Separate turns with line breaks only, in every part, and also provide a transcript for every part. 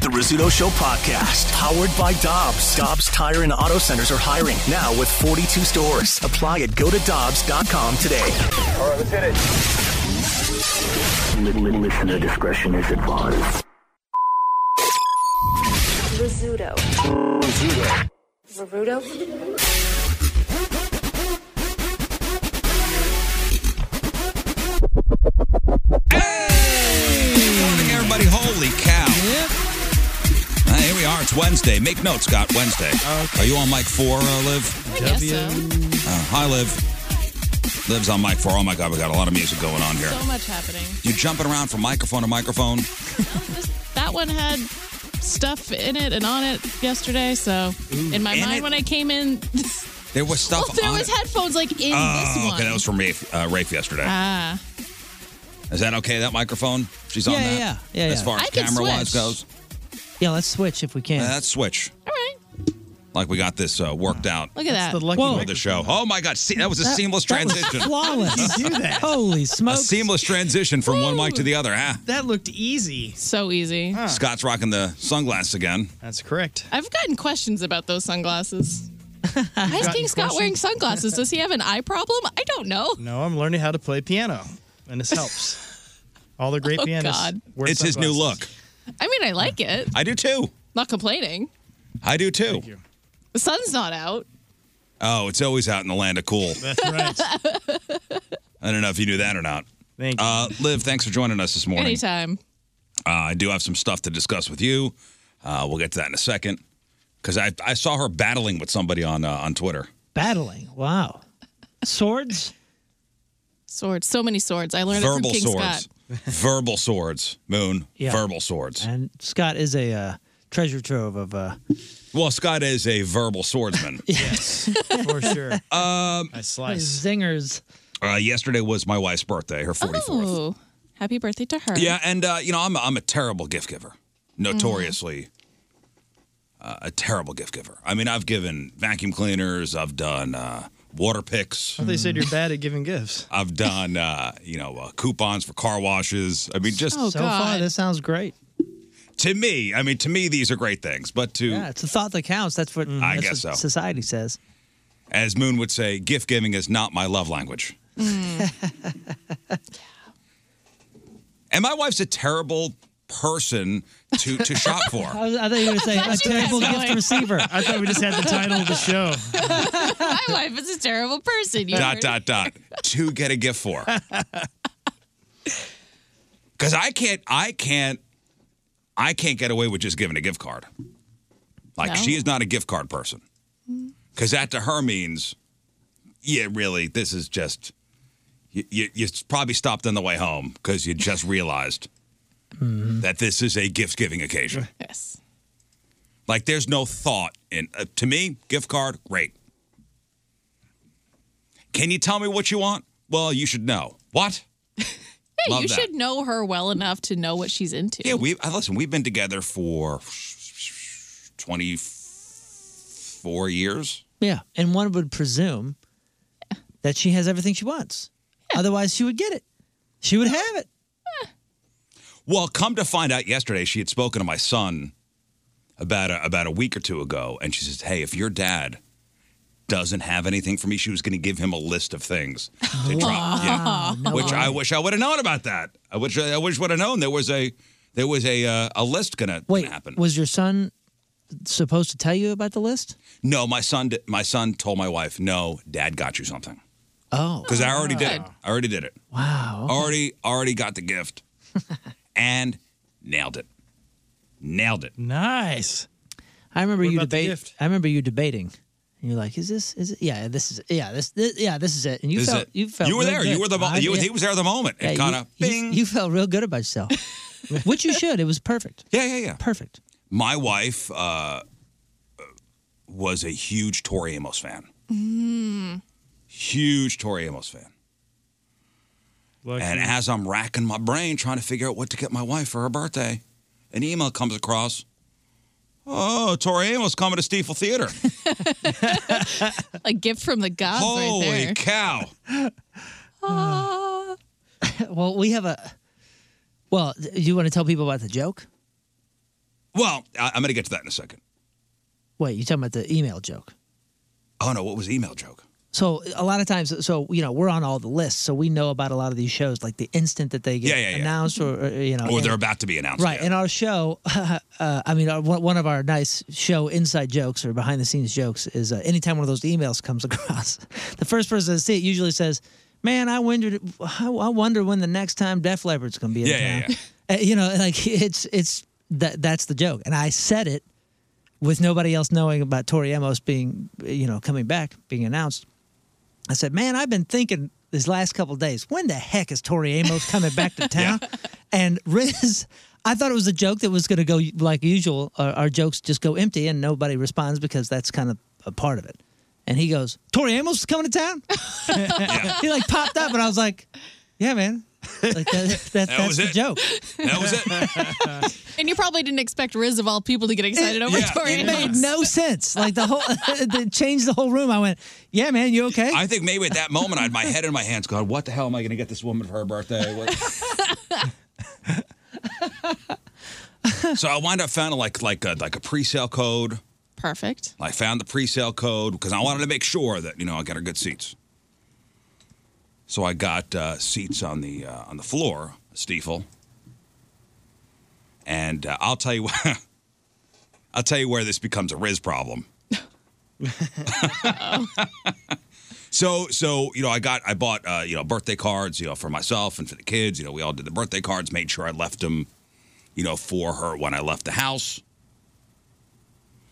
The Rizzuto Show podcast, powered by Dobbs. Dobbs Tire and Auto Centers are hiring now with 42 stores. Apply at go to Dobbs.com today.
All right, let's hit it.
Listener discretion is advised.
Rizzuto. Rizzuto.
Morning, everybody. Holy cow. Uh, here we are. It's Wednesday. Make note, Scott. Wednesday. Are you on mic four, uh, Liv?
I guess so.
Uh, hi, Liv. Liv's on mic four. Oh, my God. We got a lot of music going on here.
So much happening.
You're jumping around from microphone to microphone.
That one had stuff in it and on it yesterday, so in my
in
mind
it?
when I came in,
There was
well,
stuff
there
on
was
it.
headphones like in
oh,
this one.
okay. That was from Rafe, uh, Rafe yesterday.
ah,
Is that okay, that microphone? She's on
Yeah,
that?
yeah, yeah, yeah.
As far as
I can
camera wise
switch.
goes?
Yeah, let's switch if we can.
Uh, let's switch.
All right.
Like we got this uh, worked out.
Look at That's that. the lucky
Whoa. the show. Oh my God! See, that was a
That-
seamless
that was
transition.
flawless.
How did you do that?
Holy
a
smokes.
seamless transition from one mic to the other. Ah,
that looked easy. So easy.
Scott's rocking the sunglasses again.
That's correct.
I've gotten questions about those sunglasses. Why is
Gotten
King Scott
questions?
wearing sunglasses? Does he have an eye problem? I don't know.
No, I'm learning how to play piano, and this helps. All the great
Oh,
pianists.
God.
wear
It's his new
sunglasses.
I mean, I like it.
I do too.
Not complaining.
I do too.
The sun's not out.
Oh, it's always out in the land of cool. I don't know if you knew that or not.
Thank
you. Uh, Liv, thanks for joining us this morning.
Anytime.
Uh, I do have some stuff to discuss with you. Uh, we'll get to that in a second. Because I, I saw her battling with somebody on uh, on Twitter.
Battling. Wow. Swords?
Swords. So many swords. I learned
verbal
it from King Scott.
swords. verbal swords. Moon.
Yeah.
Verbal swords.
And Scott is a uh, treasure trove of. Uh,
Well, Scott is a verbal swordsman.
yes. For sure.
Um, I
Zingers.
Uh, yesterday was my wife's birthday, her 44th.
Oh, happy birthday to her.
Yeah, and uh, you know, I'm I'm a terrible gift giver, notoriously uh, a terrible gift giver. I mean, I've given vacuum cleaners, I've done uh, water picks,
I thought Oh, they said you're bad at giving gifts.
I've done uh, you know uh, coupons for car washes. I mean, just
Oh,
so far, this sounds great.
to me, I mean, to me, these are great things. But to
Yeah, it's the thought that counts. That's what,
I
that's
guess
what
so.
society says.
as Moon would say, gift giving is not my love language. And my wife's a terrible person to to shop for.
I, was- I thought you were going to
I
say a
thought you were
terrible
gonna
gift
say-
receiver.
I thought we just had the title of the show.
My wife is a terrible person. You
dot
heard.
dot dot to get a gift for because i can't i can't i can't get away with just giving a gift card like
No.
she is not a gift card person because that to her means yeah really this is just you, you, you probably stopped on the way home because you just realized that this is a gift giving occasion
yes
like there's no thought in uh, to me gift card great can you tell me what you want? Well, you should know. What?
Hey,
Love
you
that.
should know her well enough to know what she's into.
Yeah, we uh, listen. We've been together for twenty four years.
Yeah. And one would presume that she has everything she wants. Otherwise, she would get it. She would have it.
Well, come to find out, yesterday she had spoken to my son about a, about a week or two ago, and she says, "Hey, if your dad doesn't have anything for me, she was going to give him a list of things to drop."
Wow. No
which I
way.
wish I would have known about that. I wish I wish would have known there was a there was a uh, a list going to
Wait,
happen.
was your son supposed to tell you about the list?
No, my son di- my son told my wife, "No, Dad got you something."
Oh,
Because I already did it. I already did it.
Wow.
Already, already got the gift, and nailed it. Nailed it.
Nice. I remember
What
you
about the
debate.
gift?
I remember you debating. And you're like, is this? Is it? Yeah, this is. Yeah, this. this yeah, this is it. And you
This is
felt.
it.
You felt.
You were
real
there.
Good.
You were the mo-
I-
you- he was there the moment. It
you-
kinda
you, You, felt real good about yourself, which you should. It was perfect.
Yeah, yeah, yeah.
Perfect.
My wife uh, was a huge Tori Amos fan.
Mm.
Huge Tori Amos fan. and as I'm racking my brain trying to figure out what to get my wife for her birthday, an email comes across. Oh, Tori Amos coming to Steeple Theater.
A gift from the gods
Holy
right there. Ah.
cow.
well, we have a. Well, th- you want to tell people about the joke?
Well, I- I'm going to get to that in a second.
Wait, you talking about the email joke?
Oh, no, what was the email joke?
So a lot of times, so you know, we're on all the lists, so we know about a lot of these shows. Like the instant that they get
Yeah, yeah, yeah.
announced, or, or you know,
or they're
and-
about to be announced.
Right. In our show, uh, I mean, our, one one of our nice show inside jokes or behind the scenes jokes is uh, anytime one of those emails comes across, the first person to see it usually says, Man, I wondered, I I wonder when the next time Def Leppard's going to be in
Yeah, yeah,
town." Uh, you know, like it's, it's, that, that's the joke. And I said it with nobody else knowing about Tori Amos being, you know, coming back, being announced. I said, "Man, I've been thinking these last couple of days. When the heck is Tori Amos coming back to town?" And Riz, I thought it was a joke that was going to go like usual. Our, our jokes just go empty, and nobody responds because that's kind of a part of it. And he goes, "Tori Amos is coming to town." He like popped up, and I was like, "Yeah, man." Like that, that, that's
was
the
it.
joke.
That was it.
And you probably didn't expect Riz of all people to get
Eh,
excited over Tori.
It
Amos.
made no sense. Like the whole, it changed the whole room. I went, "Yeah, man, you okay?"
I think maybe at that moment I had my head in my hands going, what the hell am I going to get this woman for her birthday? What- so I wind up finding like like a, like a pre-sale code.
Perfect.
I found the pre-sale code because I wanted to make sure that you know I got her good seats. So I got uh, seats on the uh, on the floor, Stiefel. And uh, I'll tell you, I'll tell you where this becomes a Riz problem. so so you know I got I bought uh, you know birthday cards you know for myself and for the kids you know we all did the birthday cards made sure I left them you know for her when I left the house.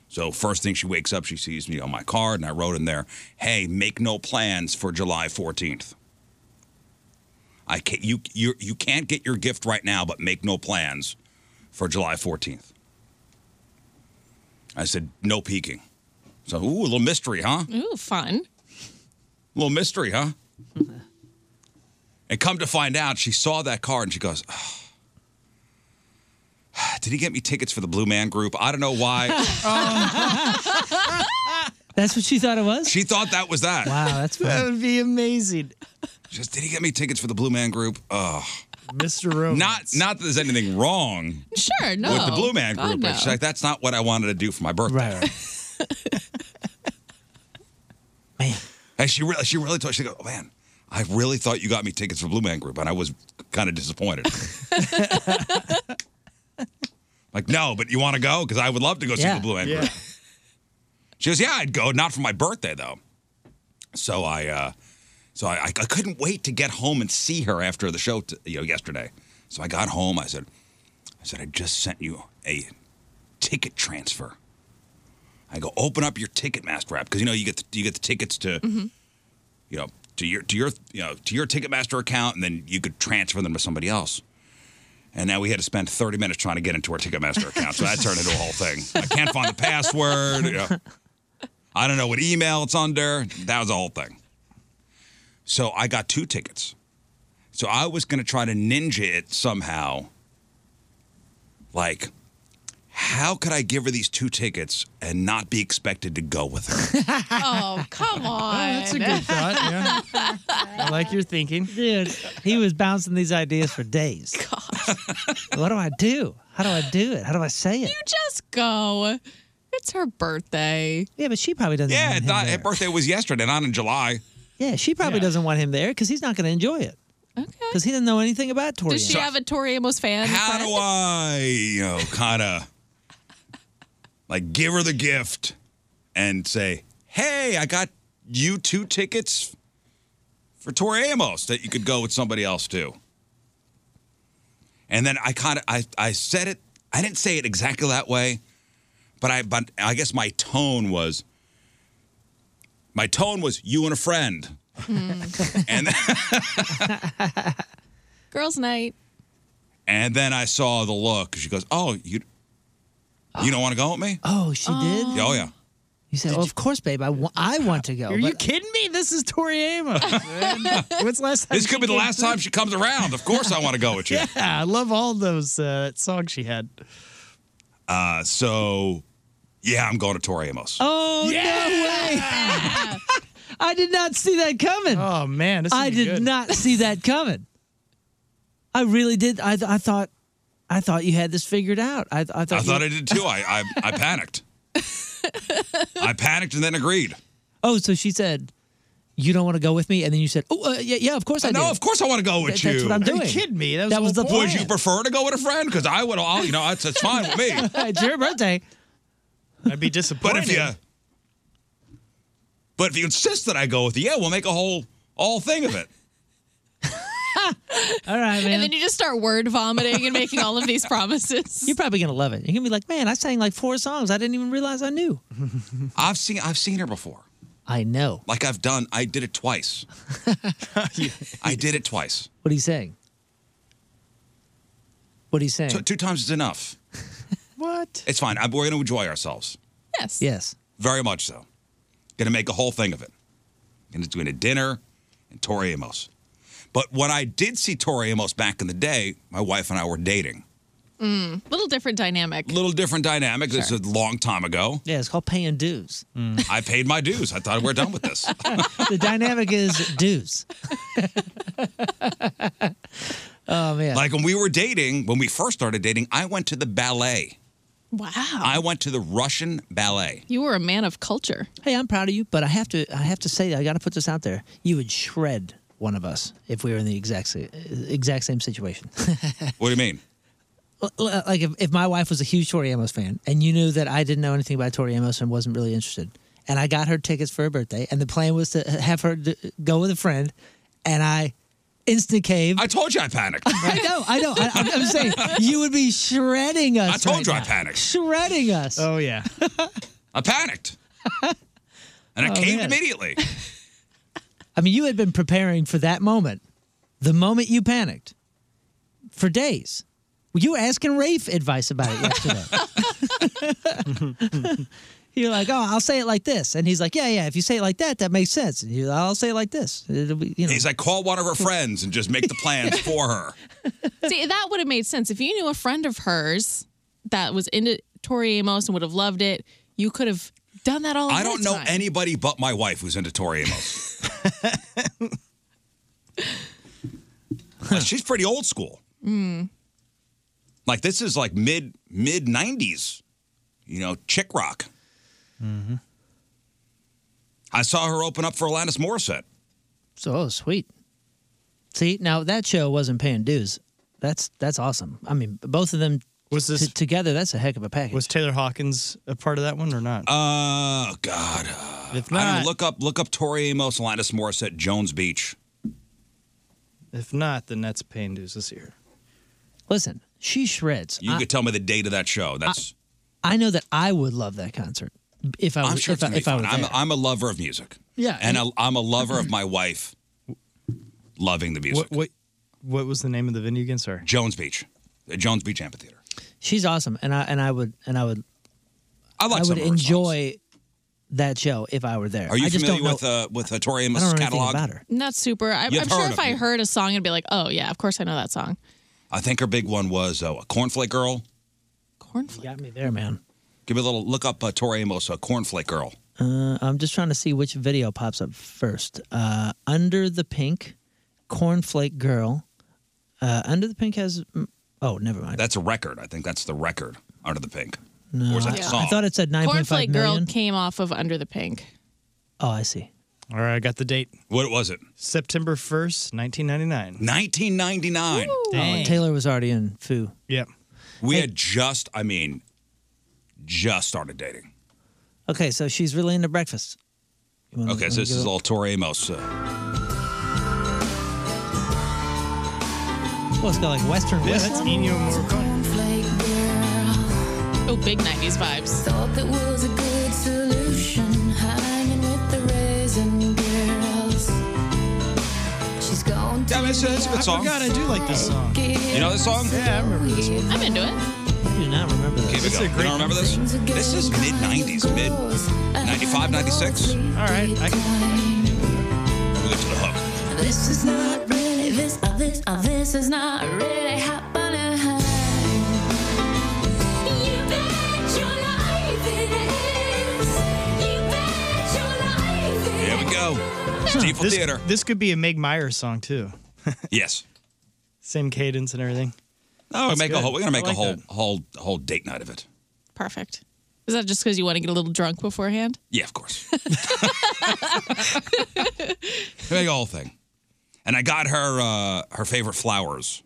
So first thing she wakes up, she sees me on my card, and I wrote in there, "Hey, make no plans for July 14th. I can't, you you you can't get your gift right now, but make no plans for July 14th." I said, "No peeking." So, ooh, a little mystery, huh?
Ooh, fun.
little mystery, huh? and come to find out, she saw that card and she goes, "Ah, "Did he get me tickets for the Blue Man Group? I don't know why."
That's what she thought it was.
She thought that was that.
Wow, that's fun.
would be amazing. Just did he get me tickets for the Blue Man Group? Ugh. Mr. Romance. Not not that there's anything wrong
Sure, no.
with the Blue Man
God,
Group, but she's
no.
like, that's not what I wanted to do for my birthday. Right. man. And she really she really thought she go, "Oh, man, I really thought you got me tickets for Blue Man Group, and I was kind of disappointed. like, no, but you want to go? Because I would love to go see
Yeah.
the Blue Man
Yeah.
Group. She goes, yeah, I'd go, not for my birthday though. So I, uh, so I, I couldn't wait to get home and see her after the show, t- you know, yesterday. So I got home. I said, I said, I just sent you a ticket transfer. I go, open up your Ticketmaster app because you know you get the, you get the tickets to you know to your to your you know to your Ticketmaster account, and then you could transfer them to somebody else. And now we had to spend 30 minutes trying to get into our Ticketmaster account, so that turned into a whole thing. I can't find the password. you know. I don't know what email it's under. That was the whole thing. So I got two tickets. So I was going to try to ninja it somehow. Like, how could I give her these two tickets and not be expected to go with her?
oh, come on.
that's a good thought, yeah. I like your thinking. Dude, he was bouncing these ideas for days. What do I do? How do I do it? How do I say it?
You just go. It's her birthday.
Yeah, but she probably doesn't.
Yeah,
want him
not,
there.
her birthday was yesterday, not in July.
Yeah, she probably doesn't want him there because he's not going to enjoy it
Okay.
because he doesn't know anything about Tori.
Does she have a Tori Amos fan?
How
friend?
do I, you know, kind of like give her the gift and say, hey, I got you two tickets for Tori Amos that you could go with somebody else to. And then I kind of, I, I said it, I didn't say it exactly that way, but I, but I guess my tone was, my tone was you and a friend. and
Hmm. Girls' night.
And then I saw the look. She goes, "Oh, you, you don't want to go with me?
oh, she did.
Oh yeah,
You said, "Oh, of course, babe. I wa- I want to go."
Are you
but-
kidding me? This is Tori Amos. man. What's last time?
this could be the last time she comes around. Of course, I want to go with you."
Yeah, I love all those uh, songs she had.
Uh, so, yeah, I'm going to Tori Amos.
oh no way! I did not see that coming.
Oh man, this is
I did
good.
not see that coming. I really did. I I thought, I thought you had this figured out. I I thought.
I thought
you-
I did too. I I, I panicked. I panicked and then agreed.
Oh, so she said, "You don't want to go with me," and then you said, "Oh, uh, yeah, yeah, of course I, do."
no, of course I want to go with
That-
you.
that's what I'm
Are you
doing.
kidding me?
That was
the
the
whole
Would
plan.
you prefer to go with a friend? Because I would. All you know, it's, it's fine with me.
it's your birthday.
I'd be
But
disappointed.
if you, but if you insist that I go with you, yeah, we'll make a whole all thing of it.
All right, man.
And then you just start word vomiting and making all of these promises.
You're probably gonna love it. You're gonna be like, "Man, I sang like four songs. I didn't even realize I knew."
I've seen I've seen her before.
I know.
Like I've done, I did it twice. I did it twice.
What are you saying? What are you saying?
Two, two times is enough.
what?
It's fine. I, we're going to enjoy ourselves,
Yes.
yes.
very much so. Going to make a whole thing of it. And it's doing a dinner and Tori Amos. But when I did see Tori Amos back in the day, my wife and I were dating.
Little different dynamic.
Hmm. Little different dynamic. This is a long time ago.
Yeah, it's called paying dues.
Mm. I paid my dues. I thought we're done with this.
the dynamic is dues. oh man.
like when we were dating, when we first started dating, I went to the ballet.
Wow.
I went to the Russian ballet.
you were a man of culture.
hey, I'm proud of you, but I have to I have to say I got to put this out there. You would shred one of us if we were in the exact same, exact same situation.
What do you mean?
L- l- like if, if my wife was a huge Tori Amos fan and you knew that I didn't know anything about Tori Amos and wasn't really interested, and I got her tickets for her birthday, and the plan was to have her d- go with a friend, and I instant cave.
I told you I panicked.
I know, I know. I, I'm I'm saying you would be shredding us.
I told
right
you I
now.
panicked.
Shredding us.
Oh yeah.
I panicked. And I caved
Oh, man.
immediately.
I mean, you had been preparing for that moment, the moment you panicked, for days. You were asking Rafe advice about it yesterday. you're like, oh, I'll say it like this, and he's like, yeah, yeah. If you say it like that, that makes sense. And you, I'll say it like this. It'll be, you know.
He's like, call one of her friends and just make the plans for her.
See, that would have made sense. If you knew a friend of hers that was into Tori Amos and would have loved it, you could have done that
Oh,
all
I
ahead
don't
of
know
time.
anybody but my wife who's into Tori Amos. Uh, She's pretty old school.
Hmm.
Like this is like mid mid nineties, you know, chick rock. I saw her open up for Alanis Morissette.
so oh, sweet. See, now that show wasn't paying dues. That's that's awesome. I mean, both of them
Was this-
t- together. That's a heck of a package.
Was Taylor Hawkins a part of that one or not?
Oh God!
if
I don't
not,
know, look up look up Tori Amos, Alanis Morissette, Jones Beach.
if not, then that's pain dues this year.
Listen, she shreds.
You
I-
could tell me the date of that show. That's
I know that I would love that concert if I
I,
was
am sure
if,
it's
I,
gonna be
if I
fun.
were
I'm,
there. Uh,
I'm a lover of music.
Yeah,
and I, I'm a lover of my wife loving the music.
What what what was the name of the venue again? Sorry.
Jones Beach, the Jones Beach Amphitheater.
She's awesome, and I and I would and I would
I like.
I
some
would
of her songs.
enjoy that show if I were there.
Are you
I just
familiar
don't
with
know,
uh, with uh, Tori
I don't
Amos'
know
catalog?
anything about her.
Not super. I, I'm
You've
sure
heard
if
of
I
it.
heard a song, it'd be like, oh, yeah, of course I know that song.
I think her big one was uh, Cornflake Girl.
Cornflake.
Got me there, man.
Give me a little look up uh, Tori Amos, uh, Cornflake Girl.
Uh, I'm just trying to see which video pops up first. Uh, Under the Pink, Cornflake Girl. Uh, Under the Pink has mm, Oh, never mind.
That's a record. I think that's the record under the pink.
No,
or is that
I,
the
I
song?
thought it said 9.5
Cornflake Girl
million.
came off of Under the Pink.
Oh, I see.
All right, I got the date.
What was it?
September 1st, 1999.
1999.
Oh, Taylor was already in Foo.
Yep.
We had just, I mean, just started dating.
Okay, so she's really into breakfast. You wanna-
Okay, so
wanna
this
go-
is all Tori Amos. Uh,
Well, it's got like Western
Yeah,
whiz.
that's Ennio Morricone.
Oh, big 90s vibes.
yeah, it's, it's a good song.
God, I do like this song.
You know this song?
Yeah, I remember this one.
I'm into it.
I do not remember
Okay,
this.
we
It's
go.
a
You
great-
don't remember this? This is mid 90s, mid 95, 96. We
All right, I can,
get to the hook.
This is not really this, uh, this, uh, this is not really happening. You bet your life it is. You bet your life it
Here we go. Steeple
this,
Theater.
this could be a Meg Meyer song, too.
Yes.
Same cadence and everything.
Oh, we make a
good.
whole. We're gonna
I
make a
like
whole
that.
whole whole date night of it.
Perfect. Is that just because you want to get a little drunk beforehand?
Yeah, of course. Oh, we make a whole thing. And I got her uh, her favorite flowers.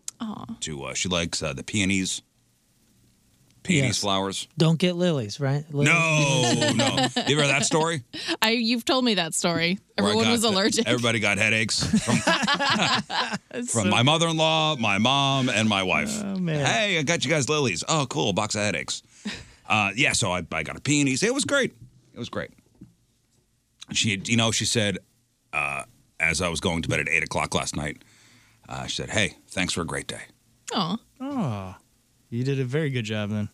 To uh, she likes uh, the peonies. Peonies
Yes.
flowers.
Don't get lilies, right? Lilies?
No, no. You remember that story?
I you've told me that story.
Where I
Everyone
got
was
the-
allergic.
everybody got headaches from, from my mother in law, my mom, and my wife.
Oh, man.
Hey, I got you guys lilies. Oh, cool. Box of headaches. Uh, yeah, so I, I got a peonies. It was great. It was great. She, you know, she said, uh, as I was going to bed at eight o'clock last night, uh, she said, "Hey, thanks for a great day."
Oh,
Oh, you did a very good job then.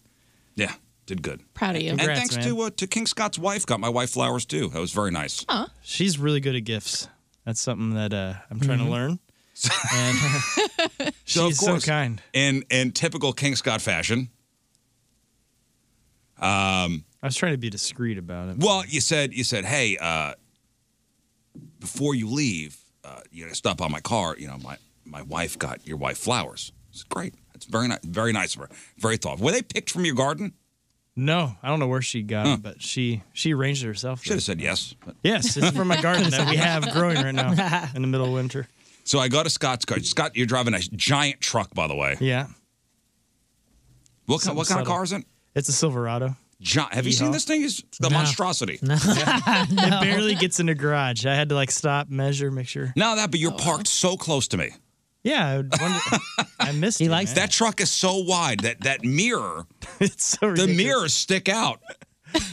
Yeah, did good.
proud of you.
and
Congrats,
thanks
man.
to uh, to King Scott's wife, got my wife flowers too. That was very nice.
She's really good at gifts. That's something that uh, I'm trying
Mm-hmm.
to learn. And
So
she's so kind.
In in typical King Scott fashion. um,
I was trying to be discreet about it.
Well, you said you said, hey, uh, before you leave, uh, you know, stop by my car. You know, my my wife got your wife flowers. I said, great. That's very nice. Very nice of her. Very thoughtful. Were they picked from your garden?
No, I don't know where she got it, but she she arranged it herself.
Should have said yes. But-
Yes, it's from my garden that we have growing right now in the middle of winter.
So I go to Scott's car. Scott, you're driving a giant truck, by the way.
Yeah,
What kind, what kind of
subtle.
car is it?
it's a Silverado.
Gi- have you seen
Yeehaw.
this thing? It's a monstrosity.
It barely gets in the garage. I had to like stop, measure, make sure.
Not that, but you're parked so close to me.
Oh. Yeah, I, would wonder, I missed.
He
it,
likes
That truck is so wide that that mirror,
man. It's so
the
ridiculous.
mirrors stick out.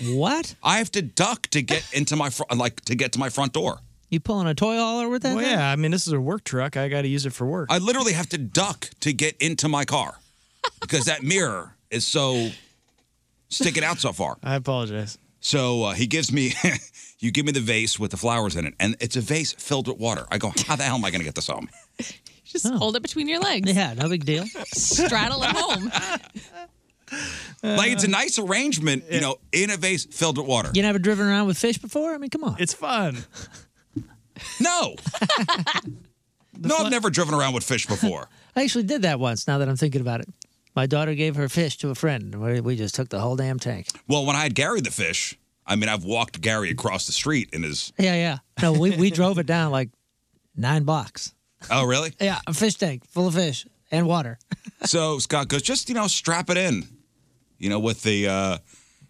What?
I have to duck to get into my front, like to get to my front door.
You pulling a toy hauler with that?
Well,
thing?
yeah, I mean this is a work truck. I got to use it for work.
I literally have to duck to get into my car because that mirror is so sticking out so far.
I apologize.
So uh, he gives me, you give me the vase with the flowers in it, and it's a vase filled with water. I go, how the hell am I going to get this home?
Just hold it between your legs.
Yeah, no big deal.
Straddle it home.
like
Uh,
it's a nice arrangement, you know, in a vase filled with water.
You never driven around with fish before? I mean, come on.
It's fun.
No, no, I've never driven around with fish before.
I actually did that once. Now that I'm thinking about it, my daughter gave her fish to a friend, and we- we just took the whole damn tank.
Well, when I had Gary the fish, I mean, I've walked Gary across the street in his.
Yeah, yeah. No, we we drove it down like nine blocks.
Oh, really?
Yeah, a fish tank full of fish and water.
So Scott goes, just you know, strap it in, you know, with the, uh,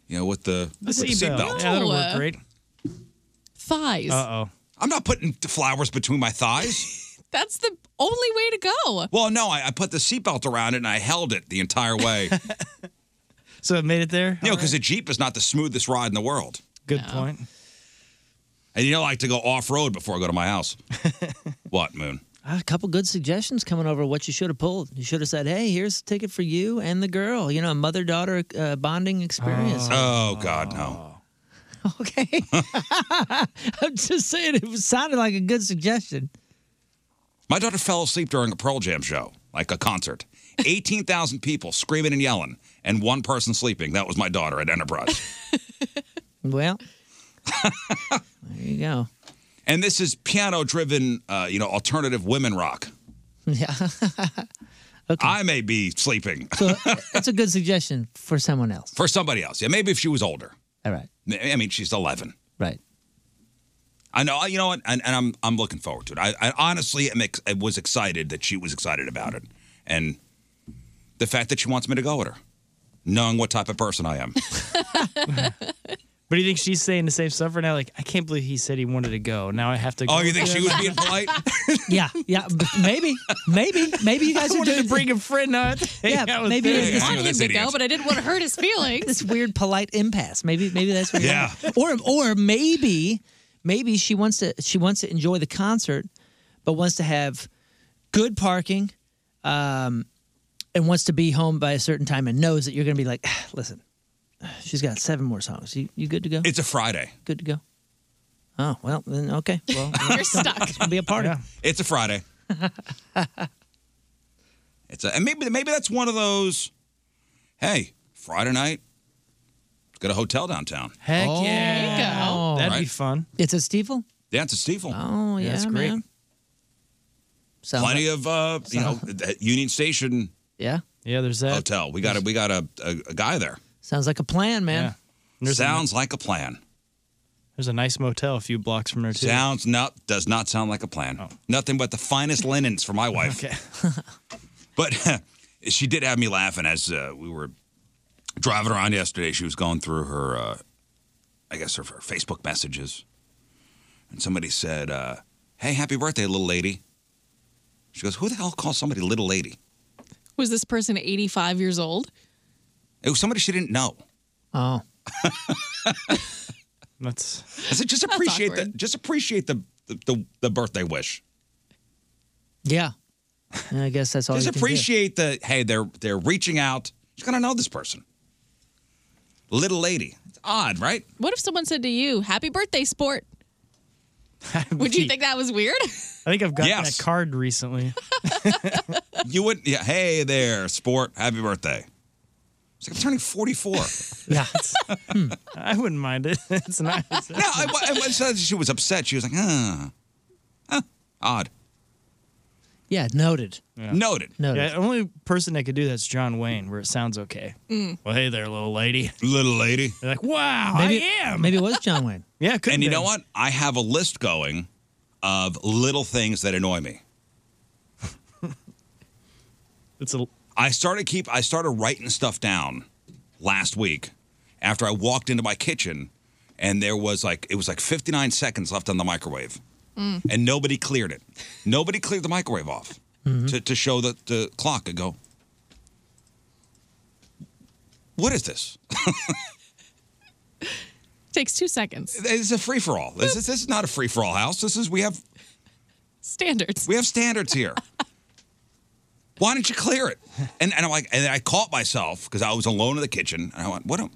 you know, with the, with the
Seatbelt.
seatbelt.
Yeah, that'll work
No.
great.
Thighs.
Uh oh.
I'm not putting the flowers between my thighs.
That's the only way to go.
well, no, I, I put the seatbelt around it and I held it the entire way. you
So it made it there.
know, because a Jeep is not the smoothest ride in the world.
Good point.
And you know, I like to go off road before I go to my house. what, Moon?
Ah, A couple good suggestions coming over what you should have pulled. You should have said, "Hey, here's a ticket for you and the girl." You know, a mother daughter uh, bonding experience.
Oh, God, no.
Okay, I'm just saying it sounded like a good suggestion.
My daughter fell asleep during a Pearl Jam show, like a concert. 18,000 people screaming and yelling, and one person sleeping. That was my daughter at Enterprise.
Well, there you go.
and this is piano driven, uh, you know, alternative women rock.
Yeah,
I may be sleeping
So that's a good suggestion for someone else.
for somebody else. Yeah, maybe if she was older.
All right.
I I mean, she's 11.
Right.
I know. You know what? And, and I'm I'm looking forward to it. I, I honestly am ex- I was excited that she was excited about it, and the fact that she wants me to go with her, knowing what type of person I am.
But do you think she's saying the same stuff right now? Like, I can't believe he said he wanted to go. Now I have to. go.
oh, you think she was being polite?
Yeah, yeah, b- maybe, maybe, maybe you guys
I
are
wanted
doing
to bring a friend out.
Yeah,
hang out with
maybe
them.
it's this-
I
know
wanted
this
him to go,
idiot.
but I didn't want to hurt his feelings.
this weird polite impasse. Maybe, maybe that's where you're
Yeah.
at. Or, or maybe, maybe she wants to she wants to enjoy the concert, but wants to have good parking, um, and wants to be home by a certain time, and knows that you're going to be like, "Ah, listen, she's got seven more songs. You, you good to go?
It's a Friday.
good to go. Oh well, then okay. Well,
You're stuck.
it'll be a party.
Yeah.
It's a Friday. it's a, and maybe maybe that's one of those. Hey, Friday night, let's go to a hotel downtown.
Heck yeah,
There you go.
that'd be
Right.
fun.
Oh. It's at Stevel.
Yeah, it's a Stevel.
Oh yeah,
that's great.
man. So
Plenty of uh, you know, that Union Station
yeah,
Yeah, there's that.
Hotel. We got a we got a, a, a guy there.
sounds like a plan, man.
Yeah. And There's
Sounds like a plan.
A, there's a nice motel a few blocks from there too.
Sounds not does not sound like a plan. Nothing but the finest linens for my wife.
Oh. Okay.
But she did have me laughing as uh, we were driving around yesterday. She was going through her, uh, I guess, her, her Facebook messages, and somebody said, uh, "Hey, happy birthday, little lady." She goes, "Who the hell calls somebody little lady?"
Was this person 85 years old?
It was somebody she didn't know.
Oh,
That's
I said, "Just appreciate the
awkward.
just appreciate the the, the, the birthday wish.
yeah. I guess that's all.
just
you can do.
appreciate the hey, they're they're reaching out. She's gonna know this person, little lady. It's odd, right?"
What if someone said to you, Happy birthday, sport? Would you think that was weird?
I think I've got
Yes.
that card recently.
You wouldn't. Yeah. Hey there, sport. Happy birthday. It's like I'm turning 44. no,
Yeah, Hmm.
I wouldn't mind it. It's nice.
I, I, I said she was upset. She was like, ah, Huh, odd.
yeah. Noted.
Noted.
Noted.
Yeah, the only person that could do that's John Wayne, where it sounds okay. Well, hey there, little lady.
Little lady.
They're like, wow,
Maybe-
I am.
Maybe it was John Wayne.
Yeah, could
And you know what? I have a list going of little things that annoy me.
It's a
I started keep. I started writing stuff down last week after I walked into my kitchen, and there was like it was like 59 seconds left on the microwave, and nobody cleared it. Nobody cleared the microwave off
Mm-hmm.
to, to show the, the clock. I go, what is this?
Takes two seconds.
It's a free for all. This is this is not a free for all house. This is we have
Standards.
we have standards here. Why didn't you clear it? And and I'm like, and I caught myself because I was alone in the kitchen, and I went, what? Am,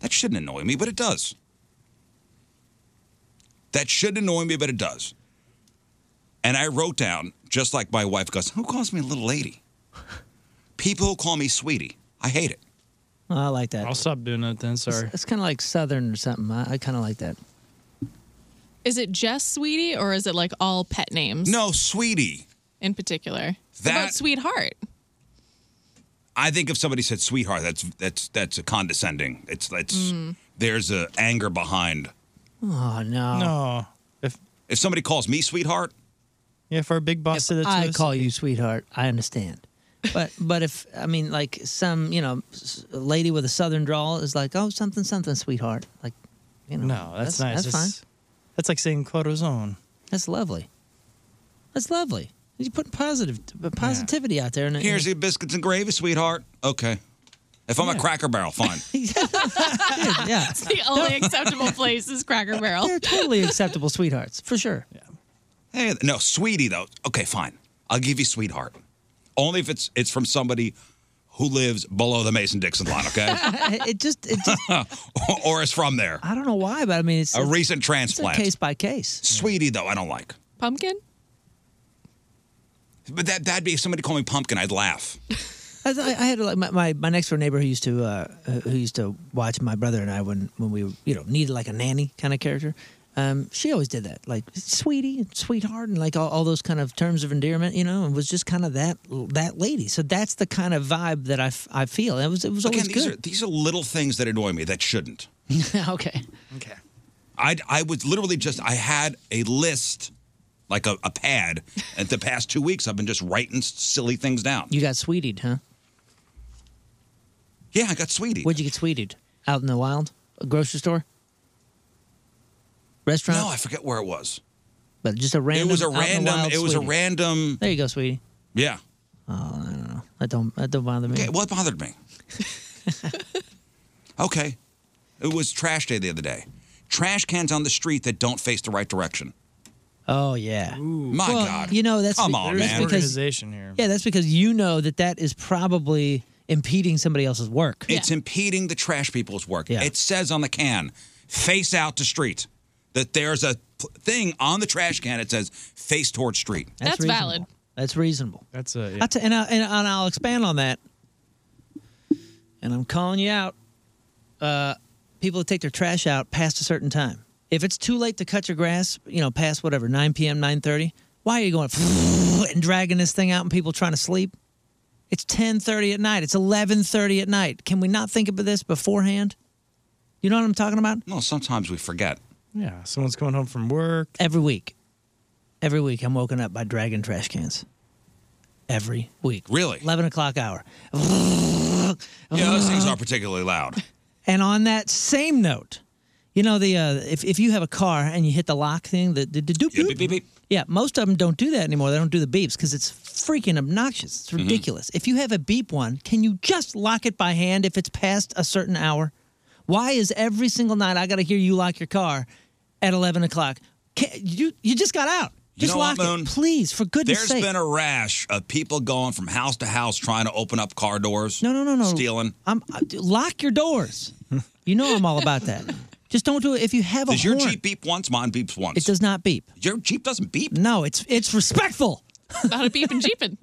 that shouldn't annoy me, but it does. That should annoy me, but it does. And I wrote down, just like my wife goes, who calls me little lady? People who call me sweetie, I hate it.
Oh, I like that.
I'll stop doing that then. Sorry.
It's kind of like Southern or something. I, I kind of like that.
Is it just sweetie or is it like all pet names
No, sweetie.
in particular? What
That-
about sweetheart?
I think if somebody said sweetheart, that's that's that's a condescending. It's that's
Mm.
Hmm.
there's a anger behind.
Oh no.
No. If
If somebody calls me sweetheart,
yeah, if our big boss said that
If
to
I
us-
call you sweetheart, I understand. But but if I mean like some you know s- lady with a Southern drawl is like oh something something sweetheart like you know
No, Oh, that's, nice.
that's fine
That's- That's like saying corazon.
that's lovely that's lovely you're putting positive uh, positivity out there and
Here's your biscuits and gravy, sweetheart. Okay. If I'm a Cracker Barrel, fine.
yeah
The only acceptable place is Cracker Barrel.
they're totally acceptable sweethearts for sure
hey, no, sweetie though. Okay, fine. I'll give you sweetheart. Only if it's it's from somebody who lives below the Mason-Dixon line, okay?
it it just it just
or, or is from there.
I don't know why but I mean it's
A
it's-
recent
it's a
transplant.
case by case
Sweetie though, I don't like.
Pumpkin?
But that that'd be if somebody called me pumpkin, I'd laugh.
I, th- I had like my, my, my next door neighbor who used to uh, who used to watch my brother and I when when we you know needed like a nanny kind of character. Um, she always did that, like sweetie and sweetheart, and like all, all those kind of terms of endearment, you know, and was just kind of that that lady. So that's the kind of vibe that I, f- I feel. It was it was
Again,
always
these
good.
are these are little things that annoy me that shouldn't.
okay.
Okay.
I I was literally just I had a list, like a, a pad, and the past two weeks I've been just writing s- silly things down.
You got sweetied, huh?
Yeah, I got sweetie.
Where'd you get sweetied? Out in the wild? A grocery store? Restaurant?
No, I forget where it was.
But just a random.
it was a
out in the
random.
wild
It was
sweetie.
a random.
There you go, sweetie.
Yeah.
Oh, I don't know. That don't that don't bother me.
Okay, what bothered me? okay. It was trash day the other day. Trash cans on the street that don't face the right direction.
Oh yeah.
My
Well,
God.
You know that's
Come
be-
on,
that's
man.
Because,
Organization here.
yeah, that's because you know that that is probably impeding somebody else's work.
It's impeding the trash people's work. It says on the can, face out to street. That there's a pl- thing on the trash can that says face towards street.
That's,
reasonable.
valid.
That's reasonable.
That's a.
I'll t- and, I, and, and I'll expand on that. And I'm calling you out. Uh, people that take their trash out past a certain time. If it's too late to cut your grass, you know, past whatever, 9 p.m., 9.30, why are you going and dragging this thing out and people trying to sleep? It's 10.30 at night. It's 11.30 at night. Can we not think about this beforehand? You know what I'm talking about?
No, sometimes we forget.
Yeah, someone's coming home from work.
Every week. Every week I'm woken up by dragging trash cans. Every week.
Really?
11 o'clock hour.
Yeah, those things aren't particularly loud.
And on that same note, you know the uh, if if you have a car and you hit the lock thing, the the, the doop,
Yeah,
doop.
beep, beep, beep.
Yeah, most of them don't do that anymore. They don't do the beeps because it's freaking
Mm-hmm.
obnoxious. It's ridiculous. If you have a beep one, can you just lock it by hand if it's past a certain hour? Why is every single night I got to hear you lock your car at eleven o'clock? Can, you you just got out.
You
Just
know what,
lock
Moon?
it, please, for goodness'
There's
sake.
been a rash of people going from house to house trying to open up car doors.
No, no, no, no.
Stealing.
I'm I, lock your doors. you know I'm all about that. Just don't do it if you have a
Does your
horn.
Jeep beep once? Mine beeps once.
It does not beep.
Your Jeep doesn't beep.
No, it's it's respectful.
About a beep and jeeping.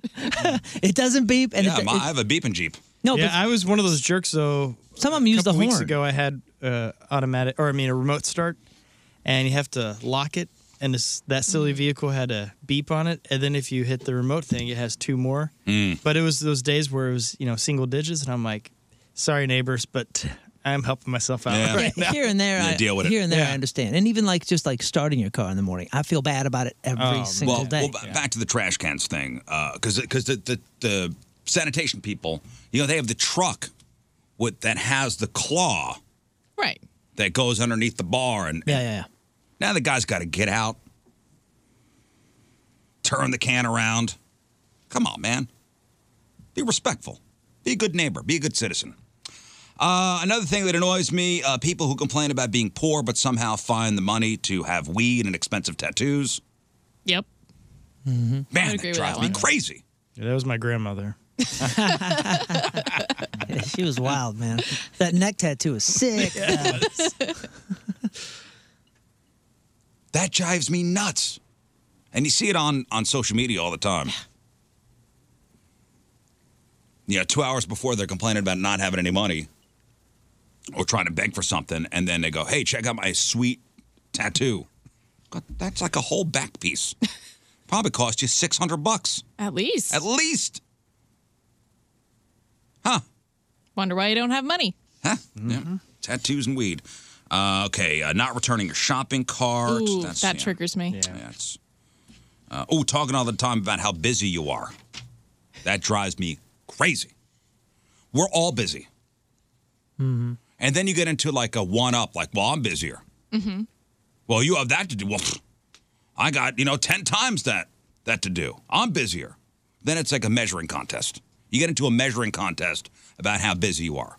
It doesn't beep, and
Yeah,
it,
my,
it-
I have a beeping Jeep.
no,
yeah, I was one of those jerks though.
but some of them use
couple
the
weeks
horn.
ago, I had uh, automatic, or I mean, a remote start, and you have to lock it. And this, that silly
Mm.
vehicle had a beep on it, and then if you hit the remote thing, it has two more.
Mm.
But it was those days where it was you know single digits, and I'm like, sorry neighbors, but I'm helping myself out
Yeah.
right now.
Here and there,
Yeah,
I,
deal with it.
here and there,
Yeah.
I understand. And even like just like starting your car in the morning, I feel bad about it every
Oh,
single
well,
day.
well, ba- back to the trash cans thing, because because the, the the sanitation people, you know, they have the truck with that has the claw
Right.
that goes underneath the bar, and
yeah, yeah, yeah.
now the guy's got to get out, turn the can around. Come on, man. Be respectful. Be a good neighbor. Be a good citizen. Uh, another thing that annoys me uh, people who complain about being poor but somehow find the money to have weed and expensive tattoos.
Yep.
Mm-hmm.
Man,
agree
that
with
drives
that
me
one.
crazy.
Yeah, that was my grandmother.
Yeah, She was wild, man. That neck tattoo is sick. Uh,
That drives me nuts. And you see it on, on social media all the time. You know, two hours before they're complaining about not having any money or trying to beg for something, and then they go, hey, check out my sweet tattoo. God, that's like a whole back piece. Probably cost you 600 bucks
At least.
at least.
Wonder why you don't have money.
Huh?
Mm-hmm.
Yeah. Tattoos and weed. Uh, okay, uh, not returning your shopping cart.
Ooh,
That's-
that
yeah.
triggers me.
Yeah, it's. Uh, oh, talking all the time about how busy you are. That drives me crazy. We're all busy. Mm-hmm. And then you get into like a one up, like, well, I'm busier. Mm-hmm. Well, you have that to do. Well, I got, you know, 10 times that that to do. I'm busier. Then it's like a measuring contest. You get into a measuring contest about how busy you are.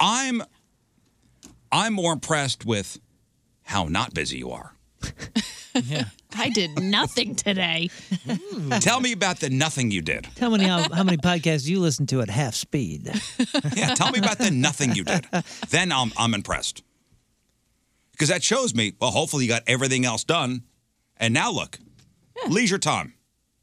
I'm I'm more impressed with how not busy you are.
I did nothing today.
Tell me about the nothing you did.
tell me how, how many podcasts you listen to at half speed.
Oh, Yeah, tell me about the nothing you did. Then I'm I'm impressed. Because that shows me, well, hopefully you got everything else done. And now look. Leisure time.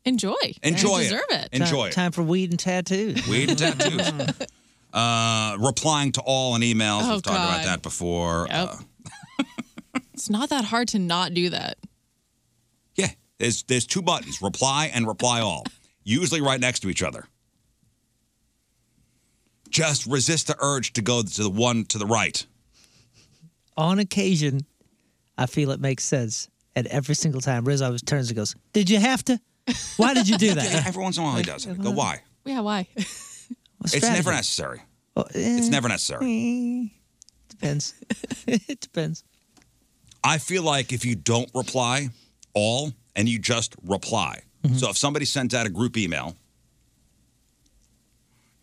Enjoy.
Enjoy
you
it.
deserve it.
Enjoy it.
Time for weed and tattoos.
Weed and tattoos. uh, replying to all and emails.
Oh,
We've talked about
God.
that before.
Yep.
Uh,
It's not that hard to not do that.
Yeah, there's there's two buttons: reply and reply all, usually right next to each other. Just resist the urge to go to the one to the right.
On occasion, I feel it makes sense. And every single time, Riz always turns and goes, "Did you have to? Why did you do that?"
Yeah, every once in a while he does it. I Go why?
Yeah, why?
It's
strategy?
never necessary.
Well,
It's
eh,
never necessary.
eh, Depends. it depends.
I feel like if you don't reply all and you just reply. So if somebody sends out a group email,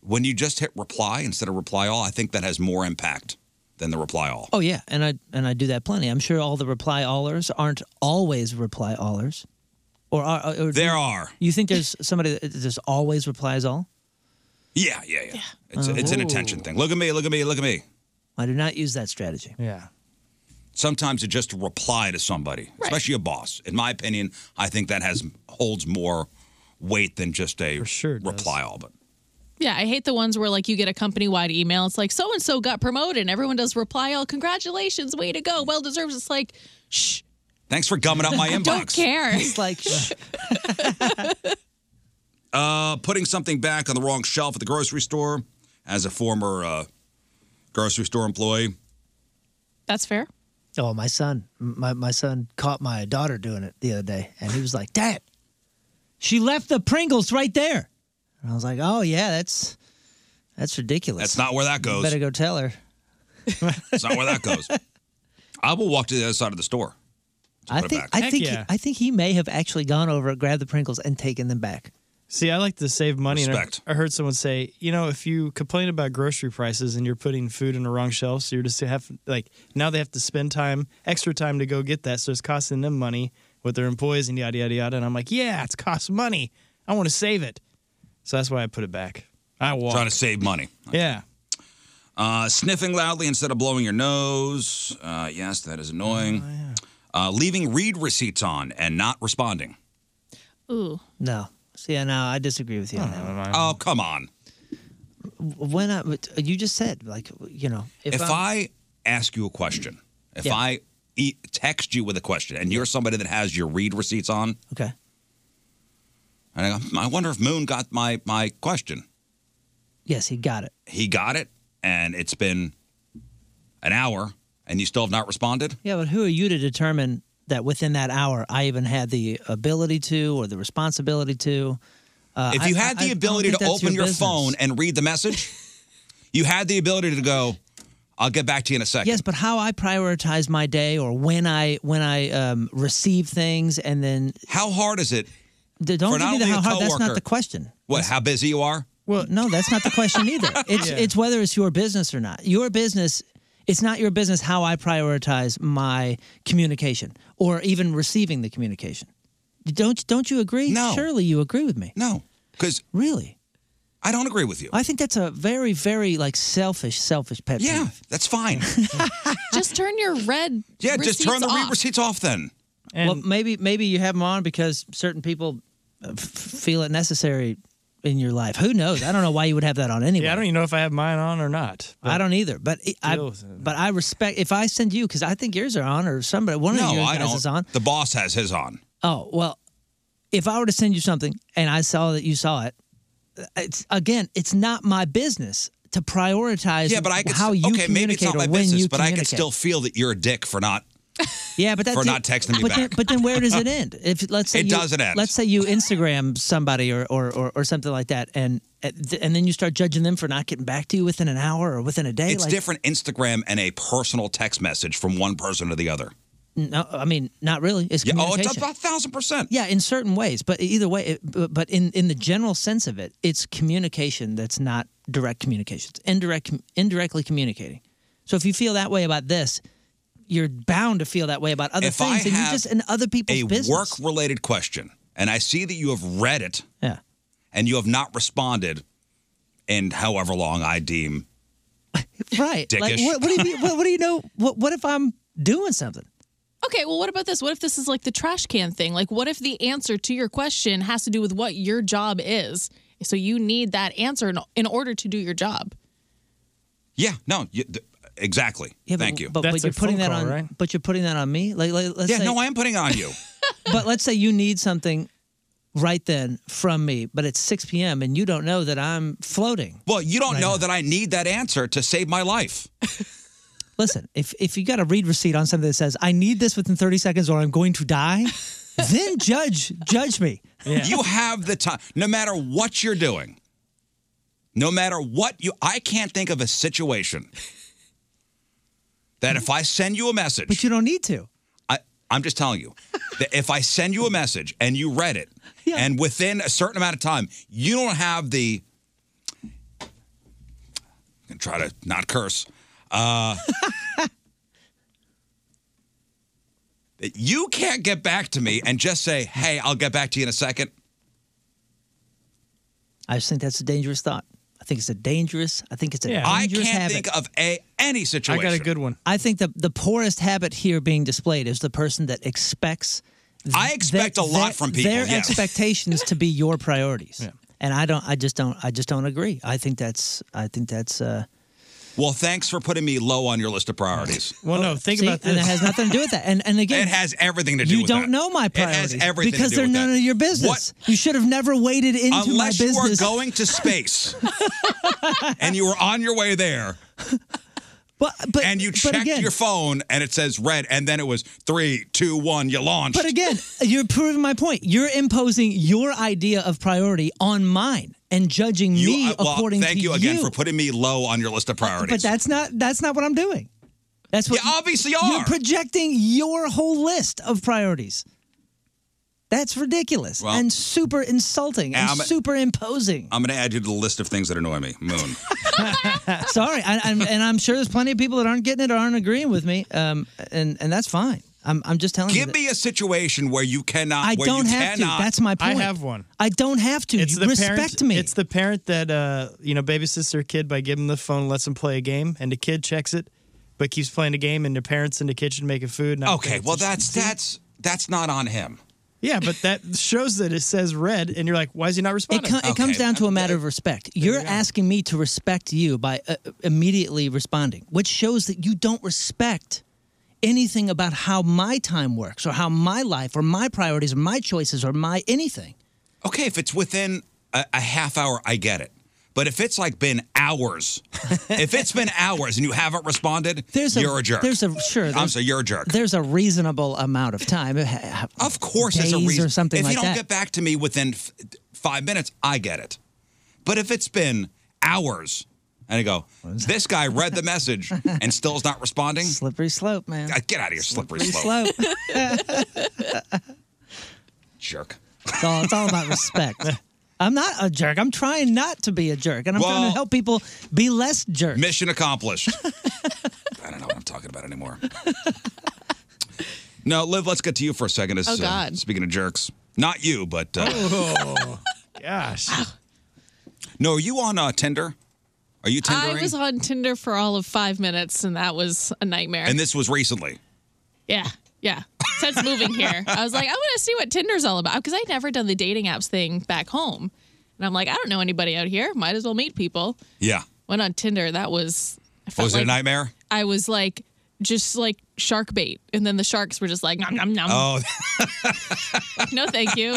when you just hit reply instead of reply all, I think that has more impact than the reply all.
Oh yeah, and I and I do that plenty. I'm sure all the reply allers aren't always reply allers, or are or
There are.
You think there's somebody that just always replies all?
Yeah, yeah, yeah. It's, it's an attention thing. Look at me, look at me, look at me.
I do not use that strategy.
Yeah.
Sometimes it just reply to somebody, especially a boss. In my opinion, I think that has holds more weight than just a reply all. But
Yeah, I hate the ones where like you get a company wide email. It's like so and so got promoted, and everyone does reply all congratulations, way to go, well deserved. It's like
thanks for gumming up my
I
inbox.
don't care. It's
like shh.
Uh, putting something back on the wrong shelf at the grocery store. As a former uh, grocery store employee,
That's fair.
Oh, my son, my my son caught my daughter doing it the other day, and he was like, "Dad, she left the Pringles right there." And I was like, "Oh yeah, that's that's ridiculous.
that's not where that
You
goes.
Better go tell her."
That's not where that goes. I will walk to the other side of the store. to
I
put it
think
back.
I think he, I think he may have actually gone over, grabbed the Pringles, and taken them back.
See, I like to save money. and I-
Respect.
I heard someone say, you know, if you complain about grocery prices and you're putting food in the wrong shelf, so you're just have like now they have to spend time, extra time to go get that, so it's costing them money with their employees and yada yada yada. And I'm like, yeah, it's cost money. I want to save it, so that's why I put it back. I walk.
Trying to save money.
yeah.
Uh, sniffing loudly instead of blowing your nose. Uh, yes, that is annoying. uh, leaving read receipts on and not responding.
Ooh.
No, see, no, I disagree with you on that. One.
Oh, come on.
When I, but uh, you just said like you know
If,
I'm-
I ask you a question, if
Yeah.
I e- text you with a question, and you're somebody that has your read receipts on,
okay
and I, go, "Hmm, I wonder if Moon got my my question.
yes he got it
He got it, and it's been an hour, and you still have not responded.
yeah but who are you to determine that within that hour I even had the ability to or the responsibility to uh,
if
I-
you
I-
had
I
the
don't
ability
think
to
that's
open your,
business.
phone and read the message, you had the ability to go. I'll get back to you in a second.
Yes, but how I prioritize my day or when I when I um, receive things and then
How hard is it?
d- don't
For
give
not
me the
only a
how hard. That's
coworker-
not the question.
What? How busy you are?
Well, no, that's not the question either. It's it's whether it's your business or not. Your business. It's not your business how I prioritize my communication or even receiving the communication. Don't don't you agree?
No.
Surely you agree with me.
No, because
Really?
I don't agree with you.
I think that's a very very like selfish selfish pet peeve.
yeah, that's fine.
Just turn your red.
Yeah, just turn
receipts
the read
off.
receipts off then.
well, maybe maybe you have them on because certain people uh, f- feel it necessary in your life. Who knows? I don't know why you would have that on anyway.
Yeah, I don't even know if I have mine on or not.
I don't either, but it- I
Deal with it.
but I respect if I send you because I think yours are on or somebody one of
No,
your
I
guys is on.
don't. The boss has his on.
Oh well, if I were to send you something and I saw that you saw it, uh, it's again, it's not my business to prioritize.
Yeah, but I could.
how you
okay,
communicate
maybe it's not
or
my
when
business,
you
but I can
communicate.
still feel that you're a dick for not.
Yeah, but that's
for
it.
not texting me
but Then,
back.
but then where does it end? If let's say
It
you,
doesn't end.
Let's say you Instagram somebody or or, or or something like that, and and then you start judging them for not getting back to you within an hour or within a day.
It's
like,
different Instagram and a personal text message from one person to the other.
No, I mean not really. It's
Yeah, oh,
communication.
it's about a thousand percent.
yeah, in certain ways, but either way, it, but but in in the general sense of it, it's communication that's not direct communication. It's indirect, indirectly communicating. So if you feel that way about this, you're bound to feel that way about other
If I
things, and
have
you're just in other people's
A
business.
work-related question, and I see that you have read it
yeah.
and you have not responded in however long I deem.
Right. Like,
Dickish.
what, what do you what, what do you know? What, what if I'm doing something?
Okay, well, what about this? What if this is like the trash can thing? Like, what if the answer to your question has to do with what your job is? So you need that answer in, in order to do your job.
Yeah, no, you, th- exactly.
but-
Thank you.
But, but you're putting that on. But you're putting that on me. Like, like let's
yeah,
say,
no, I am putting it on you.
but let's say you need something right then from me, but it's 6 p.m. and you don't know that I'm floating.
Well, you don't know that I need that answer to save my life.
Listen, if if you got a read receipt on something that says I need this within 30 seconds or I'm going to die, then judge judge me.
You have the time, no matter what you're doing, no matter what you, I can't think of a situation that if I send you a message, but
you don't need to.
I, I'm just telling you that if I send you a message and you read it, and within a certain amount of time, you don't have the, I'm gonna try to not curse, uh, that you can't get back to me and just say, hey, I'll get back to you in a second.
I just think that's a dangerous thought. I think it's a dangerous. I think it's a
I
dangerous
can't
habit.
think of a, any situation.
one. I think the the poorest habit here being displayed is the person that expects. th-
I expect a lot from people,
Their
yes.
expectations to be your priorities, and I don't. I just don't. I just don't agree. I think that's. I think that's. Uh,
Well, thanks for putting me low on your list of priorities.
well, no. Think about this, and it has nothing to do with that. And and again,
It has everything to do
you
with
don't
that.
know my
It has
priorities
everything to
because
do
they're
with
none
that.
of your business. You should have never waded into
Unless
my
you are
business.
going to space and you were on your way there. and you checked
again-
your phone and it says red, and then it was three, two, one, you launched.
But again, you're proving my point. You're imposing your idea of priority on mine and judging
You-
me
uh, well,
according
thank
to
you again for putting me low on your list of priorities.
But that's not that's not what I'm doing. That's what
You obviously
You're
are.
projecting your whole list of priorities. That's ridiculous
Well-
and super insulting and
I'm-
super imposing.
I'm going to add you to the list of things that annoy me. Moon.
Sorry, I, I'm, and I'm sure there's plenty of people that aren't getting it or aren't agreeing with me, um, and and that's fine. I'm I'm just telling you.
Give
that-
me a situation where you cannot.
Oh, I
where
don't
you
have
cannot,
to. That's my point.
I have one.
I don't have to.
It's
You
the
respect
parent,
me.
It's the parent that uh, you know babysits their kid by giving them the phone, lets them play a game, and the kid checks it, but keeps playing the game, and the parents in the kitchen making food. Not
Okay,
paying
well
attention.
that's that's that's not on him.
yeah, but that shows that it says red, and you're like, why is he not
It,
responding?
com- it comes down to a matter of respect. You're asking me to respect you by uh, immediately responding, which shows that you don't respect anything about how my time works or how my life or my priorities or my choices or my anything.
Okay, if it's within a, a half hour, I get it. But if it's like been hours, if it's been hours and you haven't responded,
There's a,
you're a, jerk.
There's a sure.
I'm
there's-
sorry, you're a jerk.
There's a reasonable amount of time. Of
course, there's a reason.
or something
if
like
you don't
that.
get back to me within f- five minutes, I get it. But if it's been hours, and I go, this guy read the message and still is not responding.
Slippery slope, man.
God, Get out of here, slippery,
Pretty
slope,
slow.
jerk.
It's all, it's all about respect. I'm not a jerk. I'm trying not to be a jerk, and I'm trying
Well-
to help people be less jerk.
Mission accomplished. I don't know what I'm talking about anymore. no, Liv, let's get to you for a second. As,
Oh,
uh,
God.
speaking of jerks, not you, but uh,
Oh, gosh.
no, are you on uh, Tinder? Are you Tindering?
I was on Tinder for all of five minutes, and that was a nightmare.
and this was recently.
yeah, yeah. Since moving here, I was like, I want to see what Tinder's all about because I'd never done the dating apps thing back home, and I'm like, I don't know anybody out here. Might as well meet people.
Yeah.
Went on Tinder. That was. I felt
Was it a
like
nightmare?
I was like, just like shark bait, and then the sharks were just like, nom nom nom.
Oh,
No, thank you.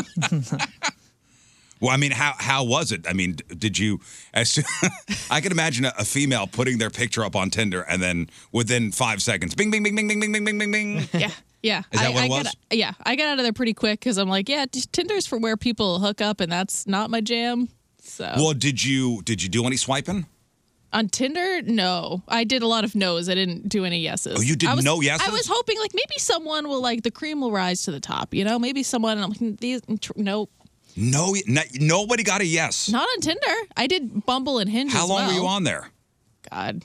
Well, I mean, how how was it? I mean, d- did you? As soon, I can imagine a, a female putting their picture up on Tinder, and then within five seconds, bing, bing, bing, bing, bing, bing, bing, bing, bing, bing.
Yeah. Yeah.
Is that
I,
what it
I
was?
Got, yeah. I got out of there pretty quick because I'm like, yeah, t- Tinder's for where people hook up, and that's not my jam. So
Well, did you did you do any swiping?
on Tinder, no. I did a lot of no's. I didn't do any yeses.
Oh, you did
I was,
no yeses?
I was hoping like maybe someone will like the cream will rise to the top. You know, maybe someone. I'm like, these tr- nope.
No, not, nobody got a yes.
Not on Tinder. I did Bumble and Hinge.
how
as
long were you
well.
on there?
God,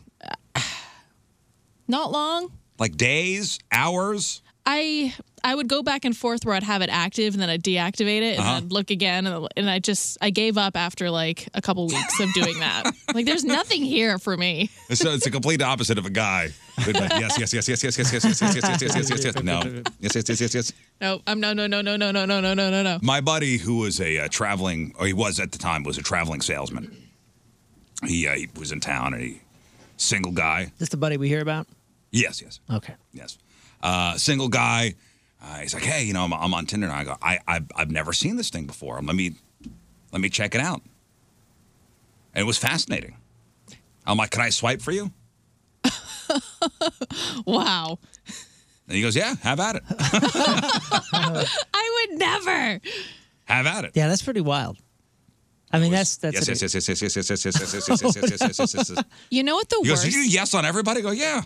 not long.
Like days, hours?
I I would go back and forth where I'd have it active and then I'd deactivate it and
Uh-huh.
I'd look again and, and I just I gave up after like a couple weeks of doing that. like there's nothing here for me.
So it's the complete opposite of a guy. They'd be like, Yes, yes, yes, yes, yes, yes, yes, yes, yes, yes, yes, yes, yes, yes, yes. No, yes, yes, yes, yes, yes.
No, I'm no no no no no no no no no no no.
My buddy, who was a uh, traveling, or he was at the time, was a traveling salesman. He, uh, he was in town and he single guy.
This the buddy we hear about?
Yes, yes.
Okay.
Yes. Uh, single guy. Uh, he's like, hey, you know, I'm, I'm on Tinder. And I go, I, I, I've never seen this thing before. Let me, let me check it out. And it was fascinating. I'm like, can I swipe for you?
Wow.
And he goes, yeah, have at it.
I would never.
Have at it.
Yeah, that's pretty wild. I mean, that's that's
Yes,
a-
yes, yes, yes, yes, yes, yes, yes, yes, yes, yes, yes, yes, yes, yes, yes, yes, yes.
You know what the
He goes,
worst
did you do yes on everybody? I go, yeah.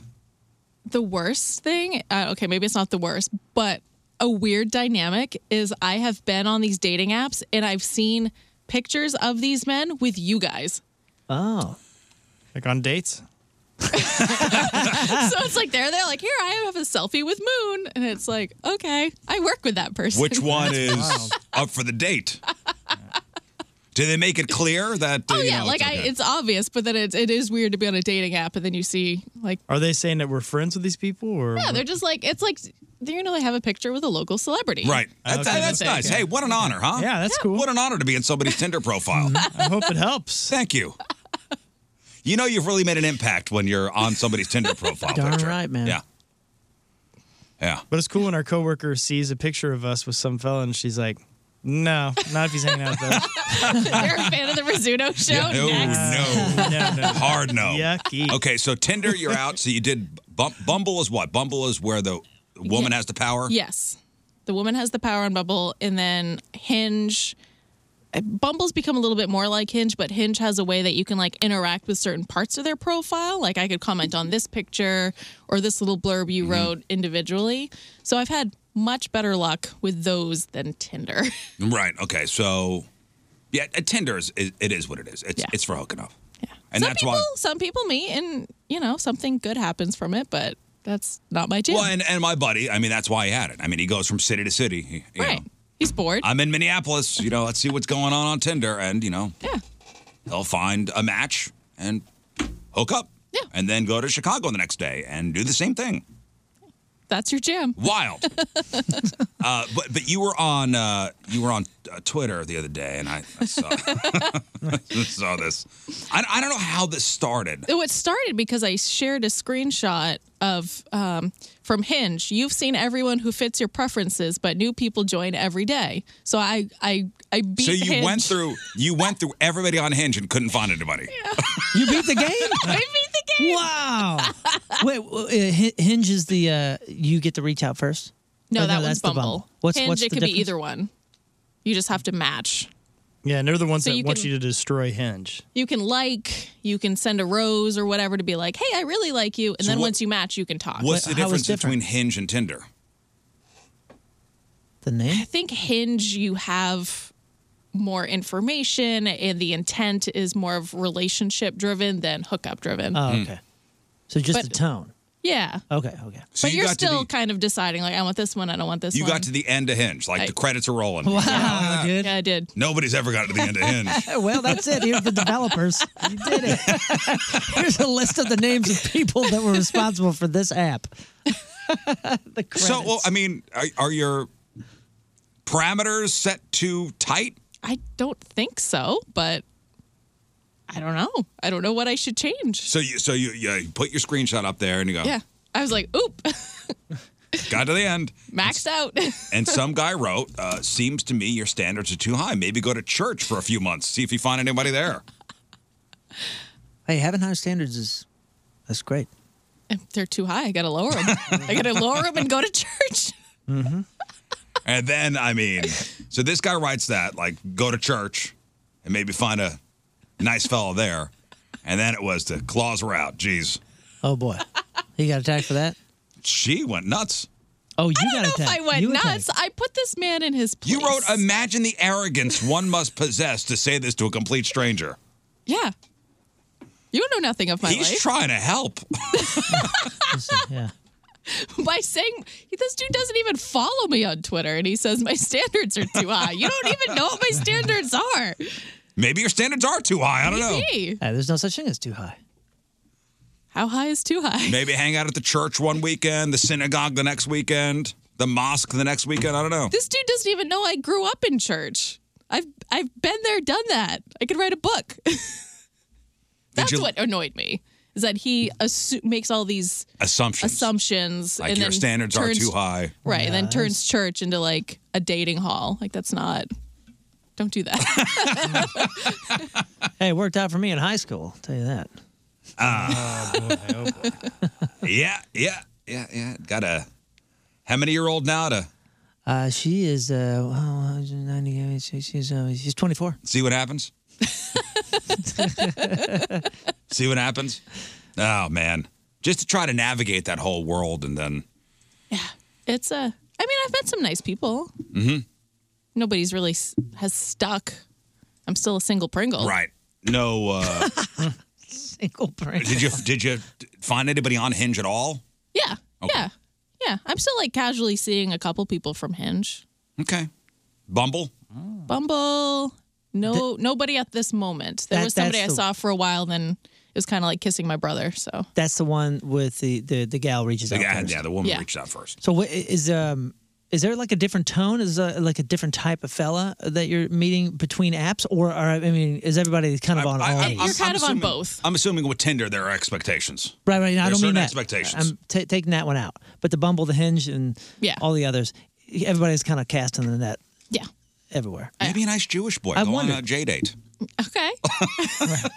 the worst thing, uh, okay, maybe it's not the worst, but a weird dynamic is I have been on these dating apps and I've seen pictures of these men with you guys.
Oh.
Like on dates?
so it's like they're there, like, here, I have a selfie with Moon. And it's like, okay, I work with that person.
Which one is up for the date? Do they make it clear that? uh,
Oh
you
yeah,
know,
like
it's
I,
okay?
it's obvious, but then it's it is weird to be on a dating app and then you see like
Are they saying that we're friends with these people? Or
yeah, they're just like it's like you know they have a picture with a local celebrity,
Right. That's,
Okay,
that's
okay.
nice. Hey, what an honor, huh?
Yeah, that's cool.
What an honor to be in somebody's Tinder profile.
I hope it helps.
Thank you. You know you've really made an impact when you're on somebody's Tinder profile
Darn
picture.
right, man.
Yeah. Yeah.
But it's cool when our coworker sees a picture of us with some fella and she's like, no, not if he's hanging out with us.
You're a fan of the Rizzuto show.
no,
Next,
no.
no, no.
Hard no.
Yucky.
Okay, so Tinder, you're out. So you did bum- Bumble is what? Bumble is where the woman
Yeah.
has the power.
yes, the woman has the power on Bubble, and then Hinge. uh, Bumble's become a little bit more like Hinge, but Hinge has a way that you can like interact with certain parts of their profile. Like I could comment on this picture or this little blurb
Mm-hmm.
you wrote individually. So I've had much better luck with those than Tinder.
Right. Okay. So, yeah, uh, Tinder is it, it is what it is. It's
Yeah.
it's for hooking up. Yeah.
some people, some people meet, and you know something good happens from it, but that's not my jam.
Well, and, and my buddy, I mean, that's why he had it. I mean, he goes from city to city. He, you
right?
know,
He's bored.
I'm in Minneapolis. You know, let's see what's going on on Tinder, and you know,
yeah.
he'll find a match and hook up.
Yeah.
And then go to Chicago the next day and do the same thing.
That's your jam.
Wild. uh, but but you were on uh, you were on uh, Twitter the other day, and I, I saw saw this. I, I don't know how this started.
Oh, it started because I shared a screenshot of um, from Hinge. You've seen everyone who fits your preferences, but new people join every day. So I, I, I beat.
So you
Hinge.
went through you went through everybody on Hinge and couldn't find anybody.
You beat the game?
I beat the game.
wow. Wait, w- uh, Hi- Hinge is the uh, you get to reach out first?
No,
Oh,
Or
that
that's
one's
the
Bumble.
What's,
Hinge?
what's
it
the
could
difference?
be either one. You just have to match.
Yeah, and they're the ones
So
that
you
want
can-
you to destroy Hinge.
You can like, you can send a rose or whatever to be like, hey, I really like you. And then
what-
once you match, you can talk.
What's the
how is
difference between Hinge and Tinder?
The name?
I think Hinge, you have more information and the intent is more of relationship driven than hookup driven.
Oh,
Hmm.
okay. Uh, So just
But-
the tone.
yeah.
Okay, okay.
So
but you are
got to
still
the-
kind of deciding, like, I want this one, I don't want this
You
one.
got to the end of Hinge, like
I-
the credits are rolling.
Wow, dude.
yeah, I did.
Nobody's ever got to the end of Hinge.
Well, that's it. Here's the developers. You did it. Here's a list of the names of people that were responsible for this app. the credits.
so, well, I mean, are, are your parameters set too tight?
I don't think so, but I don't know. I don't know what I should change.
So you so you, you, you put your screenshot up there and you go,
Yeah. I was like, oop,
got to the end.
maxed out.
And some guy wrote, uh, seems to me your standards are too high. Maybe go to church for a few months, see if you find anybody there.
hey, having high standards is that's great.
They're too high. I got to lower them. I got to lower them and go to church.
And then, I mean, so this guy writes that, like, go to church and maybe find a nice fellow there. And then it was the claws were out. Jeez.
Oh boy, you got attacked for that.
She went nuts.
Oh, you
I
got
don't know if
attacked.
I went
You
nuts.
attacked.
I put this man in his place.
You wrote, imagine the arrogance one must possess to say this to a complete stranger.
Yeah. You know nothing of my
He's
life.
trying to help.
Listen, yeah.
By saying this dude doesn't even follow me on Twitter and he says my standards are too high. You don't even know what my standards are.
Maybe your standards are too high. I don't know.
Hey,
Hey, Uh, there's no such thing as too high.
how high is too high?
Maybe hang out at the church one weekend, the synagogue the next weekend, the mosque the next weekend. I don't know.
This dude doesn't even know I grew up in church. I've I've been there, done that. I could write a book. That's
you-
what annoyed me. is that he assu- makes all these
Assumptions.
assumptions
Like
and
your
then
standards
turns-
are too high.
right and then turns church into like a dating hall like that's not don't do that
Hey, it worked out for me in high school. I'll tell you that.
Ah, Oh, Yeah, yeah, yeah, yeah. Got a how many year old now to
Uh, she is uh, well, 90, she's uh, she's 24.
see what happens? see what happens? Oh man. Just to try to navigate that whole world and then
it's a i mean i've met some nice people mm-hmm. nobody's really s- has stuck i'm still a single pringle
right. No uh
Single brain.
did you did you find anybody on Hinge at all?
yeah yeah yeah i'm still like casually seeing a couple people from hinge
Okay. Bumble?
bumble no nobody at this moment there
That-
was somebody i
that's the-
saw for a while then it was kind of like kissing my brother so
That's the one with the the, the gal reaches
The
out.
guy,
first.
yeah, the woman
Yeah.
reached out first.
So what is um is there like a different tone? Is uh like a different type of fella that you're meeting between apps, or are I mean, is everybody kind of on all
I'm-
these?
You're kind of on
assuming-
both.
I'm assuming with Tinder there are expectations.
Right, right.
There
I
are
don't
certain
mean that. Um,
expectations.
I'm ta taking that one out. But the Bumble, the Hinge, and
Yeah.
all the others, everybody's kind of casting the net
yeah
everywhere.
Maybe a nice Jewish boy.
I
go
wondered.
on a J date.
okay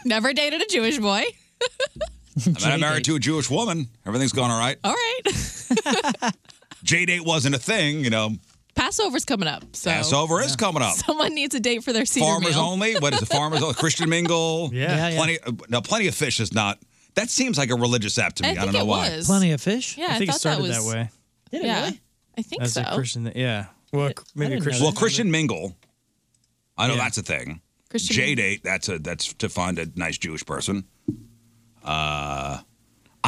never dated a jewish boy
I mean, I'm married to a Jewish woman. Everything's gone all right.
all right
J date wasn't a thing, you know.
Passover's coming up, so
Passover is coming up.
someone needs a date for their senior
farmers
meal.
only. What is it? Farmers only. Christian mingle.
Yeah, yeah.
Plenty. Now, plenty of fish is not. That seems like a religious app to me.
I
I,
think
don't know
it
why.
was.
Plenty of fish.
Yeah, I,
I think
thought
it started
that
that,
was.
way
Did it
yeah,
really?
I think
as
so.
a Christian. That, yeah, well, maybe
didn't know
Christian.
Well, Christian mingle. I know
Yeah.
that's a thing.
Christian
J date. That's a that's to find a nice Jewish person. Uh,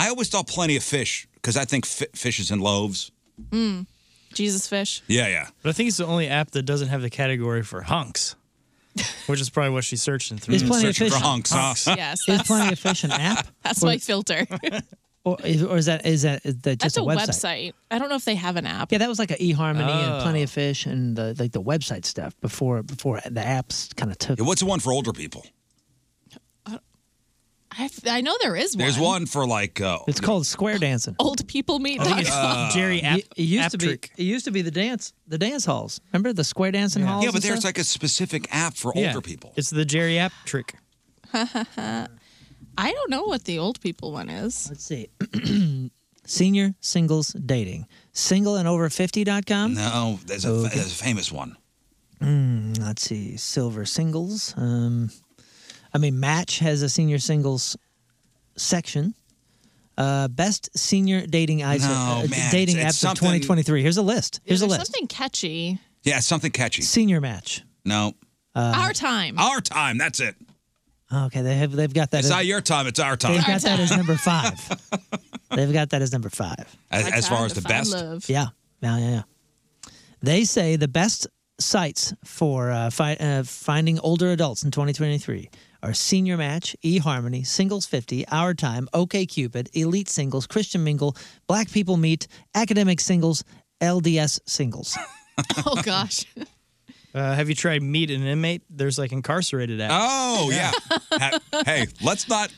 I always thought plenty of fish because I think fi- fish is in loaves.
Mm. Jesus fish.
Yeah, yeah.
But I think it's the only app that doesn't have the category for hunks, which is probably what she's searching through.
There's plenty of
Searching
fish.
for hunks. huh?
Yes,
Is
that's,
plenty of fish an app?
that's
or,
my filter.
or, is- or is that is that, is that just
that's a
website?
website. I don't know if they have an app.
Yeah, that was like an eHarmony
Oh.
and
Oh.
Plenty of Fish and the like the website stuff before before the apps kind of took.
Yeah, What's the one for older people?
I, I know there is one.
There's one for like uh,
It's called square dancing.
Old people meet.
Jerry
It, it used to be
Aptrick.
it used to be the dance the dance halls. Remember the square dancing halls?
yeah, but
and
there's
stuff?
like a specific app for older people.
It's the Jerry app trick.
Oh,
I don't know what the old people one is.
Let's see. Senior singles dating. Single and over 50.com.
No, there's a, there's a famous one.
Hmm, Let's see. Silver singles. Um, I mean, Match has a senior singles section. Uh, best senior dating apps,
No,
uh,
man,
dating
it's- it's
apps of
something-
2023. Here's a list. Here's a
There's
list.
something catchy.
Yeah, something catchy.
Senior match. Uh,
No,
Our time.
our time. That's it.
Oh, Okay, they have they've got that.
It's
as,
not your time. It's our time.
they've got that as number five. they've got that as number five.
As,
Our
as far
time
as the
to find
best,
Love.
Yeah, yeah, yeah. yeah. They say the best sites for uh, fi- uh, finding older adults in 2023 are Senior Match, eHarmony, Singles 50, Our Time, OKCupid, Elite Singles, Christian Mingle, Black People Meet, Academic Singles, LDS Singles.
Oh gosh.
Uh, have you tried meet an inmate? There's like incarcerated app.
Oh yeah. Ha- hey, let's not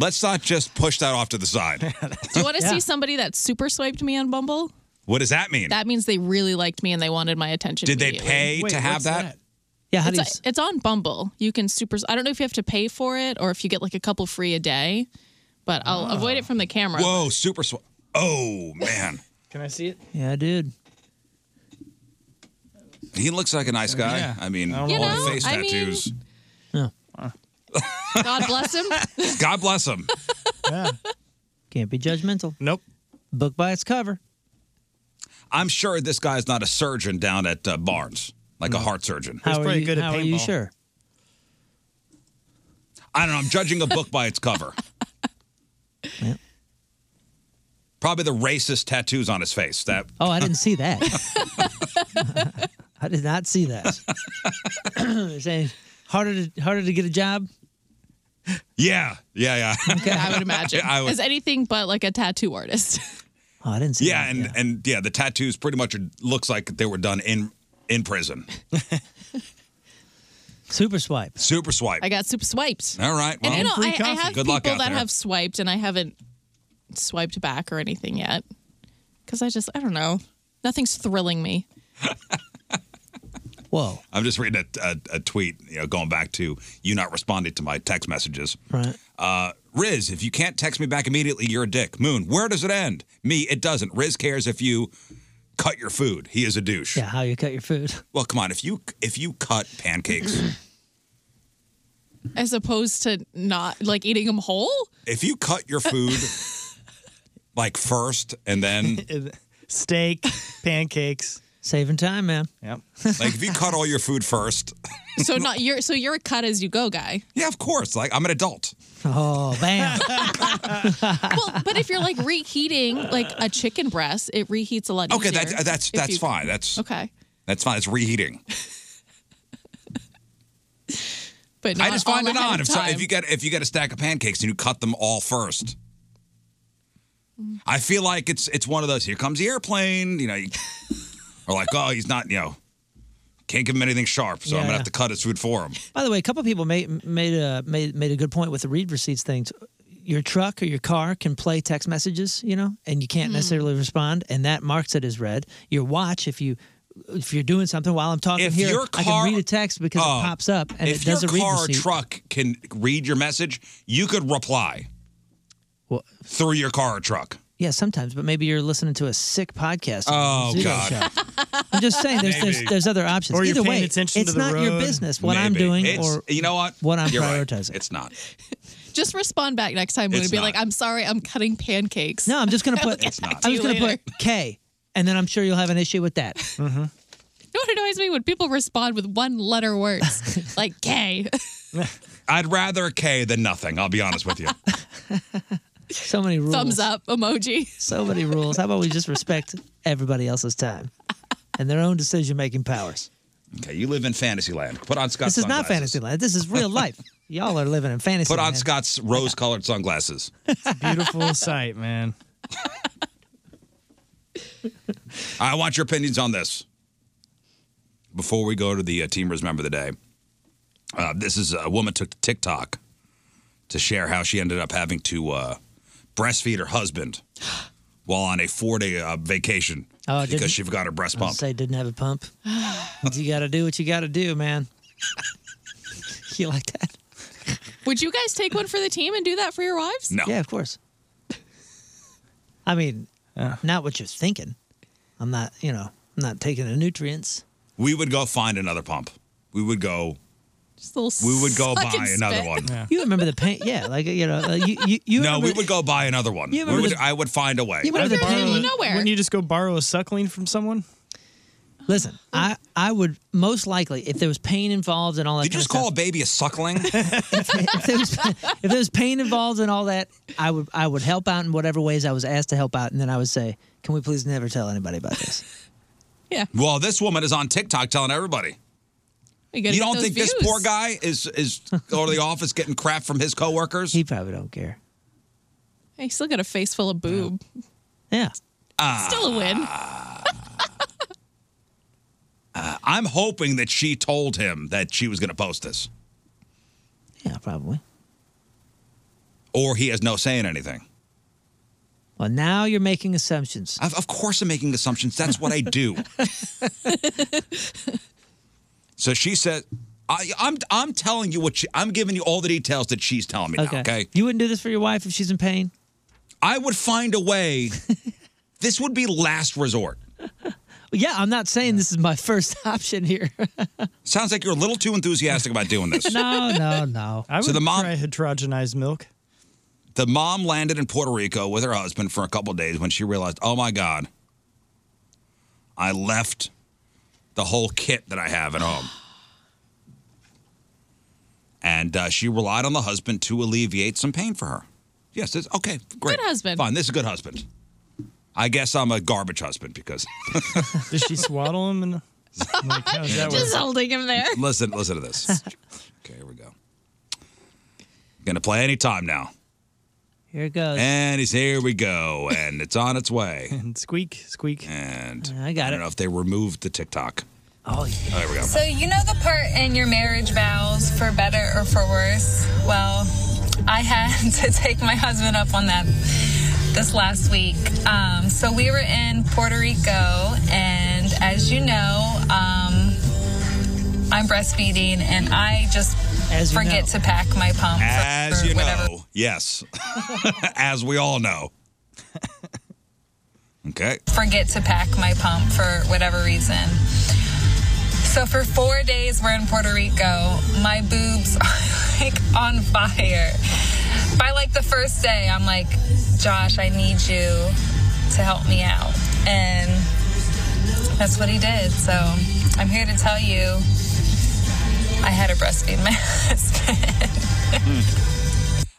let's not just push that off to the side.
Do you want to see somebody that super swiped me on Bumble?
What does that mean?
That means they really liked me and they wanted my attention.
Did they
immediately.
pay to have that?
Yeah, how do you?
It's,
s-
it's on Bumble. You can super. I don't know if you have to pay for it or if you get like a couple free a day, but I'll avoid it from the camera.
Ah. Whoa, super. Sw- oh man,
Can I see it?
Yeah, dude.
he looks like a nice guy.
Yeah.
I mean,
I
all
don't know.
the
You know,
face
I mean-
tattoos.
God bless him.
God bless him.
Yeah.
Can't be judgmental.
nope.
Book by its cover.
I'm sure this guy's not a surgeon down at uh, Barnes, like a heart surgeon.
How are
pretty
you?
good at
how are you
paintball.
sure?
I don't know. I'm judging a book by its cover.
Yeah.
Probably the racist tattoos on his face. That
Oh, I didn't see that. I did not see that. Saying harder to harder to get a job.
yeah, yeah, yeah,
I would imagine
I would-
as anything but like a tattoo artist.
Oh, I didn't see
yeah,
that.
and and yeah, the tattoos pretty much are, looks like they were done in in prison.
Super swipe.
Super swipe.
I got super swiped.
All right.
and you know, I, I have
Good
people
luck out
that
there.
have swiped, and I haven't swiped back or anything yet because I just I don't know. Nothing's thrilling me.
Whoa.
I'm just reading a, a, a tweet, you know, going back to you not responding to my text messages.
Right.
Uh, Riz, if you can't text me back immediately, you're a dick. Moon, where does it end? Me, it doesn't. Riz cares if you cut your food. He is a douche.
Yeah, how you cut your food.
Well, come on. If you if you cut pancakes,
As opposed to not like eating them whole.
if you cut your food like first and then
Steak, pancakes. Saving time, man.
Yep.
like if you cut all your food first,
So not you're so you're a cut as you go guy.
yeah, of course. Like I'm an adult.
Oh, bam.
well, but if you're like reheating like a chicken breast, it reheats a lot.
Okay,
easier
that, that's
if
that's
you-
fine. That's
Okay,
that's fine. It's reheating.
but
I
not
just
all
find it
ahead
odd
of
if, so, if
time.
you get if you get a stack of pancakes and you cut them all first. I feel like it's it's one of those. Here comes the airplane, you know, you- or like oh he's not you know can't give him anything sharp, so I'm gonna
Yeah.
have to cut his food for him.
By the way, a couple of people made made a made, made a good point with the read receipts things. Your truck or your car can play text messages, you know, and you can't necessarily respond, and that marks it as read. Your watch, if you if you're doing something while I'm talking
If
here,
your
I
car-
can read a text because
Oh.
it pops up and
if
it
your
does a read
car or
receipt.
truck can read your message, you could reply
What?
through your car or truck.
yeah, sometimes, but maybe you're listening to a sick podcast.
Oh,
Zero
God.
shot. I'm just saying, there's there's,
Maybe.
there's other options.
Or you're
Either
paying
way,
attention
it's
to the
not your
road.
business what I'm
Maybe.
doing
It's-
or
you know what
what I'm
You're right.
prioritizing.
It's not.
just respond back next time when
It's
be like,
not.
"I'm sorry, I'm cutting pancakes."
No, I'm just gonna put.
It's not.
I'm just
See you
gonna
later.
put K, and then I'm sure you'll have an issue with that.
You know what annoys me when people respond with one letter words like "gay."
I'd rather a K than nothing. I'll be honest with you.
So many rules.
thumbs up emoji.
So many rules. How about we just respect everybody else's time and their own decision making powers?
Okay, you live in fantasy land. Put on Scott's.
This is not
sunglasses.
fantasy land. This is real life. Y'all are living in fantasy.
Put on
land.
Scott's rose-colored sunglasses.
Beautiful sight, man.
I want your opinions on this. Before we go to the uh, Team Remember the Day, uh, this is a woman took to TikTok to share how she ended up having to uh, breastfeed her husband while on a four-day uh, vacation
Oh, it
because
didn't-
she forgot her breast
I was
pump.
say didn't have a pump. you got to do what you got to do, man. You like that?
Would you guys take one for the team and do that for your wives?
no,
Yeah, of course. I mean, not what you're thinking. I'm not. You know, I'm not taking the nutrients.
we would go find another pump. We would go.
Just a little
We would go
suck and
buy another
spit.
one.
You remember the pain? Yeah, like you know, uh, you you, you
No,
remember,
we would go buy another one.
You
We
remember
would,
the-
I would find a way.
You remember the
You're in the middle
pain?
of nowhere.
Wouldn't you just go borrow a suckling from someone?
Listen, I I would most likely if there was pain involved and all that.
Did you
kind
just
of
call a baby a suckling?
stuff, if, there was, if there was pain involved and all that, I would I would help out in whatever ways I was asked to help out, and then I would say, "Can we please never tell anybody about this?"
well, this woman is on TikTok telling everybody.
You, gotta
You
get
don't
those
think this
views.
poor guy is is going to the office getting crap from his coworkers?
he probably don't care.
He still got a face full of boob.
Yeah,
Uh,
Still a win.
Ah. uh, I'm hoping that she told him that she was going to post this,
yeah, probably.
or he has no say in anything.
Well, now you're making assumptions.
Of, of course, I'm making assumptions. That's what I do. so she said, I, "I'm I'm telling you what she, I'm giving you all the details that she's telling me. Now, okay,
you wouldn't do this for your wife if she's in pain.
I would find a way. this would be last resort.
Yeah, I'm not saying this is my first option here.
Sounds like you're a little too enthusiastic about doing this.
no, no, no.
I would
So the mom-
try hydrogenized milk.
the mom landed in Puerto Rico with her husband for a couple days when she realized, oh my God, I left the whole kit that I have at home. And uh, she relied on the husband to alleviate some pain for her. Yes, it's okay, great.
Good husband.
Fine, this is a good husband. I guess I'm a garbage husband because
Did she swaddle him? And like, how does that work?
Just holding him there.
listen, listen to this. Okay, here we go. Gonna play any time now.
Here it goes.
And he's here we go, and it's on its way.
And squeak, squeak.
And
Uh, I got
I don't
it.
know if they removed the TikTok.
Oh,
there we go.
So you know the part in your marriage vows for better or for worse? Well, I had to take my husband up on that this last week. Um, so we were in Puerto Rico, and as you know, um, I'm breastfeeding, and I just
As you
forget
know.
to pack my pump. for-
As
for
you
whatever
know, yes. As we all know. Okay.
forget to pack my pump for whatever reason. So for four days we're in Puerto Rico. My boobs are like on fire. By like the first day, I'm like, Josh, I need you to help me out. And that's what he did. So I'm here to tell you I had to breastfeed my husband.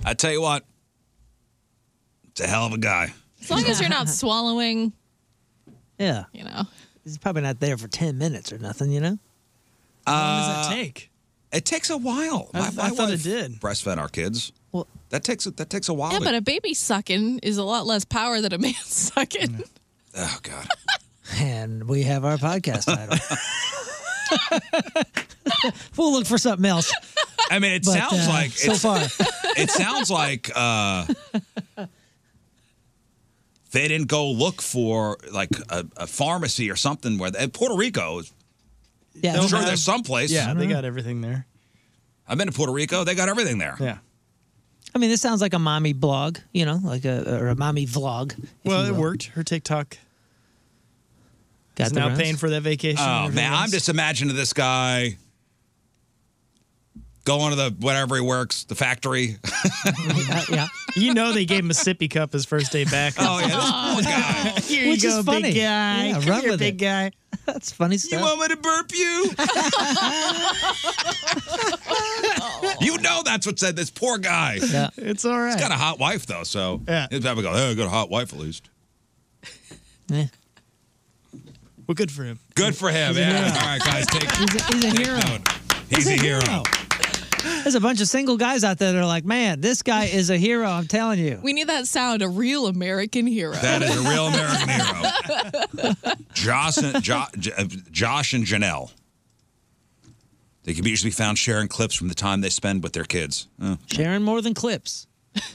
I tell you what, it's a hell of a guy.
As long as you're not swallowing,
yeah.
you know.
It's probably not there for 10 minutes or nothing, you know?
How
long does that
take?
It takes a while.
I- I thought it did.
Breastfed our kids.
Well,
that takes that takes a while.
Yeah,
to-
but a baby sucking is a lot less power than a man sucking.
oh God.
And we have our podcast title. we'll look for something else.
I mean, it
But,
sounds
uh,
like
so
it's-
far.
It sounds like uh, they didn't go look for like a, a pharmacy or something where in Puerto Rico. is-
Yeah, Mm-hmm.
I'm sure there's someplace.
Yeah, they got everything there.
I've been to Puerto Rico. They got everything there.
Yeah.
I mean, this sounds like a mommy blog, you know, like a or a mommy vlog. if
Well,
you
it
will.
worked. Her TikTok
Got
is
the
now
rounds?
paying for that vacation. and
Oh
everything
man, I'm
else.
just imagining this guy going to the whatever he works, the factory.
yeah.
You know they gave him a sippy cup his first day back.
Oh, yeah, this
poor guy. Here you
Which
go,
is funny.
big guy.
Yeah,
Come
run
here,
with
big
it.
guy.
That's funny stuff.
me to burp you? you know that's what said this poor guy.
Yeah.
It's all right.
He's got a hot wife though, so
Yeah.
he's probably go, hey, I got a hot wife at least.
Well, good for him.
Good for him.
He's a
Yeah.
hero.
All right, guys, take
He's a, he's a hero.
he's a hero.
There's a bunch of single guys out there that are like, man, this guy is a hero. I'm telling you.
We need that sound, a real American hero.
That is a real American hero. Josh and, jo- J- uh, Josh and Janelle. They can be usually found sharing clips from the time they spend with their kids. Uh,
Sharing more than clips.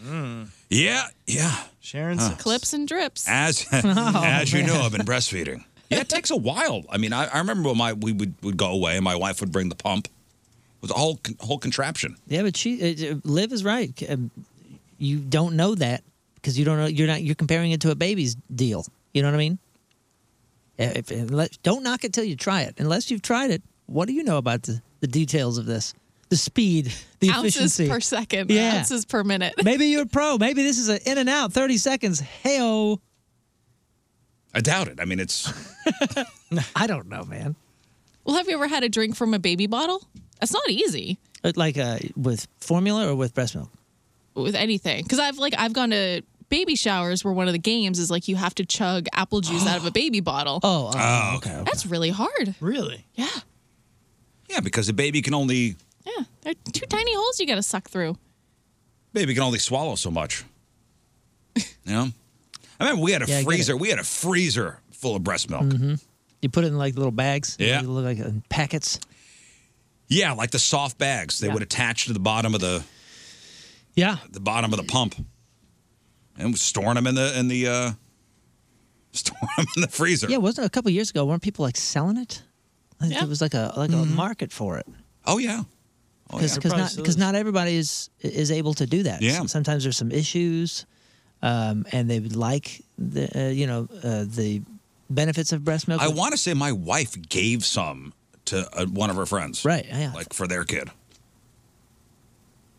Mm. yeah, yeah.
Sharon
Huh.
Clips and drips.
As as you know, I've been breastfeeding. Yeah, it takes a while. I mean, I, I remember when my we would, would go away and my wife would bring the pump. It was a whole con- whole contraption.
Yeah, but she, uh, Liv is right. Um, You don't know that because you don't know you're not you're comparing it to a baby's deal. You know what I mean? Yeah, If, unless, don't knock it till you try it. Unless you've tried it, what do you know about the, the details of this? The speed, the
ounces
efficiency.
per second.
Yeah.
Ounces per minute.
Maybe you're a pro. Maybe this is an in and out, thirty seconds. Heyo,
I doubt it. I mean, it's
I don't know, man.
Well, have you ever had a drink from a baby bottle? That's not easy
But Like uh, with formula or with breast milk.
with anything. Because I've like I've gone to baby showers where one of the games is like you have to chug apple juice out of a baby bottle.
Oh,
oh okay.
That's really hard.
Really?
Yeah.
Yeah, because a baby can only
Yeah. There are two tiny holes you gotta suck through.
baby can only swallow so much. You know, I remember we had a
Yeah, I get Mm.
freezer. We had a freezer full of breast milk.
Mm-hmm. You put it in like little bags.
Yeah.
They look like uh, in packets.
Yeah, like the soft bags they would attach to the bottom of the
Yeah.
the bottom of the pump, and storing them in the in the uh, storing them in the freezer.
Yeah, wasn't it a couple years ago? Weren't people like selling it? Like,
Yeah.
There was like a like a market for it
Oh yeah. Oh,
because
yeah.
There probably
not
still
because
is.
not everybody is is able to do that.
Yeah.
S- sometimes there's some issues, um, and they would like the uh, you know uh, the benefits of breast milk.
I want to say my wife gave some to uh, one of her friends.
right. Yeah,
Like for their kid.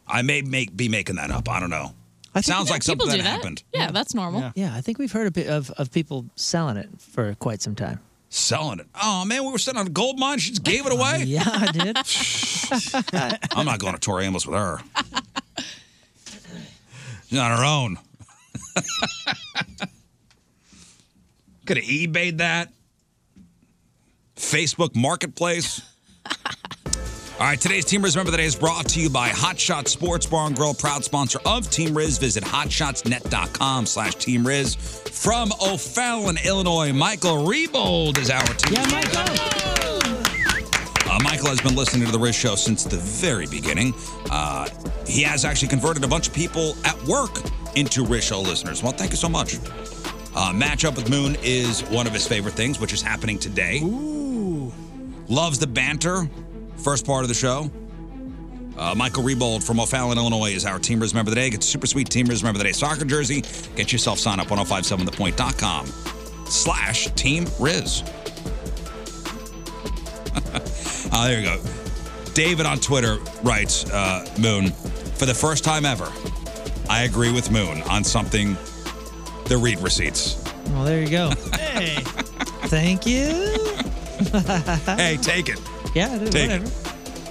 I may make be making that up. I don't know.
I think-
Sounds like
People
something that
do that.
happened.
Yeah, that's normal.
Yeah.
yeah. I think we've heard of, pe- of of people selling it for quite some time.
Selling it. Oh man, we were sitting on a gold mine. She just gave it away.
Yeah, I did.
I'm not going to Tori Amos with her. She's on her own. Could have eBayed that. Facebook Marketplace. All right, today's Team Riz Remember the Day is brought to you by Hot Shots Sports Bar and Grill, proud sponsor of Team Riz. Visit hotshotsnet.com slash Team Riz. From O'Fallon, Illinois, Michael Rebold is our Team
Yeah,
Riz.
Michael.
Uh, Michael has been listening to the Riz Show since the very beginning. Uh, he has actually converted a bunch of people at work into Riz Show listeners. Well, thank you so much. Uh, matchup with Moon is one of his favorite things, which is happening today. Ooh. Loves the banter. First part of the show. Uh, Michael Rebold from O'Fallon, Illinois is our Teamers Member of the Day. Get the super sweet Teamers Member of the Day soccer jersey. Get yourself signed up 1057thepoint.com slash Team Riz. uh, there you go. David on Twitter writes, uh, Moon, for the first time ever, I agree with Moon on something the read receipts.
Well, there you go.
hey.
Thank you.
hey, take it.
Yeah, dude,
Take it.
whatever.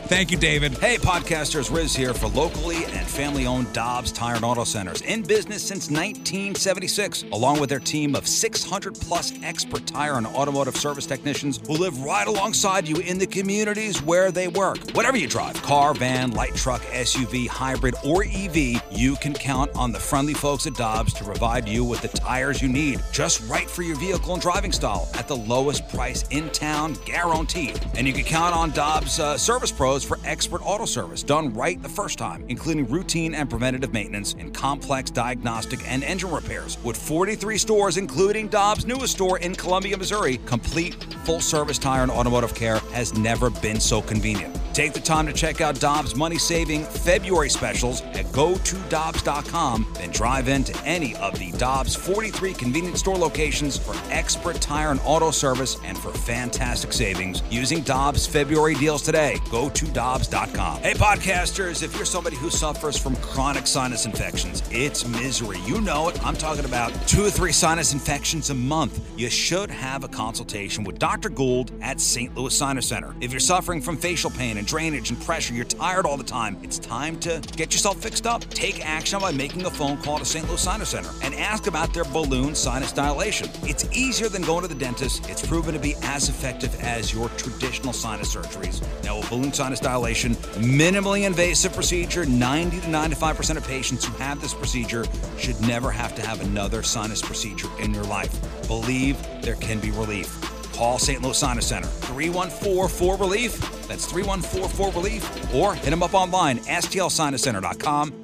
Thank you, David. Hey, podcasters, Riz here for locally and family owned Dobbs Tire and Auto Centers, in business since 1976, along with their team of 600 plus expert tire and automotive service technicians who live right alongside you in the communities where they work. Whatever you drive car, van, light truck, SUV, hybrid, or EV you can count on the friendly folks at Dobbs to provide you with the tires you need, just right for your vehicle and driving style, at the lowest price in town, guaranteed. And you can count on Dobbs uh, service pros for expert auto service done right the first time, including routine and preventative maintenance and complex diagnostic and engine repairs. With 43 stores, including Dobbs' newest store in Columbia, Missouri, complete full service tire and automotive care has never been so convenient. Take the time to check out Dobbs' money saving February specials at gotodobbs.com, then drive into any of the Dobbs 43 convenience store locations for expert tire and auto service and for fantastic savings using Dobbs February deals today. Go to Dobbs.com. Hey, podcasters, if you're somebody who suffers from chronic sinus infections, it's misery. You know it. I'm talking about two or three sinus infections a month. You should have a consultation with Dr. Gould at St. Louis Sinus Center. If you're suffering from facial pain and drainage and pressure, you're tired all the time, it's time to get yourself fixed up. Take action by making a phone call to St. Louis Sinus Center and ask about their balloon sinus dilation. It's easier than going to the dentist. It's proven to be as effective as your traditional sinus surgeries. Now, a balloon sinus dilation, minimally invasive procedure, 90 to 95% of patients who have this procedure should never have to have another sinus procedure in your life. Believe there can be relief. Call St. Louis Sinus Center, 314 relief That's 314 relief Or hit them up online, stlsinuscenter.com,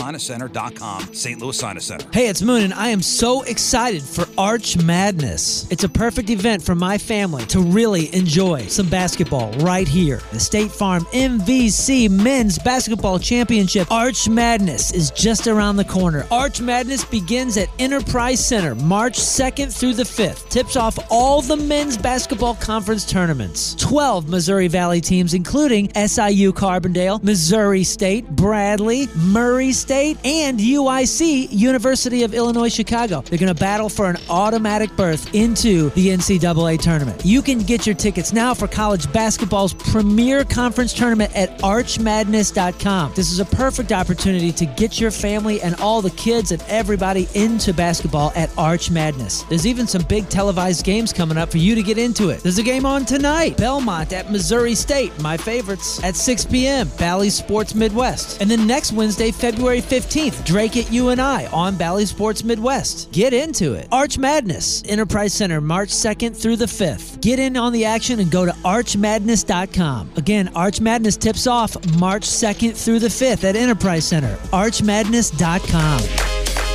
stlsinuscenter.com, St. Louis Sinus Center.
Hey, it's Moon, and I am so excited for Arch Madness. It's a perfect event for my family to really enjoy some basketball right here. The State Farm MVC Men's Basketball Championship Arch Madness is just around the corner. Arch Madness begins at Enterprise Center March 2nd through the 5th. Tips off all the men's basketball conference tournaments. 12 Missouri Valley teams, including SIU Carbondale, Missouri State, Bradley, Murray State, and UIC, University of Illinois Chicago. They're going to battle for an automatic berth into the NCAA tournament. You can get your tickets now for college basketball's premier conference tournament at archmadness.com. This is a perfect opportunity to get your family and all the kids and everybody into basketball at Arch Madness. There's even some big televised games coming up for you to get into it. There's a game on tonight Belmont at Missouri State, my favorites, at 6 p.m., Valley Sports Midwest. And then next Wednesday, February 15th, Drake at UNI on Valley Sports Midwest. Get into it. Arch Madness, Enterprise Center, March 2nd through the 5th. Get in on the action and go to archmadness.com. Again, Arch Madness tips off March 2nd through the 5th at Enterprise Center, archmadness.com.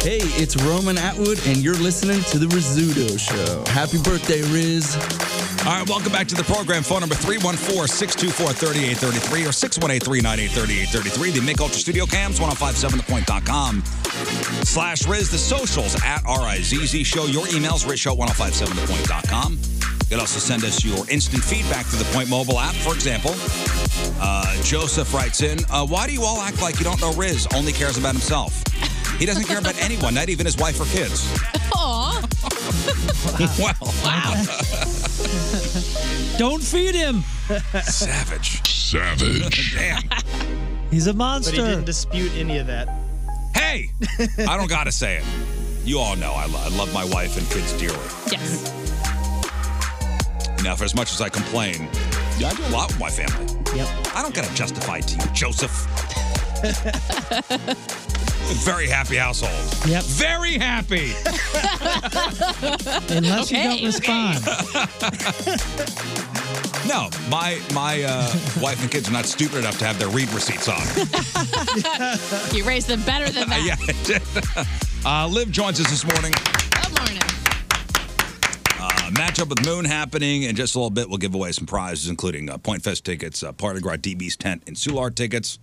Hey, it's Roman Atwood, and you're listening to The Rizzuto Show. Happy birthday, Riz.
All right, welcome back to the program. Phone number 314 624 3833 or 618 398 3833. The Mick Ultra Studio Cams, 1057thepoint.com. Slash Riz, the socials at RIZZ Show. oh Your emails, rizshow1057thepoint.com. You can also send us your instant feedback through the Point mobile app, for example. Uh, Joseph writes in, uh, Why do you all act like you don't know Riz only cares about himself? He doesn't care about anyone, not even his wife or kids.
Aw.
Well, wow.
Don't feed him.
Savage. Savage. Damn.
He's a
But
monster.
he didn't dispute any of that.
Hey! I don't gotta say it. You all know I, lo- I love my wife and kids dearly.
Yes.
Now, for as much as I complain, yeah, I do a lot with my family.
Yep.
I don't gotta justify to you, Joseph. Very happy household.
Yep.
Very happy.
Unless you don't
Okay.
respond.
No, my my uh, wife and kids are not stupid enough to have their read receipts on.
you raised them better than that.
yeah, I did. Uh, Liv joins us this morning.
Good morning.
Uh, matchup with Moon happening in just a little bit. We'll give away some prizes, including uh, Point Fest tickets, uh, Party Gras DB's tent, and Soulard tickets.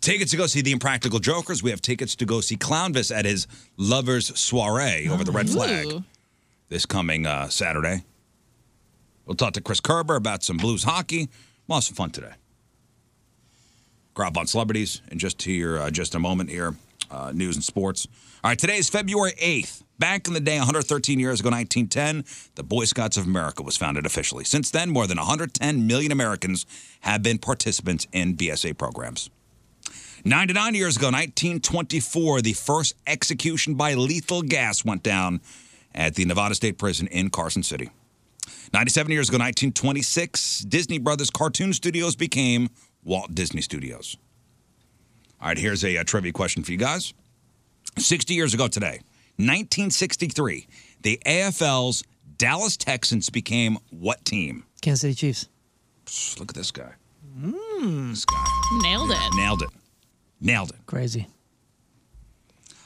Tickets to go see the Impractical Jokers. We have tickets to go see Clownvis at his lovers' soiree over the Red Flag this coming uh, Saturday. We'll talk to Chris Kerber about some blues hockey. We'll have some fun today. Grab on celebrities in just here, uh, just a moment here. Uh, news and sports. All right, today is February 8th. Back in the day, 113 years ago, 1910, the Boy Scouts of America was founded officially. Since then, more than 110 million Americans have been participants in BSA programs. 99 years ago, 1924, the first execution by lethal gas went down at the Nevada State Prison in Carson City. 97 years ago, 1926, Disney Brothers Cartoon Studios became Walt Disney Studios. All right, here's a, uh trivia question for you guys. 60 years ago today, 1963, the AFL's Dallas Texans became what team?
Kansas City Chiefs.
Psh, Look at this guy.
Mm.
Nailed it.
Nailed it. Nailed it.
Crazy.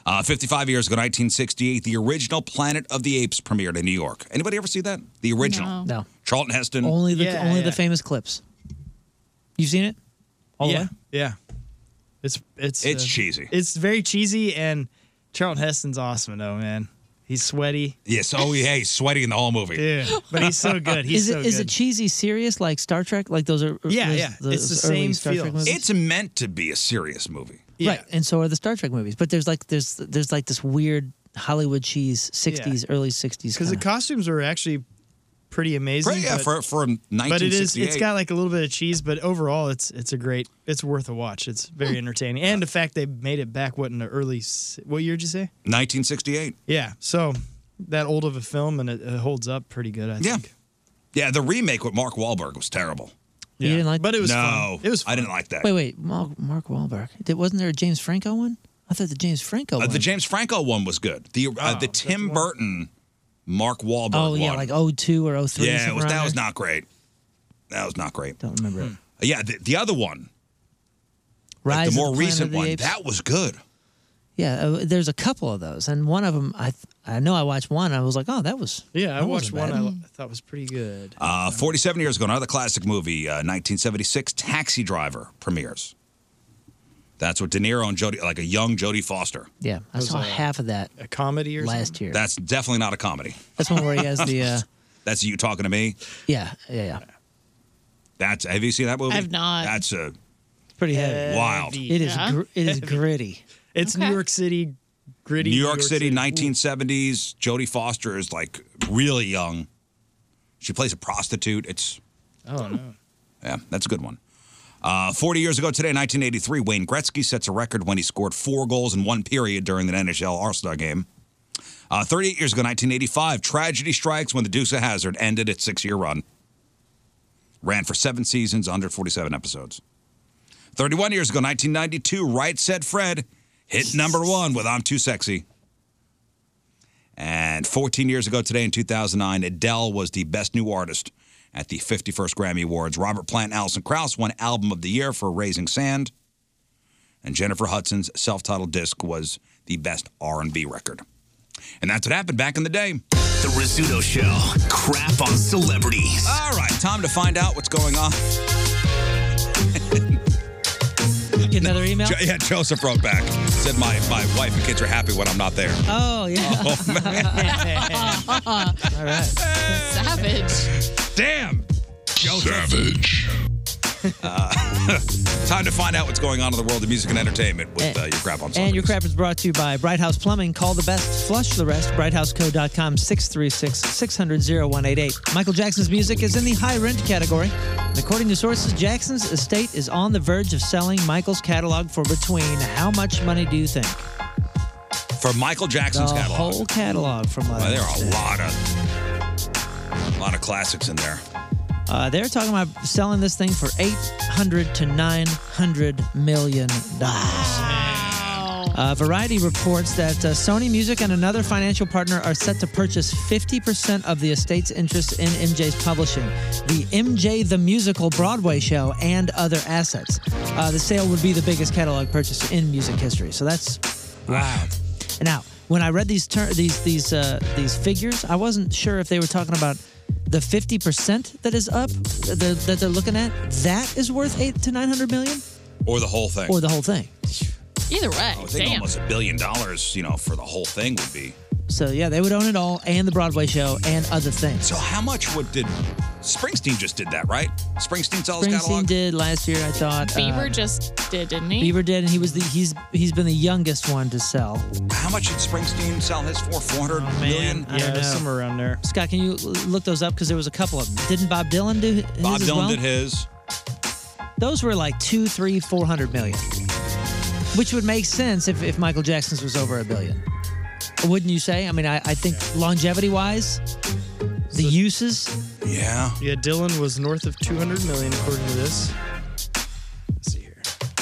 Uh, 55 years ago, 1968, the original Planet of the Apes premiered in New York. Anybody ever see that? The original.
No. No.
Charlton Heston.
Only the only the famous clips. You've seen it? All
yeah,
the way?
yeah. It's it's uh,
It's cheesy.
It's very cheesy, and Charlton Heston's awesome though, man. He's sweaty.
Yes. Oh, yeah. He's sweaty in the whole movie.
Yeah, but he's so good. He's
is it
so
is
good.
it cheesy serious like Star Trek? Like those are
Yeah,
those-
yeah. It's
those
the
early
same
Star Trek movies?
It's meant to be a serious movie.
Right, and so are the Star Trek movies. But there's like there's there's like this weird Hollywood cheese, '60s, early '60s.
because the
kinda-
costumes are actually pretty amazing.
Pretty- yeah, for-
for
But it is
1968.
it's got like a little bit of cheese, but overall it's it's a great it's worth a watch. It's very entertaining, and the fact they made it back what in the early s- what year did you say?
1968.
Yeah, so that old of a film and it, it holds up pretty good. I
Yeah.
think.
Yeah, the remake with Mark Wahlberg was terrible.
You didn't like,
but it was
no,
fun. It was
I didn't like that.
Wait, wait, Mark, Mark Wahlberg. Did, wasn't there a James Franco one? I thought the James Franco
Uh,
one.
the James Franco one was good. The
Oh,
uh, the Tim Burton, Mark Wahlberg.
oh yeah,
one.
like 02 or 03.
yeah, it
somewhere
was,
around
that was
there.
not great. That was not great.
Don't remember it.
Yeah, the, the other one,
Rise
like
of
the more
Planet of
recent
the
one,
Apes.
that was good.
Yeah, uh, there's a couple of those, and one of them, I th- I know I watched one. I was like, oh, that was
Yeah, I
that
watched one
wasn't bad.
I, lo- I thought was pretty good.
Uh, 47 years ago, another classic movie, uh, 1976, Taxi Driver premieres. That's what De Niro and Jodie, like a young Jodie Foster.
yeah, I
Was
saw
a-
half of that
a comedy or
last year.
That's definitely not a comedy.
That's one where he has the uh,
That's you talking to me.
yeah, yeah, yeah.
That's have you seen that movie?
I've not.
That's a
It's pretty heavy.
Wild.
It is
Yeah.
gr- it is gritty.
It's New York City gritty.
New York City, 1970s. Jodie Foster is like really young. She plays a prostitute. It's
Oh no.
yeah, that's a good one. Uh, 40 years ago today, 1983, Wayne Gretzky sets a record when he scored four goals in one period during an NHL All-Star game. Uh, 38 years ago, 1985, tragedy strikes when the Dukes of Hazard ended its six-year run. Ran for seven seasons, 147 episodes. 31 years ago, 1992, Right Said Fred hit number one with I'm Too Sexy. And 14 years ago today in 2009, Adele was the best new artist at the 51st Grammy Awards. Robert Plant and Alison Krauss won Album of the Year for Raising Sand. And Jennifer Hudson's self-titled disc was the best R&B record. And that's what happened back in the day.
The Rizzuto Show. Crap on celebrities.
All right, time to find out what's going on.
Get another email?
Jo- yeah, Joseph wrote back. Said my, my wife and kids are happy when I'm not there.
Oh yeah.
All
right.
Savage.
Damn! Savage. Uh, time to find out what's going on in the world of music and entertainment with uh, your crap on
And
celebrities.
your crap is brought to you by Bright House Plumbing. Call the best, flush the rest. BrightHouseCo.com 636 600 0188. Michael Jackson's music is in the high rent category. And according to sources, Jackson's estate is on the verge of selling Michael's catalog for between how much money do you think?
For Michael Jackson's
the
catalog.
whole catalog from what I
Well, there are a
understand.
lot of a lot of classics in there.
Uh, they're talking about selling this thing for 800 to 900 million dollars. Uh, Variety reports that uh, Sony Music and another financial partner are set to purchase 50% of the estate's interest in MJ's publishing, the MJ the Musical Broadway show, and other assets. Uh, the sale would be the biggest catalog purchase in music history. So that's
Wow.
now, when I read these ter- these these uh, these figures, I wasn't sure if they were talking about the fifty percent that is up that they're, that they're looking at. That is worth eight to nine hundred million,
Or the whole thing.
or the whole thing.
Either
Oh, I
way,
would think
damn.
almost a billion dollars, you know, for the whole thing would be.
So yeah, they would own it all and the Broadway show and other things.
So how much would did Springsteen just did that, right? Springsteen's all his
Springsteen
catalog.
did last year, I thought.
Bieber
uh,
just did, didn't he?
Bieber did, and he was the he's he's been the youngest one to sell.
How much did Springsteen sell his for? Four hundred million.
I don't know.
around there.
Scott, can you l- look those up? Because there was a couple of them. Didn't Bob Dylan do his
Bob
as
Dylan
well?
did his.
Those were like two, three, four hundred million, which would make sense if, if Michael Jackson's was over a billion. Wouldn't you say? I mean, I, I think longevity wise, the uses.
Yeah.
Yeah, Dylan was north of 200 million according to this.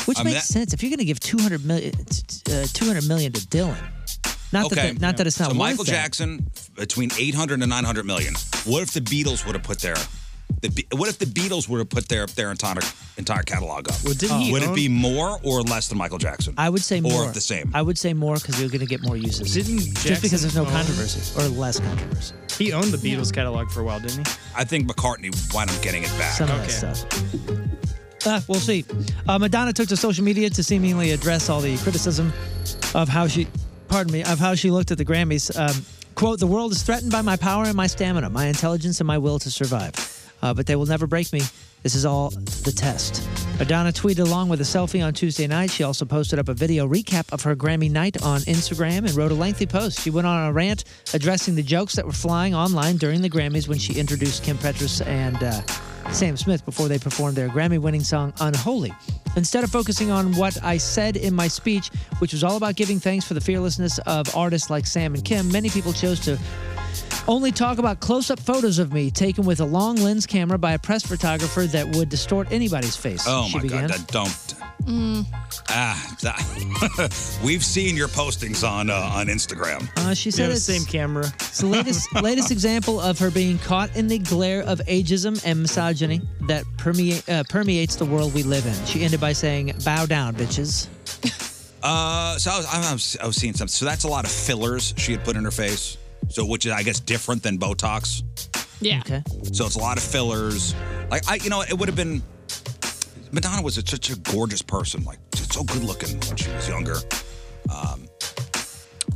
Which
I mean,
makes
that-
sense. If you're going to give 200 million, uh, 200 million to Dylan, not
okay.
that the, not that it's not
so
worth
Michael
that.
Jackson between 800 and 900 million. What if the Beatles would have put their the Be- what if the Beatles would have put their their entire entire catalog up?
Well, didn't he
would it
own-
be more or less than Michael Jackson?
I would say more.
Or the same.
I would say more because you're going to get more uses.
Didn't
just
Jackson
because there's no
own-
controversy or less controversy.
He owned the Beatles catalog for a while, didn't he?
I think McCartney wound up getting it back.
Some of that stuff. Uh, we'll see. Uh, Madonna took to social media to seemingly address all the criticism of how she, pardon me, of how she looked at the Grammys. Um, quote: "The world is threatened by my power and my stamina, my intelligence and my will to survive. Uh, but they will never break me. This is all the test." Madonna tweeted along with a selfie on Tuesday night. She also posted up a video recap of her Grammy night on Instagram and wrote a lengthy post. She went on a rant addressing the jokes that were flying online during the Grammys when she introduced Kim Petras and. Uh, Sam Smith before they performed their Grammy winning song Unholy. Instead of focusing on what I said in my speech, which was all about giving thanks for the fearlessness of artists like Sam and Kim, many people chose to only talk about close up photos of me taken with a long lens camera by a press photographer that would distort anybody's face.
Oh
she
my
began.
god, that don't ah that, we've seen your postings on uh, on Instagram.
Uh, she said it's
camera.
It's the latest latest example of her being caught in the glare of ageism and misogyny that permeate, uh, permeates the world we live in. She ended by saying, "Bow down, bitches."
Uh, so I was, I was, I was seeing something. So that's a lot of fillers she had put in her face. So which is I guess different than Botox.
Yeah.
Okay.
So it's a lot of fillers. Like I, you know, it would have been. Madonna was a, such a gorgeous person, like so so good looking when she was younger. Um,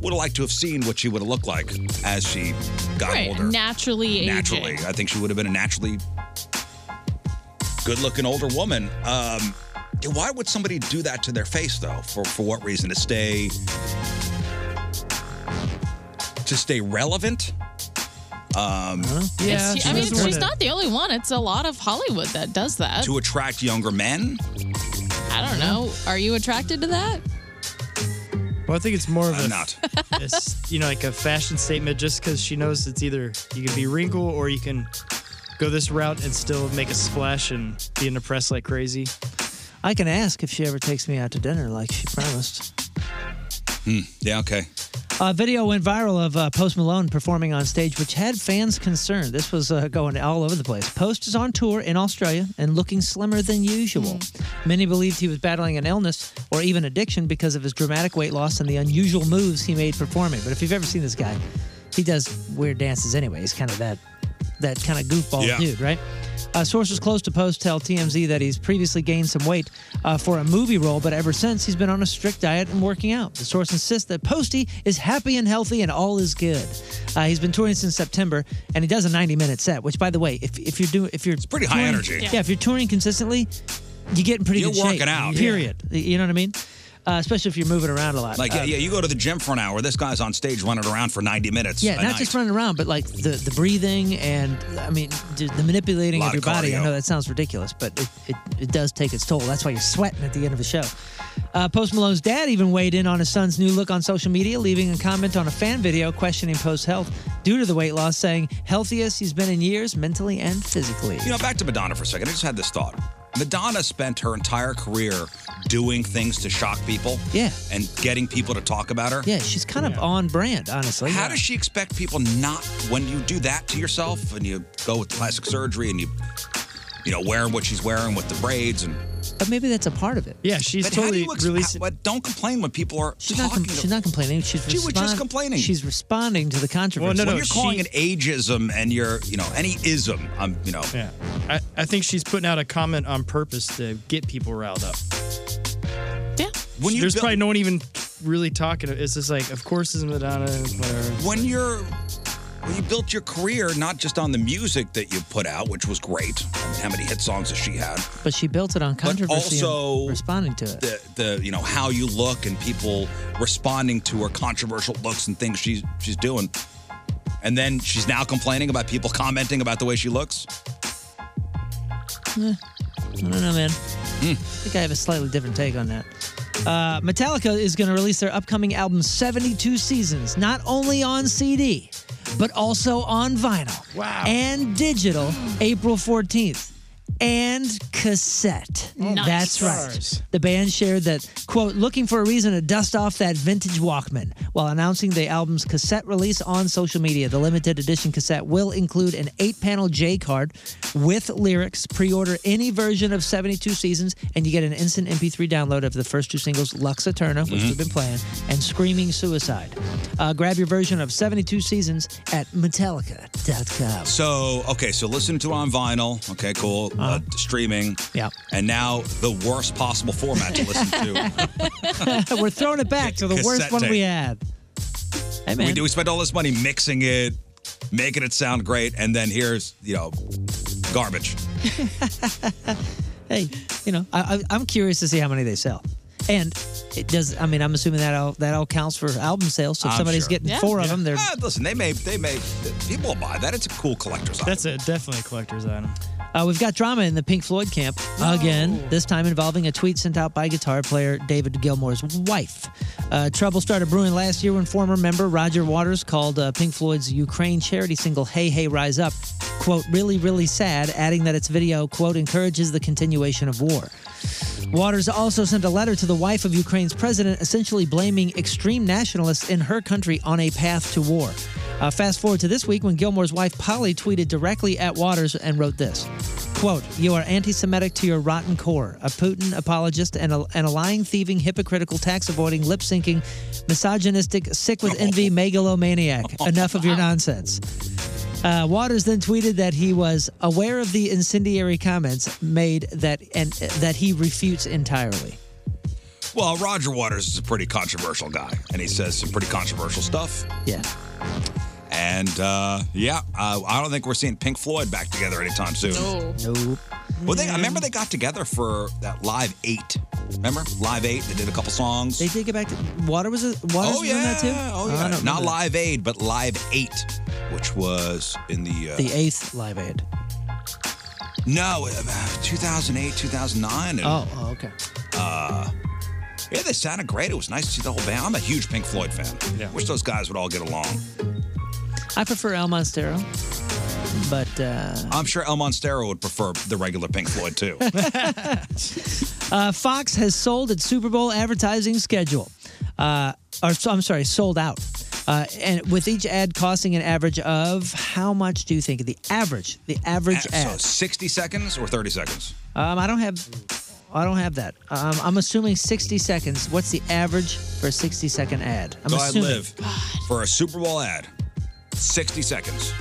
would have liked to have seen what she would have looked like as she got
right.
older.
Naturally aging.
naturally, I think she would have been a naturally good looking older woman. Um, yeah, why would somebody do that to their face though? For for what reason? To stay to stay relevant. Um,
It's- I mean, she's not the only one. It's a lot of Hollywood that does that.
to attract younger men.
I don't know. Are you attracted to that?
Well, I think it's more of
I'm
a
not.
it's, you know, like a fashion statement, just because she knows it's either you can be wrinkle or you can go this route and still make a splash and be in the press like crazy.
I can ask if she ever takes me out to dinner, like she promised.
Hmm. Yeah. Okay.
A video went viral of uh, Post Malone performing on stage, which had fans concerned. This was uh, going all over the place. Post is on tour in Australia and looking slimmer than usual. Many believed he was battling an illness or even addiction because of his dramatic weight loss and the unusual moves he made performing. But if you've ever seen this guy, he does weird dances anyway. He's kind of that that kind of goofball
Yeah.
dude, right? Uh, sources close to Post tell TMZ that he's previously gained some weight uh, for a movie role, but ever since he's been on a strict diet and working out. The source insists that Posty is happy and healthy and all is good. Uh, he's been touring since September, and he does a 90-minute set. Which, by the way, if, if you're doing if you're it's
pretty high energy.
yeah. If you're touring consistently, you get in pretty
You're
good shape.
working out.
Period. You know what I mean? Uh, especially if you're moving around a lot.
Like,
Uh,
yeah, you go to the gym for an hour. This guy's on stage running around for 90 minutes.
yeah,
a
not
night.
just running around, but like the, the breathing and I mean dude, the manipulating
Lot
of your
of
body. I
cardio.
know that sounds ridiculous, but it, it, it does take its toll. That's why you're sweating at the end of a show. Uh, Post Malone's dad even weighed in on his son's new look on social media, leaving a comment on a fan video questioning Post's health due to the weight loss, saying healthiest he's been in years, mentally and physically.
You know, back to Madonna for a second. I just had this thought. Madonna spent her entire career doing things to shock people.
Yeah.
And getting people to talk about her.
Yeah, she's kind of on brand, honestly.
How does she expect people not when you do that to yourself and you go with plastic surgery and you you know wearing what she's wearing with the braids and
But maybe that's a part of it.
Yeah, she's
But how do
totally
you ex-
releasing.
but don't complain when people are
She's not, com- she's not complaining. She's
She was just
respond-
complaining.
She's responding to the controversy.
when you're calling it ageism and you're you know any ism I'm you know
Yeah. I, I think she's putting out a comment on purpose to get people riled up.
Yeah.
When you
There's
build-
probably no one even really talking. It's just like, of course, it's Madonna, whatever.
when you're when you built your career not just on the music that you put out which was great and how many hit songs that she had
But she built it on controversy
also
and responding to it.
the the you know how you look and people responding to her controversial looks and things she's she's doing. And then she's now complaining about people commenting about the way she looks.
Eh, I don't know, man. I think I have a slightly different take on that. Uh, Metallica is going to release their upcoming album 72 Seasons, not only on CD, but also on vinyl. Wow. And digital April 14th. And cassette.
Nice.
That's right. The band shared that, quote, looking for a reason to dust off that vintage Walkman while announcing the album's cassette release on social media. The limited edition cassette will include an eight panel J card with lyrics. Pre order any version of 72 Seasons, and you get an instant MP3 download of the first two singles, Lux Eterna, which
Mm-hmm.
Mhm.
we've been playing, and Screaming Suicide. Uh, grab your version of 72 Seasons at Metallica.com.
So okay, so listen to on vinyl. Okay, cool. uh streaming.
Yeah.
And now the worst possible format to listen to.
We're throwing it back to the worst
Cassette
one we
tape.
had. Hey, man.
We do. We spend all this money mixing it, making it sound great, and then here's you know garbage.
hey, you know, I, I, I'm curious to see how many they sell. And it does. I mean, I'm assuming that all that all counts for album sales. So if
I'm
somebody's
sure.
getting four of them, they're
Ah, listen. They may. They may. People will buy that. It's a cool collector's item.
That's a definitely a collector's item.
Uh, we've got drama in the Pink Floyd camp again, this time involving a tweet sent out by guitar player David Gilmour's wife. Uh, trouble started brewing last year when former member Roger Waters called uh, Pink Floyd's Ukraine charity single Hey Hey Rise Up, quote, really, really sad, adding that its video, quote, encourages the continuation of war. Waters also sent a letter to the wife of Ukraine's president, essentially blaming extreme nationalists in her country on a path to war. Uh, fast forward to this week when Gilmore's wife Polly tweeted directly at Waters and wrote this quote you are anti-semitic to your rotten core a putin apologist and a, and a lying thieving hypocritical tax avoiding lip syncing misogynistic sick with envy megalomaniac enough of your nonsense uh, Waters then tweeted that he was aware of the incendiary comments made that and that he refutes entirely.
Well, Roger Waters is a pretty controversial guy, and he says some pretty controversial stuff.
Yeah.
And uh, yeah, uh, I don't think we're seeing Pink Floyd back together anytime soon.
Nope.
Well, they, I remember they got together for that Live 8. Remember? Live 8, they did a couple songs.
They did get back to Water was a Waters
oh,
was
yeah.
on that too.
Oh,
I
yeah.
don't
Not
remember.
Live Aid, but Live 8, which was in the. Uh,
The eighth Live Aid.
No, uh, 2008, 2009. And,
Oh, oh, okay.
Uh, yeah, they sounded great. It was nice to see the whole band. I'm a huge Pink Floyd fan. Yeah. Wish those guys would all get along.
I prefer El Monstero, but uh,
I'm sure El Monstero would prefer the regular Pink Floyd too.
uh, Fox has sold its Super Bowl advertising schedule. Uh, or so- I'm sorry, sold out. Uh, and with each ad costing an average of how much do you think? The average, the average
so
ad.
60 seconds or 30 seconds?
Um, I don't have, I don't have that. Um, I'm assuming 60 seconds. What's the average for a 60 second ad? I'm
Go ahead,
assuming.
live for a Super Bowl ad. 60 seconds.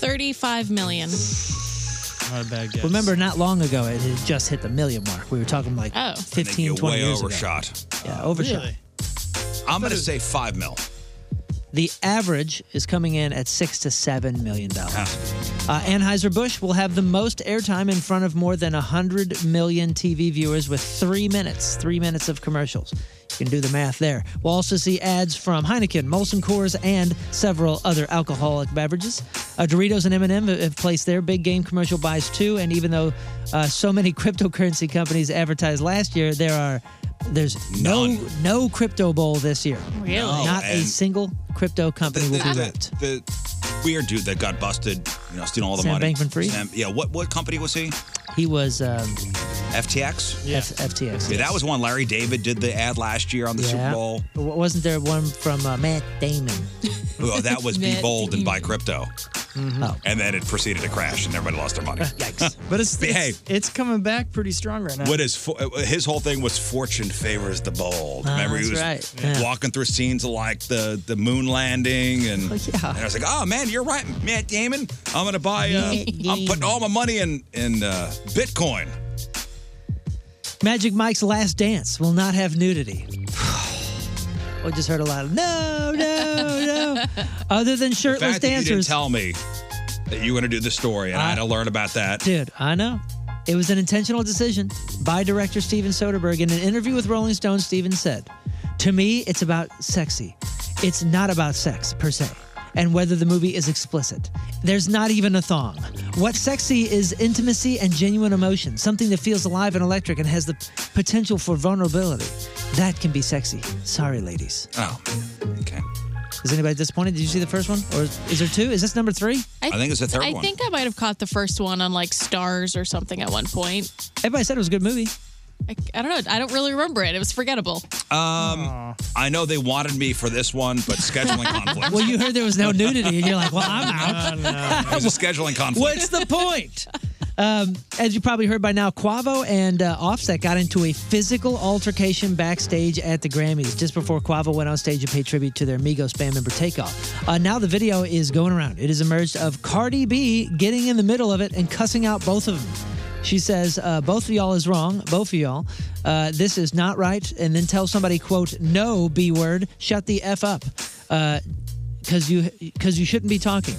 35 million.
Not a bad guess.
Remember, not long ago it had just hit the million mark. We were talking like
Oh.
15,
you
20
way
years ago.
overshot.
Yeah, overshot.
I'm going to say 5 mil.
The average is coming in at six to seven million dollars. Uh, Anheuser Busch will have the most airtime in front of more than hundred million TV viewers with three minutes, three minutes of commercials. You can do the math there. We'll also see ads from Heineken, Molson Coors, and several other alcoholic beverages. Uh, Doritos and M&M have placed their big game commercial buys too. And even though uh, so many cryptocurrency companies advertised last year, there are there's no no crypto bowl this year.
Really? No,
Not a
and-
single crypto company will do that.
The, the weird dude that got busted, you know, stealing all the
Sam
money.
Bankman-Fried?
Sam- yeah, what, what company was he?
He was um,
FTX?
F- FTX.
Yeah, that
yes.
was one Larry David did the ad last year on the Super
Yeah.
Bowl.
W- Wasn't there one from uh, Matt Damon?
Oh, that was be
Matt
bold and buy crypto.
Oh.
And then it proceeded to crash and everybody lost their money. Yikes.
But it's,
Behave.
it's it's coming back pretty strong right now.
What is fo- uh, his whole thing was fortune favors the bold.
Ah,
Remember, he was
that's right. Yeah.
walking through scenes of like the, the moon landing, and, and I was like, "Oh man, you're right, Matt Damon. I'm gonna buy. Uh, I'm putting all my money in in uh, Bitcoin."
Magic Mike's Last Dance will not have nudity. we just heard a lot of no, no, no. Other than
The
shirtless
fact that you didn't
dancers, Ah.
tell me that you were gonna do the story, and I had to learn about that.
dude, I know. It was an intentional decision by director Steven Soderbergh. In an interview with Rolling Stone, Steven said, "To me, it's about sexy. It's not about sex per se." And whether the movie is explicit. There's not even a thong. What's sexy is intimacy and genuine emotion, something that feels alive and electric and has the potential for vulnerability. That can be sexy. Sorry, ladies.
Oh, okay.
Is anybody disappointed? Did you see the first one? Or is there two? Is this number three?
I think I might have caught the first one on like stars or something at one point.
Everybody said it was a good movie.
I, I don't know. I don't really remember it. It was forgettable.
Um, I know they wanted me for this one, but scheduling conflict.
well, you heard there was no nudity, and you're like, well, I'm out.
It was a scheduling conflict.
What's the point? Um, as you probably heard by now, Quavo and uh, Offset got into a physical altercation backstage at the Grammys just before Quavo went on stage and paid tribute to their Migos band member Takeoff. Uh, now the video is going around. It has emerged of Cardi B getting in the middle of it and cussing out both of them. She says, uh, both of y'all is wrong, both of y'all. Uh, this is not right. And then tell somebody, quote, no, B word, shut the F up. Uh, because you because you shouldn't be talking.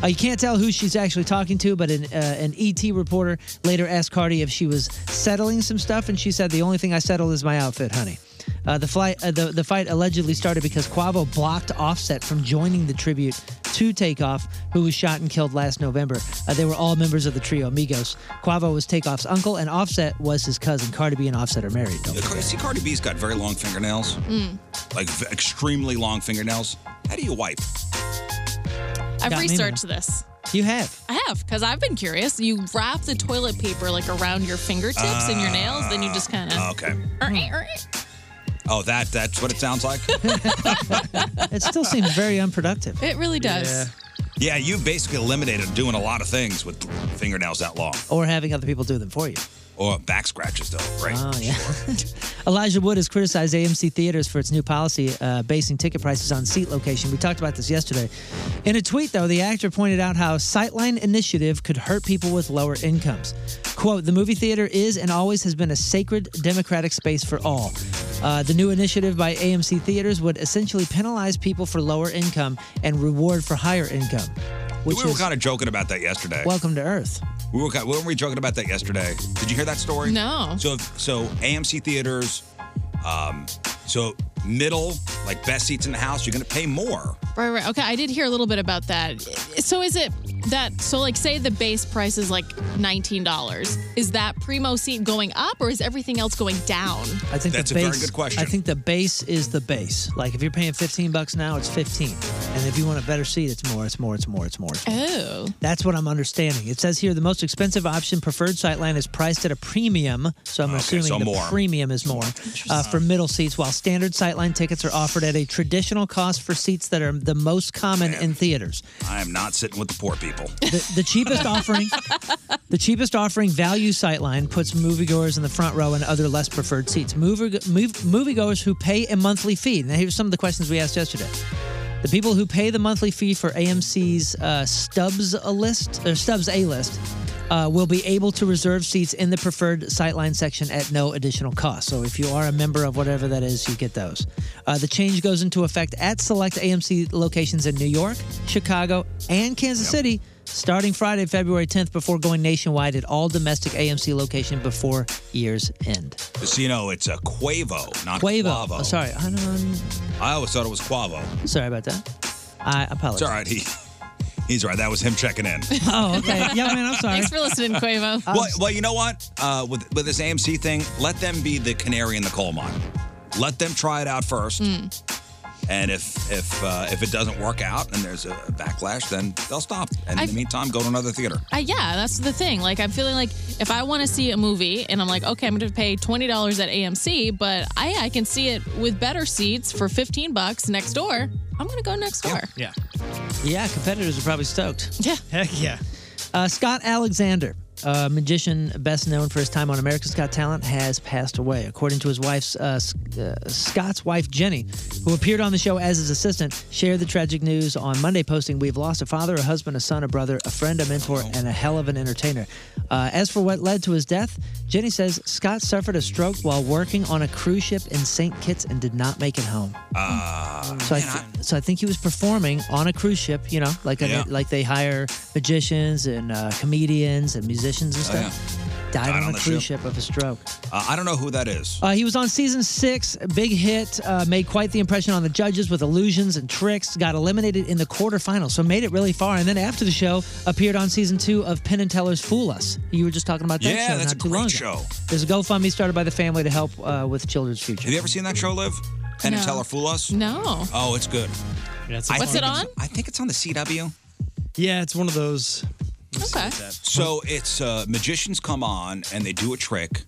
Uh, you can't tell who she's actually talking to, but an, uh, an ET reporter later asked Cardi if she was settling some stuff, and she said, "The only thing I settled is my outfit, honey." Uh, the flight, uh, the the fight allegedly started because Quavo blocked Offset from joining the tribute to Takeoff, who was shot and killed last November. Uh, they were all members of the trio Migos. Quavo was Takeoff's uncle, and Offset was his cousin. Cardi B and Offset are married. Don't
Car- See, Cardi B's got very long fingernails,
Mm.
Mm.
like v- extremely long fingernails. How do you wipe?
I've
Got me now.
researched this.
You have.
I have, because I've been curious. You wrap the toilet paper like around your fingertips and your nails, then you
Ah,
just Er, eh, kind of.
Okay. Oh, that that's what it sounds like?
It still seems very unproductive.
It really does.
Yeah, you basically eliminated doing a lot of things with fingernails that long.
Or having other people do them for you.
Or back scratches, though, right?
Oh, yeah. Elijah Wood has criticized AMC theaters for its new policy uh, basing ticket prices on seat location. We talked about this yesterday. In a tweet, though, the actor pointed out how Sightline Initiative could hurt people with lower incomes. Quote, the movie theater is and always has been a sacred democratic space for all. Uh, the new initiative by AMC Theaters would essentially penalize people for lower income and reward for higher income. Which
we were
is
kind of joking about that yesterday.
welcome to Earth.
We were, ki- weren't we joking about that yesterday? Did you hear that story?
No.
So, if- so AMC theaters, um, so middle, like best seats in the house, you're going to pay more.
Right, right. Okay, I did hear a little bit about that. So is it that so like say the base price is like nineteen dollars? Is that primo seat going up or is everything else going down?
I think
That's
the
a very
base-
good question.
I think the base is the base. Like if you're paying 15 bucks now, it's 15, and if you want a better seat, it's more, it's more, it's more, it's more. It's more.
Oh.
That's what I'm understanding. It says here the most expensive option, preferred sightline, is priced at a premium. So I'm assuming
so
the
more.
premium is more uh, for middle seats, while standard sightline tickets are offered at a traditional cost for seats that are the most common in theaters.
I am not sitting with the poor people.
The, the cheapest offering, the cheapest offering value sightline puts moviegoers in the front row and other less preferred seats. Mover, move, moviegoers who pay a monthly fee. Now here's some of the questions we asked yesterday. The people who pay the monthly fee for AMC's uh, Stubbs a list or Stubbs a list uh, will be able to reserve seats in the preferred sightline section at no additional cost. So if you are a member of whatever that is, you get those. Uh, the change goes into effect at select AMC locations in New York, Chicago, and Kansas City starting Friday, February 10th, before going nationwide at all domestic AMC location before year's end.
Just so you know, it's a Quavo, not
Quavo.
Quavo.
Oh, sorry, I don't.
I always thought it was Quavo.
Sorry about that. I apologize.
It's all right. He, he's all right. That was him checking in.
Oh, okay. Yeah, man, I'm sorry.
Thanks for listening, Quavo.
Um,
well, well, you know what? Uh, with with this
Hmm.
AMC thing, let them be the canary in the coal mine. Let them try it out first. And if if uh, if it doesn't work out and there's a backlash, then they'll stop. And in
I've-
the meantime, go to another theater.
I, yeah, that's the thing. Like, I'm feeling like if I want to see a movie and I'm like, okay, I'm going to pay $20 at AMC, but I, I can see it with better seats for 15 bucks next door, I'm going to go next door.
Yeah.
Yeah, competitors are probably stoked.
Yeah.
Heck yeah.
Uh, Scott Alexander, a magician best known for his time on America's Got Talent, has passed away. According to his wife's, uh, S- uh, Scott's wife Jenny, who appeared on the show as his assistant, shared the tragic news on Monday, posting, "We've lost a father, a husband, a son, a brother, a friend, a mentor, and a hell of an entertainer." Uh, as for what led to his death, Jenny says Scott suffered a stroke while working on a cruise ship in St. Kitts and did not make it home.
Uh,
So I, th- so I think he was performing on a cruise ship, you know, like a,
Yeah.
like they hire magicians and uh, comedians and musicians and
Oh, yeah.
stuff. Died, on, a
the
cruise ship. of a stroke.
Uh, I don't know who that is.
Uh, he was on season six, a big hit, uh, made quite the impression on the judges with illusions and tricks. Got eliminated in the quarterfinals, so made it really far. And then after the show, appeared on season two of Penn and Teller's Fool Us. You were just talking about that
Yeah,
show
that's
not
a
too
great
long ago.
show.
There's a GoFundMe started by the family to help uh, with children's future.
Have you ever seen that show, Liv? Penn and
No.
Teller Fool Us?
No.
Oh, it's good. I
What's
think
it on?
it's- I think it's on the CW.
Yeah, it's one of those.
Okay.
So it's uh, magicians come on and they do a trick,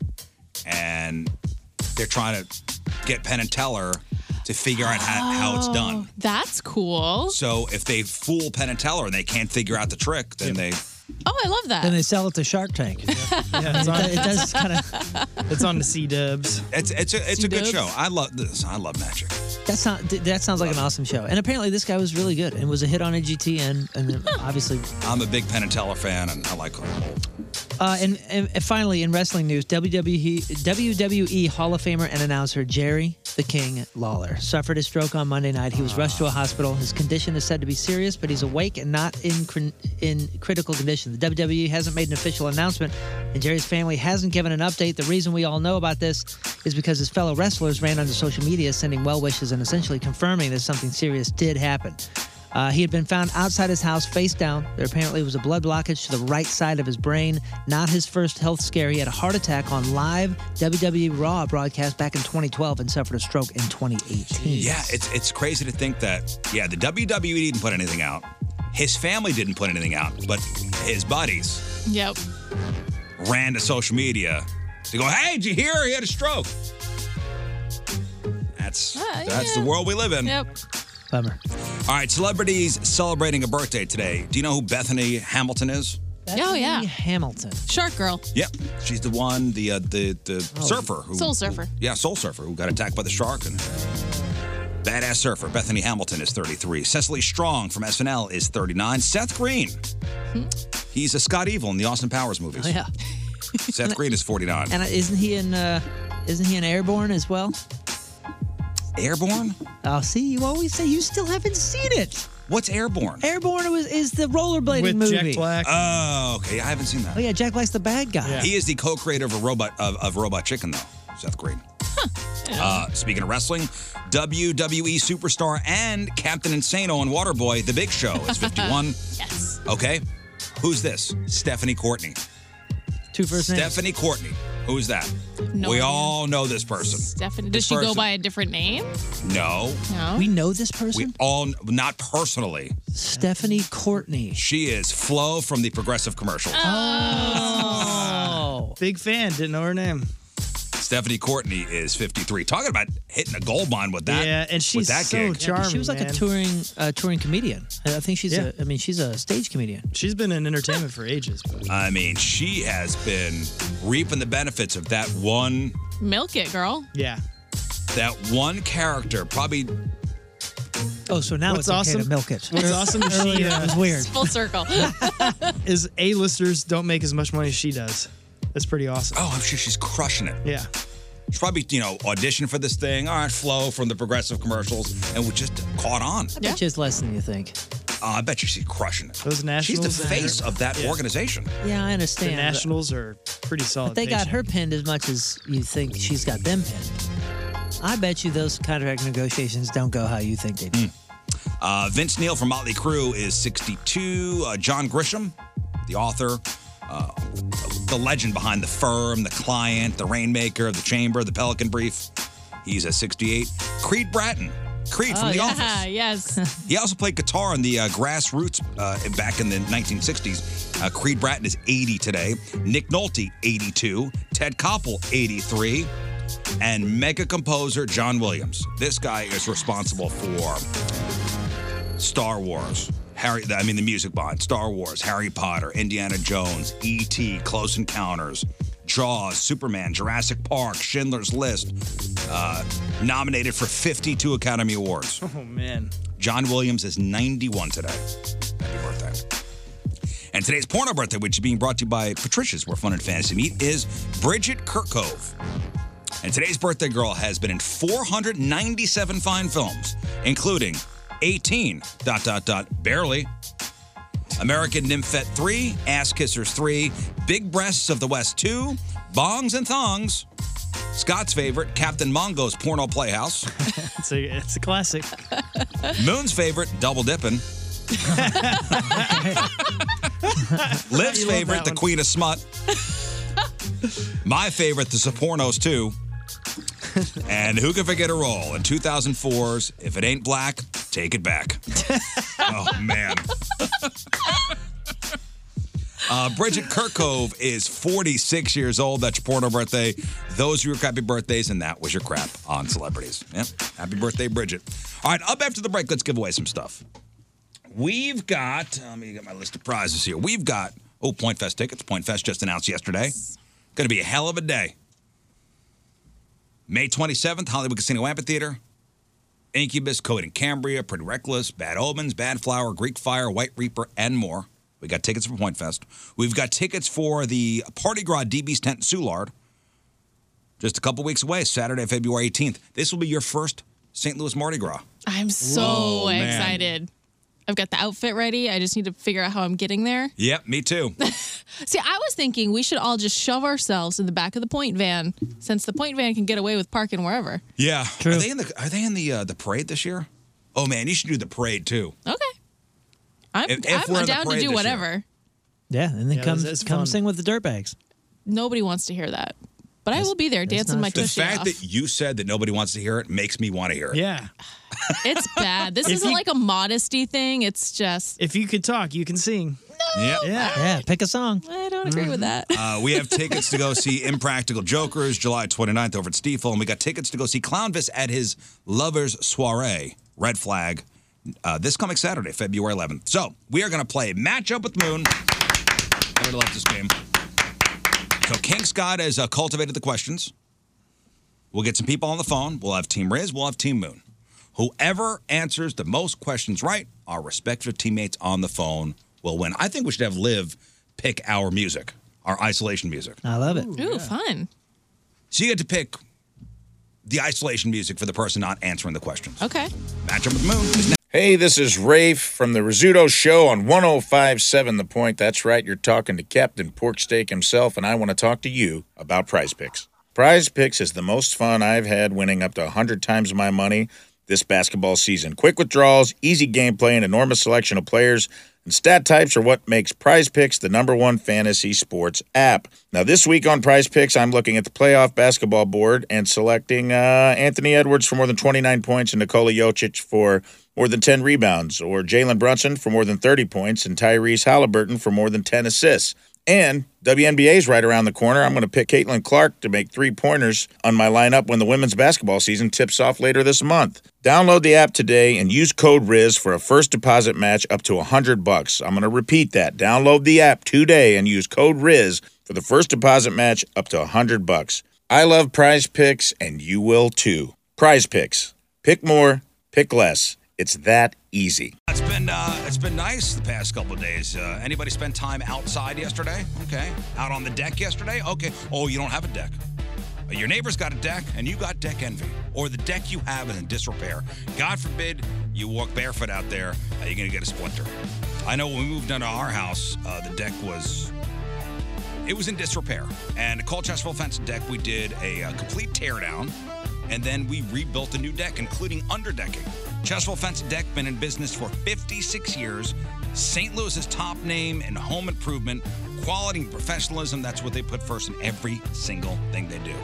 and they're trying to get Penn and Teller to figure out how, how it's done.
Oh, That's
Oh.
cool.
So if they fool Penn and Teller and they can't figure out the trick, then they
Oh, I love that.
Then they sell it to Shark Tank.
Yeah, it's on,
It does kind of.
it's on the C Dubs.
It's it's a, it's a good
C-dubs?
show. I love this. I love magic.
That sounds that sounds like an awesome show. And apparently, this guy was really good and was a hit on NGTN, and then obviously.
I'm a big Penn and Teller fan, and I like them.
Uh, and, and and finally, in wrestling news, E, WWE, WWE E Hall of Famer and announcer Jerry the King Lawler suffered a stroke on Monday night. He was rushed to a hospital. His condition is said to be serious, but he's awake and not in cr- in critical condition. The WWE hasn't made an official announcement, and Jerry's family hasn't given an update. The reason we all know about this is because his fellow wrestlers ran onto social media sending well wishes and essentially confirming that something serious did happen. Uh, he had been found outside his house, face down. There apparently was a blood blockage to the right side of his brain. Not his first health scare. He had a heart attack on live WWE Raw broadcast back in 2012 and suffered a stroke in 2018.
Yeah, it's it's crazy to think that yeah, the WWE didn't put anything out. His family didn't put anything out, but his buddies
Yep.
ran to social media to go, "Hey, did you hear he had a stroke?" That's
Ah,
that's
yeah.
the world we live in.
Yep.
Bummer.
All right, celebrities celebrating a birthday today. Do you know who Bethany Hamilton is?
oh, yeah.
Hamilton.
Shark Girl.
Yep, she's the one, the uh, the the
Oh,
surfer who
Soul Surfer.
Yeah, Soul Surfer, who got attacked by the shark. And badass surfer Bethany Hamilton is 33. Cecily Strong from SNL is 39. Seth Green, he's a Scott Evil in the Austin Powers movies.
Hmm. Oh, yeah.
Seth Green is 49.
And uh, isn't he in? Uh, isn't he in Airborne as well?
Airborne?
Oh, see, you always say you still haven't seen it.
What's Airborne?
Airborne was, is the rollerblading movie.
Oh, okay. I haven't seen that.
Oh yeah, Jack Black's the bad guy.
He is the co-creator of a robot of, of Robot Chicken, though. Seth Green. Uh, speaking of wrestling, WWE superstar and Captain Insano and Waterboy, The Big Show,
Oh,
is 51.
yes.
Okay, who's this? Stephanie Courtney.
Two first names.
Stephanie Courtney. Who is that?
No
we
idea.
all know this person.
Stephanie.
This
Does she go
person-
by a different name?
No.
No.
We know this person.
We all not personally.
Stephanie Courtney.
She is Flo from the Progressive commercial.
Oh.
Big fan. Didn't know her name.
Stephanie Courtney is 53. Talking about hitting a gold mine with that.
Yeah, and she's
with that
so
gig.
charming.
She was like a touring uh, touring comedian. I I think she's
Yeah.
a. I mean, she's a stage comedian.
She's been in entertainment for ages.
I mean, she has been reaping the benefits of that one
Milk it, girl.
Yeah.
that one character. Probably
Oh, so now
What's
it's okay
awesome-
to milk it.
what's awesome is she,
Earlier
uh,
it was weird.
Full circle.
Is A-listers don't make as much money as she does. That's pretty awesome.
Oh, I'm sure she's crushing it.
Yeah.
She's probably, you know, auditioned for this thing. All right, Flo from the Progressive commercials, and we just caught on.
I bet you it's less than you think.
Uh, I bet you she's crushing it.
Those
She's
nationals
the
and-
face of that
Yeah.
organization.
Yeah, I
The
understand. but-
Nationals are pretty
but,
solid.
they got
paycheck.
her pinned as much as you think she's got them pinned. I bet you those contract negotiations don't go how you think they
Hmm.
do.
Uh, Vince Neil from Motley Crue is 62. Uh, John Grisham, the author, uh, the legend behind the firm, the client, the rainmaker, the chamber, the Pelican Brief. He's at 68. Creed Bratton Creed from
oh,
The
yeah,
Office.
Yes.
He also played guitar in the uh, grassroots uh, back in the 1960s. Uh, Creed Bratton is 80 today. Nick Nolte, 82. Ted Koppel, 83. And mega composer John Williams. This guy is responsible for Star Wars. Harry, I mean the music bond, Star Wars, Harry Potter, Indiana Jones, E.T., Close Encounters, Jaws, Superman, Jurassic Park, Schindler's List, uh, nominated for 52 Academy Awards.
Oh man.
John Williams is 91 today. Happy birthday. And today's porno birthday, which is being brought to you by Patricia's, where fun and fantasy meet, is Bridget Kirkcove. And today's birthday girl has been in 497 fine films, including 18, dot, dot, dot, barely, American Nymphette 3, Ass Kissers 3, Big Breasts of the West 2, Bongs and Thongs, Scott's favorite, Captain Mongo's Porno Playhouse,
It's a it's a classic.
Moon's favorite, Double Dippin', Liv's
You love
favorite,
that
The
one.
Queen of Smut. My favorite, The Sopranos 2. And who can forget a role in 2004's If It Ain't Black, Take It Back? oh, man. Uh, Bridget Kirkcove is 46 years old. That's your porno birthday. Those are your crappy birthdays, and that was your crap on celebrities. Yep. Happy birthday, Bridget. All right, up after the break, let's give away some stuff. We've got, uh, let me get my list of prizes here. We've got, oh, Point Fest tickets. Point Fest just announced yesterday. Going to be a hell of a day. May 27th, Hollywood Casino Amphitheater. Incubus, Code and Cambria, Pretty Reckless, Bad Omens, Bad Flower, Greek Fire, White Reaper, and more. We got tickets for Point Fest. We've got tickets for the Party Gras DB's tent in Soulard. Just a couple weeks away, Saturday, February 18th. This will be your first St. Louis Mardi Gras.
I'm so
Whoa, man.
excited. I've got the outfit ready. I just need to figure out how I'm getting there.
Yep, me too.
See, I was thinking we should all just shove ourselves in the back of the point van since the point van can get away with parking wherever.
Yeah. Are they in the Are they in the uh, the parade this year? Oh man, you should do the parade too.
Okay. I'm,
If- if we're in
I'm
the
down to
parade
do
this
whatever.
Yeah, and then
Yeah,
come
that's- that's
come
fun.
sing with the dirtbags.
Nobody wants to hear that. But I will be there dancing my
the
tushy
fact
off.
that you said that nobody wants to hear it makes me want to hear it.
Yeah.
it's bad. This
If
isn't
you-
like a modesty thing. It's just
If you could talk, you can sing. Mm.
Yep.
Yeah.
Yeah. Pick a song.
I don't agree with that.
Uh, we have tickets to go see Impractical Jokers July 29th over at Stiefel, and we got tickets to go see Clownvis at his Lovers Soiree, Red Flag, uh, this coming Saturday, February 11th. So we are going to play Matchup with Moon. I would love this game. So King Scott has uh, cultivated the questions. We'll get some people on the phone. We'll have Team Riz. We'll have Team Moon. Whoever answers the most questions right, our respective teammates on the phone will win. I think we should have Liv pick our music, our isolation music.
I love it.
Ooh, fun.
So you get to pick the isolation music for the person not answering the questions.
Okay.
Match up with Moon. is next.
Hey, this is Rafe from the Rizzuto Show on 1057 The Point. That's right, you're talking to Captain Porksteak himself, and I want to talk to you about prize picks. Prize picks is the most fun I've had winning up to 100 times my money this basketball season. Quick withdrawals, easy gameplay, and enormous selection of players and stat types are what makes Prize Picks the number one fantasy sports app. Now, this week on Prize Picks, I'm looking at the playoff basketball board and selecting uh, Anthony Edwards for more than 29 points and Nikola Jokic for more than 10 rebounds, or Jalen Brunson for more than 30 points and Tyrese Halliburton for more than 10 assists. And WNBA is right around the corner. I'm going to pick Caitlin Clark to make three pointers on my lineup when the women's basketball season tips off later this month. Download the app today and use code RIZ for a first deposit match up to 100 bucks. I'm going to repeat that. Download the app today and use code RIZ for the first deposit match up to 100 bucks. I love prize picks and you will too. Prize picks. Pick more, pick less. It's that easy.
It's been uh, it's been nice the past couple of days. Uh, anybody spend time outside yesterday? Okay, out on the deck yesterday? Okay. Oh, you don't have a deck. Uh, Your neighbor's got a deck, and you got deck envy, or the deck you have is in disrepair. God forbid you walk barefoot out there. Uh, you're gonna get a splinter. I know when we moved into our house, uh, the deck was it was in disrepair. And at Colchesterville Fence and Deck, we did a uh, complete teardown, and then we rebuilt a new deck, including underdecking. Chesterfield Fence and Deck been in business for 56 years. St. Louis's top name in home improvement, quality, and professionalism. That's what they put first in every single thing they do.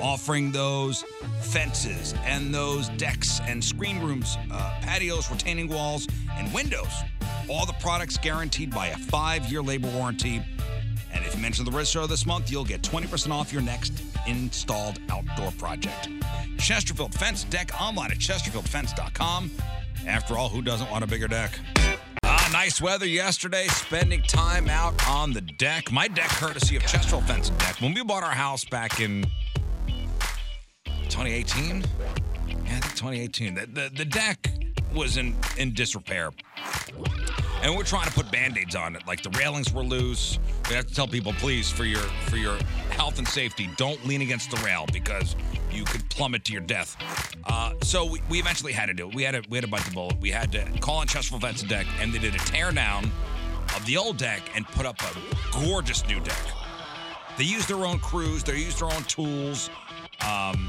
offering those fences and those decks and screen rooms, uh, patios, retaining walls, and windows. All the products guaranteed by a five year labor warranty. And if you mention the Red Show this month, you'll get 20% off your next installed outdoor project. Chesterfield Fence Deck online at chesterfieldfence.com. After all, who doesn't want a bigger deck? Ah, nice weather yesterday. Spending time out on the deck. My deck, courtesy of Chesterfield Fence Deck. When we bought our house back in 2018, yeah, I think 2018. The, the, the deck was in, in disrepair. And we're trying to put band-aids on it. Like the railings were loose. We have to tell people, please, for your for your health and safety, don't lean against the rail because you could plummet to your death. Uh, so we, we eventually had to do it. We had to we had to bite the bullet. We had to call on Chesterfield Vets deck, and they did a tear down of the old deck and put up a gorgeous new deck. They used their own crews. They used their own tools. Um,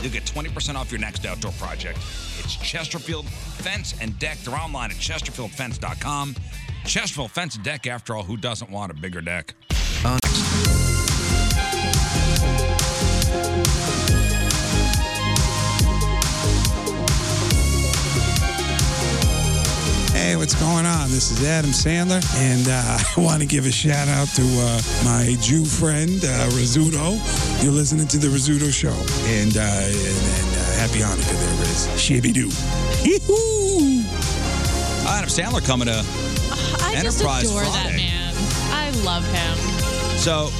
you'll get 20% off your next outdoor project. It's Chesterfield Fence and Deck. They're online at chesterfieldfence.com. Chesterfield Fence and Deck, after all, who doesn't want a bigger deck?
Hey, what's going on? This is Adam Sandler, and uh, I want to give a shout out to uh, my Jew friend, uh, Rizzuto. You're listening to The Rizzuto Show, and, uh, and, and uh, happy Hanukkah there, Riz. Shibby doo.
Adam Sandler coming to
I just
Enterprise
adore that
Friday.
man. I love him.
So,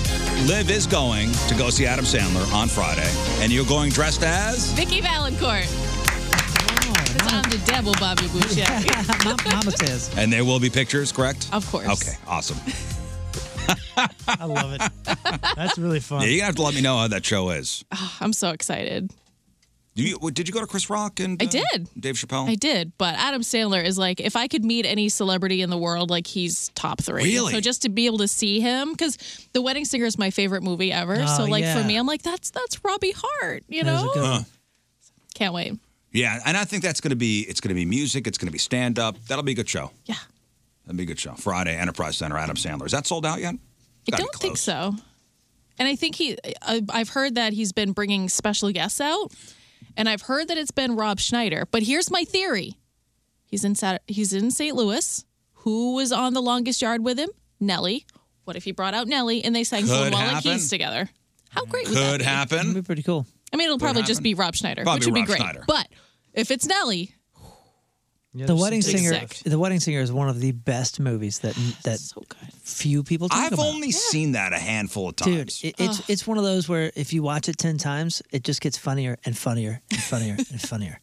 Liv is going to go see Adam Sandler on Friday, and you're going dressed as?
Vicky Valancourt.
Oh,
Because I'm the devil, Bobby Boucher.
Mama says.
And there will be pictures, correct?
Of course.
Okay, awesome.
I love it. That's really fun.
Yeah, you're gonna have to let me know how that show is.
I'm so excited.
Do you, did you go to Chris Rock and uh,
I did.
Dave Chappelle?
I did, but Adam Sandler is like, if I could meet any celebrity in the world, like he's top three.
Really?
So just to be able to see him, because The Wedding Singer is my favorite movie ever.
Oh,
so like
yeah.
for me, I'm like, that's that's Robbie Hart. You know,
Huh.
can't wait.
Yeah, and I think that's gonna be it's gonna be music, it's gonna be stand up. That'll be a good show.
Yeah.
That'll be a good show. Friday, Enterprise Center, Adam Sandler. Is that sold out yet?
I don't think so. And I think he, I, I've heard that he's been bringing special guests out, and I've heard that it's been Rob Schneider. But here's my theory: he's in Sat- he's in St. Louis. Who was on the longest yard with him? Nelly. What if he brought out Nelly and they sang
Could
Cornwall and
happen.
Keys together? How great would that
Could
be?
happen. It'd
be pretty cool.
I mean, it'll
Could
probably just
happen.
be Rob Schneider,
Probably
which would be
Rob
great.
Schneider.
But if it's Nelly,
The Wedding
something
Singer.
sick.
The Wedding Singer is one of the best movies that that few people talk
I've
about.
only seen that a handful of
Dude,
times.
it, it's it's one of those where if you watch it ten times, it just gets funnier and funnier and funnier and funnier.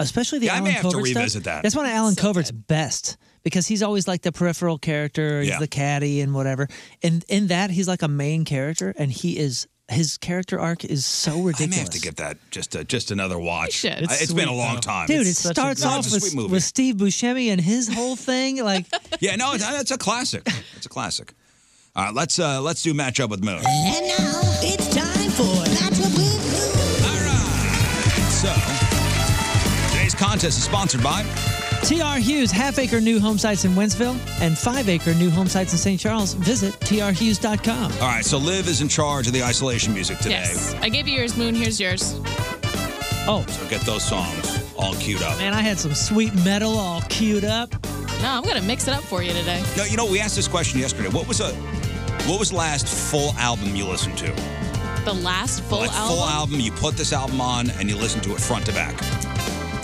Especially the
Yeah, I
Alan
may have to
Covert stuff.
revisit that.
That's one of Alan Covert's best because he's always like the peripheral character. He's
Yeah.
the caddy and whatever. And in that, he's like a main character, and he is his character arc is so
I may
ridiculous.
have to give that just a, just another watch.
should.
I- it's been a long time,
Dude, it starts
No,
off
it's a
with,
sweet movie.
with Steve Buscemi and his whole thing. Like,
Yeah, no, it's- that's a classic. It's a classic. All right, let's uh, let's do matchup with Moon.
And now it's time for Matchup with
So today's contest is sponsored by
TR Hughes half acre new home sites in Wentzville and five acre new home sites in St. Charles. Visit trhughes.com.
All right, so Liv is in charge of the isolation music today.
yes, I gave you yours, Moon. Here's yours.
Oh.
So get those songs all queued up.
Man, I had some sweet metal all queued up.
No, I'm gonna mix it up for you today.
No, you know, we asked this question yesterday. What was a what was the last full album you listened to?
The last full
like
album.
full album, you put this album on and you listen to it front to back.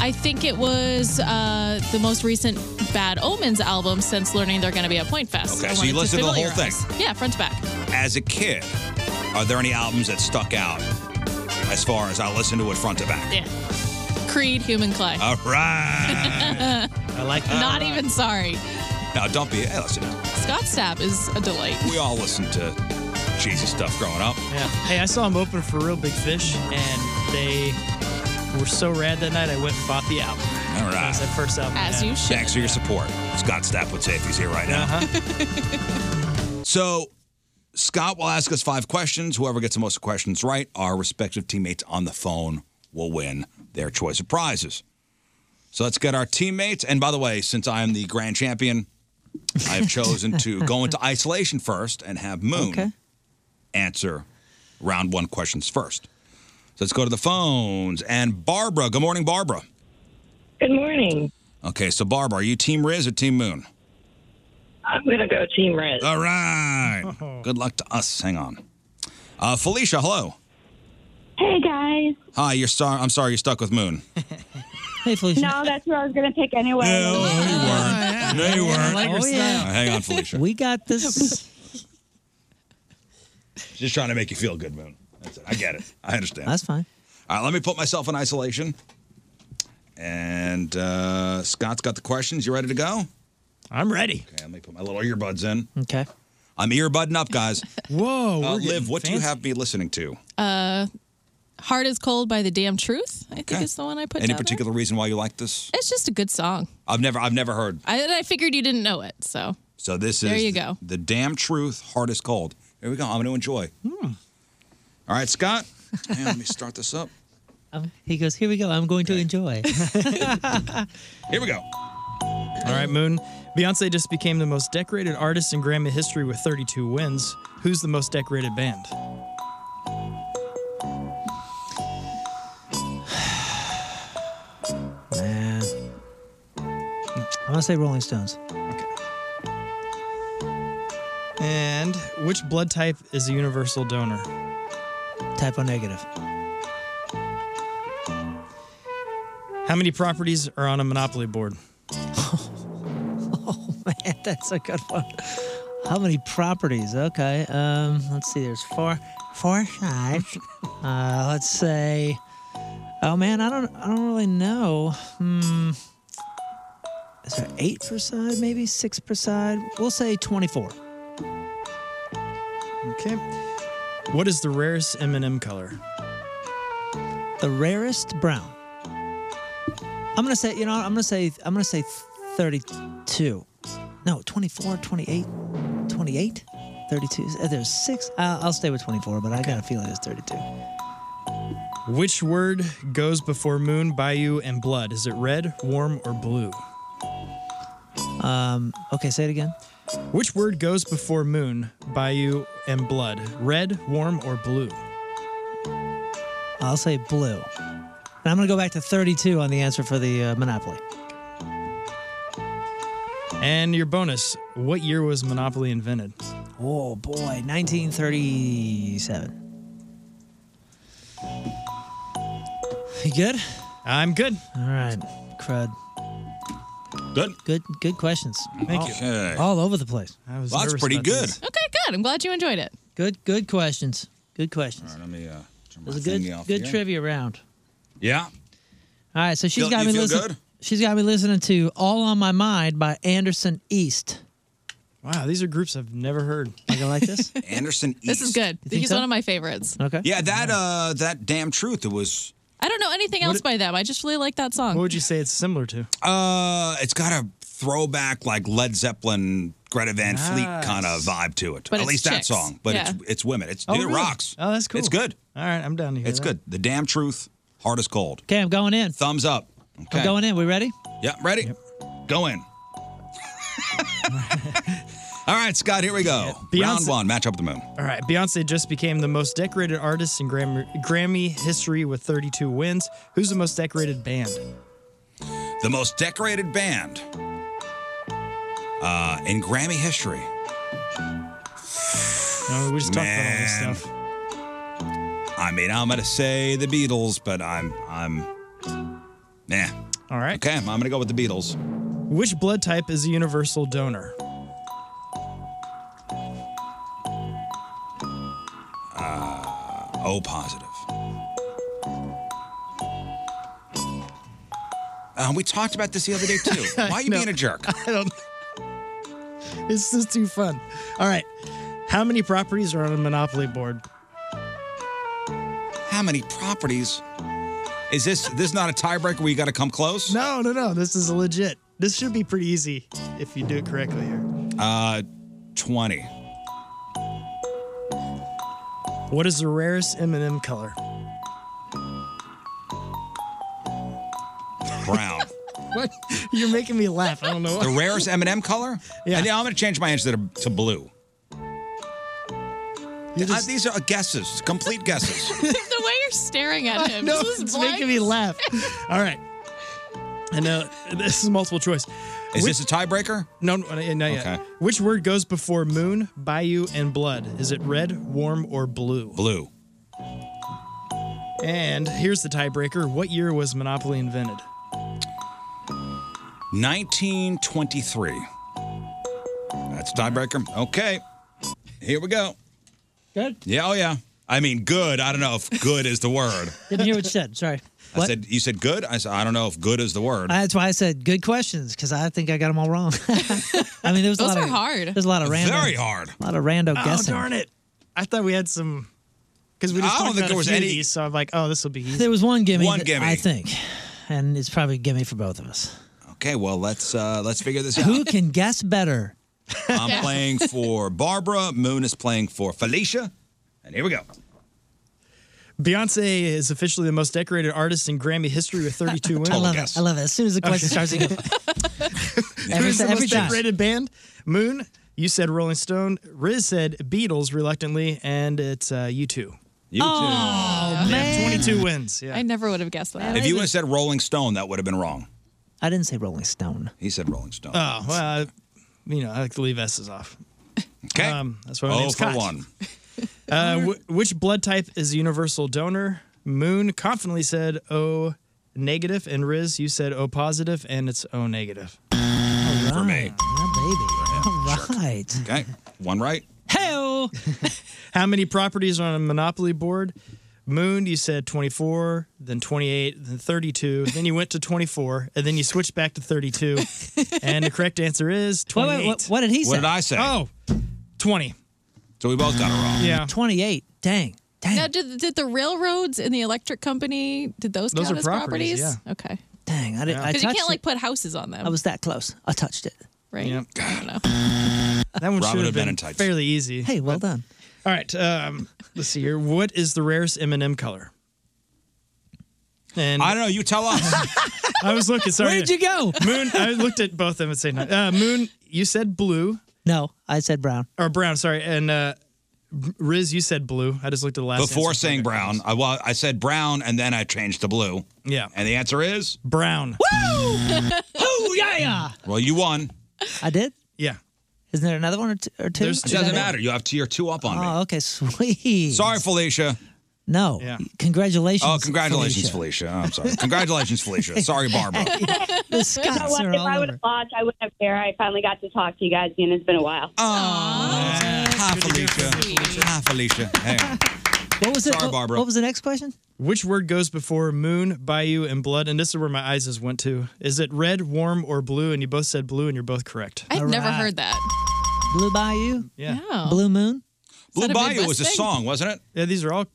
I think it was uh, the most recent Bad Omens album since learning they're going to be at Point Fest.
Okay,
I
so you
wanted
listened to the whole
familiarize.
thing.
Yeah, front to back.
As a kid, are there any albums that stuck out as far as I listened to it front to back?
Yeah. Creed, Human Clay.
All right. I like
Not even sorry.
No, don't be. Hey, listen.
Scott Stapp is a delight.
We all listened to cheesy stuff growing up.
Yeah. Hey, I saw him open for Real Big Fish, and they were so rad that night, I went and bought the album.
All right.
That was that first album.
As you should.
Thanks for your support. Scott Stapp would say if he's here right now.
Uh-huh.
so, Scott will ask us five questions. Whoever gets the most questions right, our respective teammates on the phone will win their choice of prizes. So let's get our teammates. And by the way, since I am the grand champion, I have chosen to go into isolation first and have Moon answer round one questions first. So let's go to the phones. And Barbara, good morning, Barbara.
Good morning.
Okay, so Barbara, are you Team Riz or Team Moon?
I'm going to go Team Red.
All right. Good luck to us. Hang on. Uh, Felicia, hello.
Hey guys.
Hi, you're star- I'm sorry you're stuck with Moon.
Hey Felicia. No, that's who I was gonna pick anyway.
no, you weren't.
like your Oh, yeah. style.
Uh, Hang on, Felicia.
We got this.
Just trying to make you feel good, Moon. That's it. I get it. I understand.
That's fine.
All right, let me put myself in isolation. And uh, Scott's got the questions. You ready to go?
I'm ready.
Okay, let me put my little earbuds in.
Okay.
I'm earbudding up, guys.
Whoa.
Uh,
we're
Liv,
getting
what do you
fancy.
have me listening to?
Uh, Heart is Cold by The Damn Truth, I think
Okay.
is the one I put
Any
down there.
particular reason why you like this?
It's just a good song.
I've never, I've never heard.
I, and I figured you didn't know it, so.
So this is
There you go.
The damn truth, heart is cold. Here we go. I'm going to enjoy.
Hmm.
All right, Scott. Man, let me start this up.
Um, he goes, Here we go. I'm going to enjoy.
Here we go.
All right, Moon. Beyonce just became the most decorated artist in Grammy history with 32 wins. Who's the most decorated band?
Man. I'm gonna say Rolling Stones.
And which blood type is a universal donor?
Type O negative.
How many properties are on a monopoly board?
Oh, Man, that's a good one. How many properties? Okay. Um, let's see. There's four, four five. Uh, let's say. Oh man, I don't. I don't really know. Hmm. Is there eight per side? Maybe six per side. We'll say twenty-four.
Okay. What is the rarest M&M color?
The rarest brown. I'm gonna say. You know. I'm gonna say. I'm gonna say thirty-two. No, 24, 28, 28, 32. Uh, There's six. I'll, I'll stay with 24, but I got a feeling it's 32.
Which word goes before moon, bayou, and blood? Is it red, warm, or blue?
Um, okay, say it again.
Which word goes before moon, bayou, and blood? Red, warm, or blue?
I'll say blue. And I'm going to go back to 32 on the answer for the uh, Monopoly.
And your bonus what year was Monopoly invented?
Oh boy, 1937. You good?
I'm good.
All right, crud.
Good.
Good. Good questions.
Thank
all,
you. Okay.
All over the place.
I
was Well, that's nervous pretty about good. these. Okay, good. I'm glad you enjoyed it.
Good. Good questions. Good questions.
All right, let me. Uh, turn
It was a
my
good.
thingy off
Good
here.
trivia round.
Yeah.
All right, so she's
Feel-
got
you
me
feel
listening.
good?
She's got me listening to "All on My Mind" by Anderson East.
Wow, these are groups I've never heard.
I like this.
Anderson East.
This is good.
think
He's
so?
one of my favorites.
Okay.
Yeah, that uh, that damn truth. It was.
I don't know anything else by them. I just really like that song.
What would you say it's similar to?
Uh, it's got a throwback like Led Zeppelin, Greta Van Fleet kind of vibe to it.
But
At
it's
least that
chicks.
song. But it's
Yeah.
it's women. It's
Oh,
dude, it
really?
rocks.
Oh, that's cool.
It's good.
All right, I'm down to hear
It's
that.
good. The damn truth. Heart is cold.
Okay, I'm going in.
Thumbs up. Okay.
I'm going in. We ready?
Yeah, ready? Go in. All right, Scott, here we go. Round
Beyonce-
one, match up with the moon.
All right, Beyonce just became the most decorated artist in Grammy, Grammy history with 32 wins. Who's the most decorated band?
The most decorated band uh, in Grammy history.
No, we just talked about all this
Man.
stuff.
I mean, I'm gonna say the Beatles, but I'm I'm nah.
All right.
Okay, I'm gonna go with the Beatles.
Which blood type is a universal donor?
Uh, o positive. Uh, we talked about this the other day too. Why are you
No.
being a jerk?
I don't. This is too fun. All right. How many properties are on a monopoly board?
How many properties Is this this not a tiebreaker where you got to come close?
No, no, no. This is legit. This should be pretty easy if you do it correctly here.
Uh, twenty.
What is the rarest M&M color?
Brown.
What? You're making me laugh. I don't know.
the rarest M and m color.
Yeah.
I think I'm going to change my answer to, to blue. Uh, these are guesses, complete guesses.
the way you're staring at him.
No,
this is
it's
blind.
making me laugh. All right. I know this is multiple choice.
Is this a tiebreaker?
No, no, no, not yet.
Okay.
Which word goes before moon, bayou, and blood? Is it red, warm, or blue?
Blue.
And here's the tiebreaker. What year was Monopoly invented?
1923. That's a tiebreaker. Okay. Here we go.
Good?
Yeah, oh yeah. I mean, good. I don't know if good is the word.
Didn't hear what you said. Sorry.
I said, you said good? I said, I don't know if good is the word.
That's why I said good questions because I think I got them all wrong. I mean, there was a
Those
lot
are
of
hard.
There's a lot of random.
Very hard.
A lot of random
oh,
guessing.
darn it. I thought we had some. Because we
I
just
don't
talked
think
about
there was
a few of
any-
these, so I'm like, oh, this will be easy.
There was one gimme.
One
that
gimme.
I think, and it's probably a gimme for both of us.
Okay, well, let's uh let's figure this out.
Who can guess better?
I'm playing for Barbara, Moon is playing for Felicia. And here we go.
Beyonce is officially the most decorated artist in Grammy history with 32 wins.
I love it. I love it. As soon as the question
Okay.
starts, you go, Every-
Who's the
every
most
time.
decorated band? Moon, you said Rolling Stone. Riz said Beatles reluctantly, and it's uh, you two.
You
Oh, man. 22 wins. Yeah.
I never would have guessed that.
If you would have said Rolling Stone, that would have been wrong.
I didn't say Rolling Stone.
He said Rolling Stone.
Oh, well, I, you know, I like to leave S's off.
Okay.
Um, that's why my
Oh,
name's
for
Scott.
one.
Uh, wh- which blood type is the universal donor? Moon confidently said O negative, and Riz, you said O positive, and it's O negative.
For me.
baby. All right.
Okay. One right.
Hell.
How many properties are on a monopoly board? Moon, you said 24, then 28, then 32, then you went to 24, and then you switched back to 32. and the correct answer is
Wait,
28.
wait, what, what did he say?
Oh, 20.
So we both got it wrong.
Yeah.
28. Dang.
Now, did, did the railroads and the electric company did those,
Those
count
are
as
properties,
properties?
yeah.
Okay.
Dang. I, did, I
Because
touched
you can't like
it.
put houses on them.
I was that close. I touched it.
Um, right. I don't know.
That one
Rob
should
would have
have
been
been,
in tights.
fairly easy.
Hey, well done.
All right. Um, let's see here. What is the rarest M&M color? And
I don't know. You tell us.
I was looking. Sorry.
Where'd you go?
Moon. I looked at both of them at the same time. Uh, Moon, you said blue.
No, I said brown.
Or brown, sorry. And uh, Riz, you said blue. I just looked at the last
Before
answer.
saying brown, I, well, I said brown and then I changed to blue.
Yeah.
And the answer is
brown.
Woo!
Oh,
Hoo yeah!
Well, you won.
I did?
Yeah.
Isn't there another one or two? Or two?
It
Is
doesn't
that it?
matter. You have tier two up on me.
Oh, okay. Sweet.
Sorry, Felicia.
No. Congratulations.
Oh, congratulations,
Felicia.
Felicia. Oh, I'm sorry. Congratulations, Felicia. Sorry, Barbara.
The
you know
Scots
what?
are
If
all
I would
over.
have lost, I wouldn't have cared. I finally got to talk to you guys again. It's been a while.
Hi, Felicia. Hi, Felicia. Hey.
What was
Sorry,
it?
Barbara.
What was the next question?
Which word goes before moon, bayou, and blood? And this is where my eyes just went to. Is it red, warm, or blue? And you both said blue, and you're both correct.
I've never heard that.
Blue Bayou.
Yeah.
Blue Moon.
Blue Bayou was a song, wasn't it?
Yeah, these are all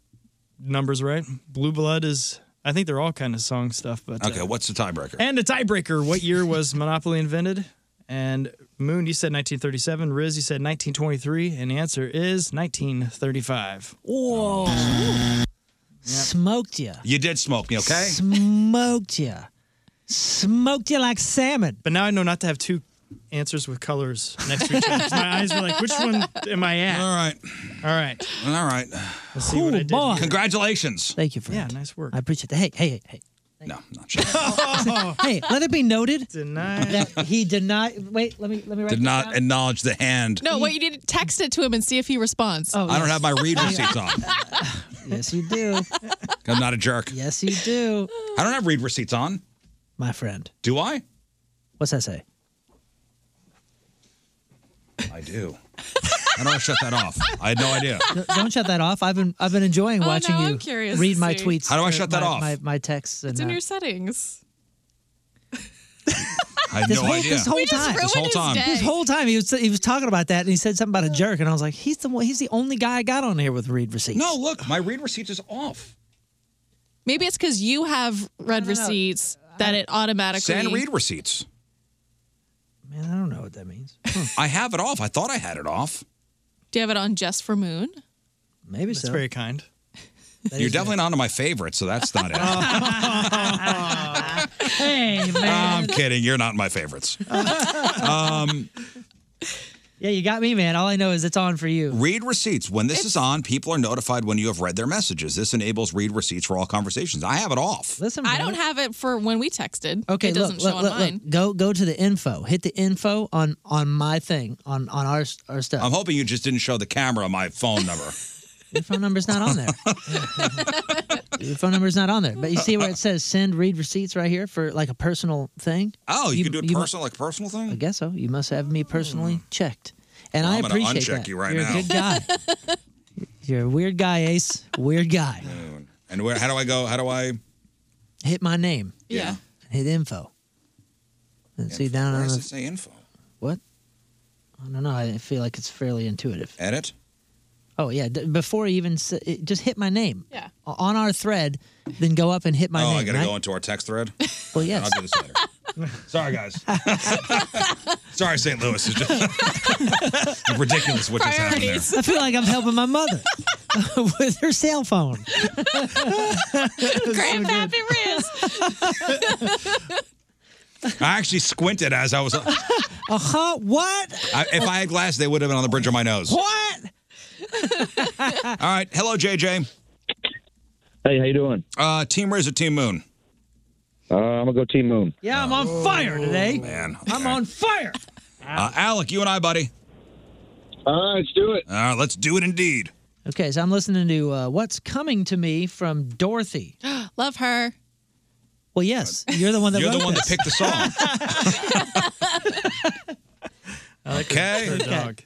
numbers, right? Blue blood is. I think they're all kind of song stuff, but uh,
Okay, what's the tiebreaker?
And a tiebreaker. What year was Monopoly invented? And Moon, you said 1937. Riz, you said 1923. And the answer is 1935.
Oh.
Whoa. Smoked you.
You did smoke me, okay?
Smoked you. Smoked you like salmon.
But now I know not to have two answers with colors next to each other. 'cause My eyes were like, which one am I at?
All right.
All right.
All right.
Let's see what I did. here.
Congratulations.
Thank you for
Yeah, nice work.
I appreciate that. Hey, hey, hey, hey.
No, not Oh.
hey, let it be noted
Denied.
that he did not. Wait, let me let me write
Did
this
not
down.
acknowledge the hand.
No, what you did text it to him and see if he responds.
Oh,
I don't have my read receipts on.
Yes, you do.
I'm not a jerk.
Yes, you do.
I don't have read receipts on.
My friend.
Do I?
What's that say?
I do. I don't shut that off. I had no idea.
No, don't shut that off. I've been I've been enjoying
Oh,
watching
now
you
I'm curious
read
to
my
see.
tweets.
How do I
or
shut that
my-
off?
My, my texts.
It's
and,
in
uh,
your settings.
I had
this
no
whole,
idea.
This whole time.
This whole time.
This whole time he was he was talking about that and he said something about a jerk and I was like, he's the one, he's the only guy I got on here with read receipts.
No, look, my read receipts is off.
Maybe it's because you have red receipts that it automatically.
Send read receipts.
Man, I don't know what that means.
I have it off. I thought I had it off.
Do you have it on just for Moon?
Maybe
That's so. very kind.
You're definitely not on my favorite, so that's not it.
hey,
I'm kidding. You're not my favorites. Um,
yeah, you got me, man. All I know is it's on for you.
Read receipts. When this is on, people are notified when you have read their messages. This enables read receipts for all conversations. I have it off.
Listen,
I don't have it for when we texted.
Okay,
it doesn't
look,
show
look,
on
look,
mine.
look. Go go to the info. Hit the info on on my thing on on our our stuff.
I'm hoping you just didn't show the camera my phone number.
Your phone number's not on there. Your phone number's not on there. But you see where it says send read receipts right here for like a personal thing.
Oh, you,
You-
can do it
you mu-
personal, like a personal thing.
I guess so. You must have me personally checked, and
Hmm. Well,
I
I'm gonna
appreciate
uncheck
that.
you right
You're
now.
a good guy. You're a weird guy, Ace. Weird guy.
And where? How do I go? How do I?
Hit my name.
Yeah.
Hit info. And see down
Where
on
does it
the
say info?
What? I don't know. I feel like it's fairly intuitive.
Edit.
Oh yeah. D- before I even s- it- just hit my name.
Yeah.
On our thread, then go up and hit my
oh,
name.
I gotta
right?
go into our text thread.
Well, yes.
I'll do this later. Sorry, guys. Sorry, St. Louis. It's just ridiculous what just happened there.
I feel like I'm helping my mother with her cell phone.
Grandpappy
Riz.
I actually squinted as I was. I,
uh huh. What?
if I had glasses, they would have been on the bridge of my nose. All
What?
right. Hello, JJ.
Hey, how you doing?
Uh, Team Riz or Team Moon?
Uh, I'm gonna go Team Moon.
Yeah, I'm on fire today.
Oh, Man,
I'm on fire.
Uh, Alec, you and I, buddy.
All right, let's do it.
All right, let's do it indeed.
Okay, so I'm listening to uh, "What's Coming to Me" from Dorothy.
Love her.
Well, yes, you're the one that
You're the
wrote
one that
this.
picked the song. okay.
her dog.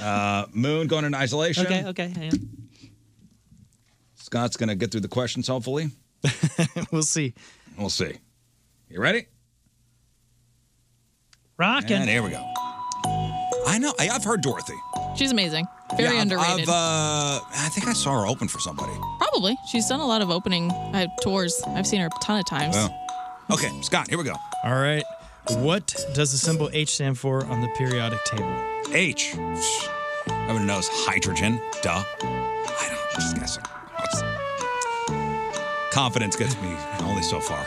Uh, Moon going into isolation.
Okay, okay, hang on.
Scott's going to get through the questions, hopefully.
we'll see.
We'll see. You ready?
Rockin'.
And here we go. I know. I, I've heard Dorothy.
She's amazing. Very
Yeah, I've-
underrated.
I've, uh, I think I saw her open for somebody.
Probably. She's done a lot of opening uh, tours. I've seen her a ton of times.
Okay, Scott, here we go.
All right. What does the symbol H stand for on the periodic table?
H. Everyone knows hydrogen. Duh. I don't. I'm just guessing. Confidence gets me only so far.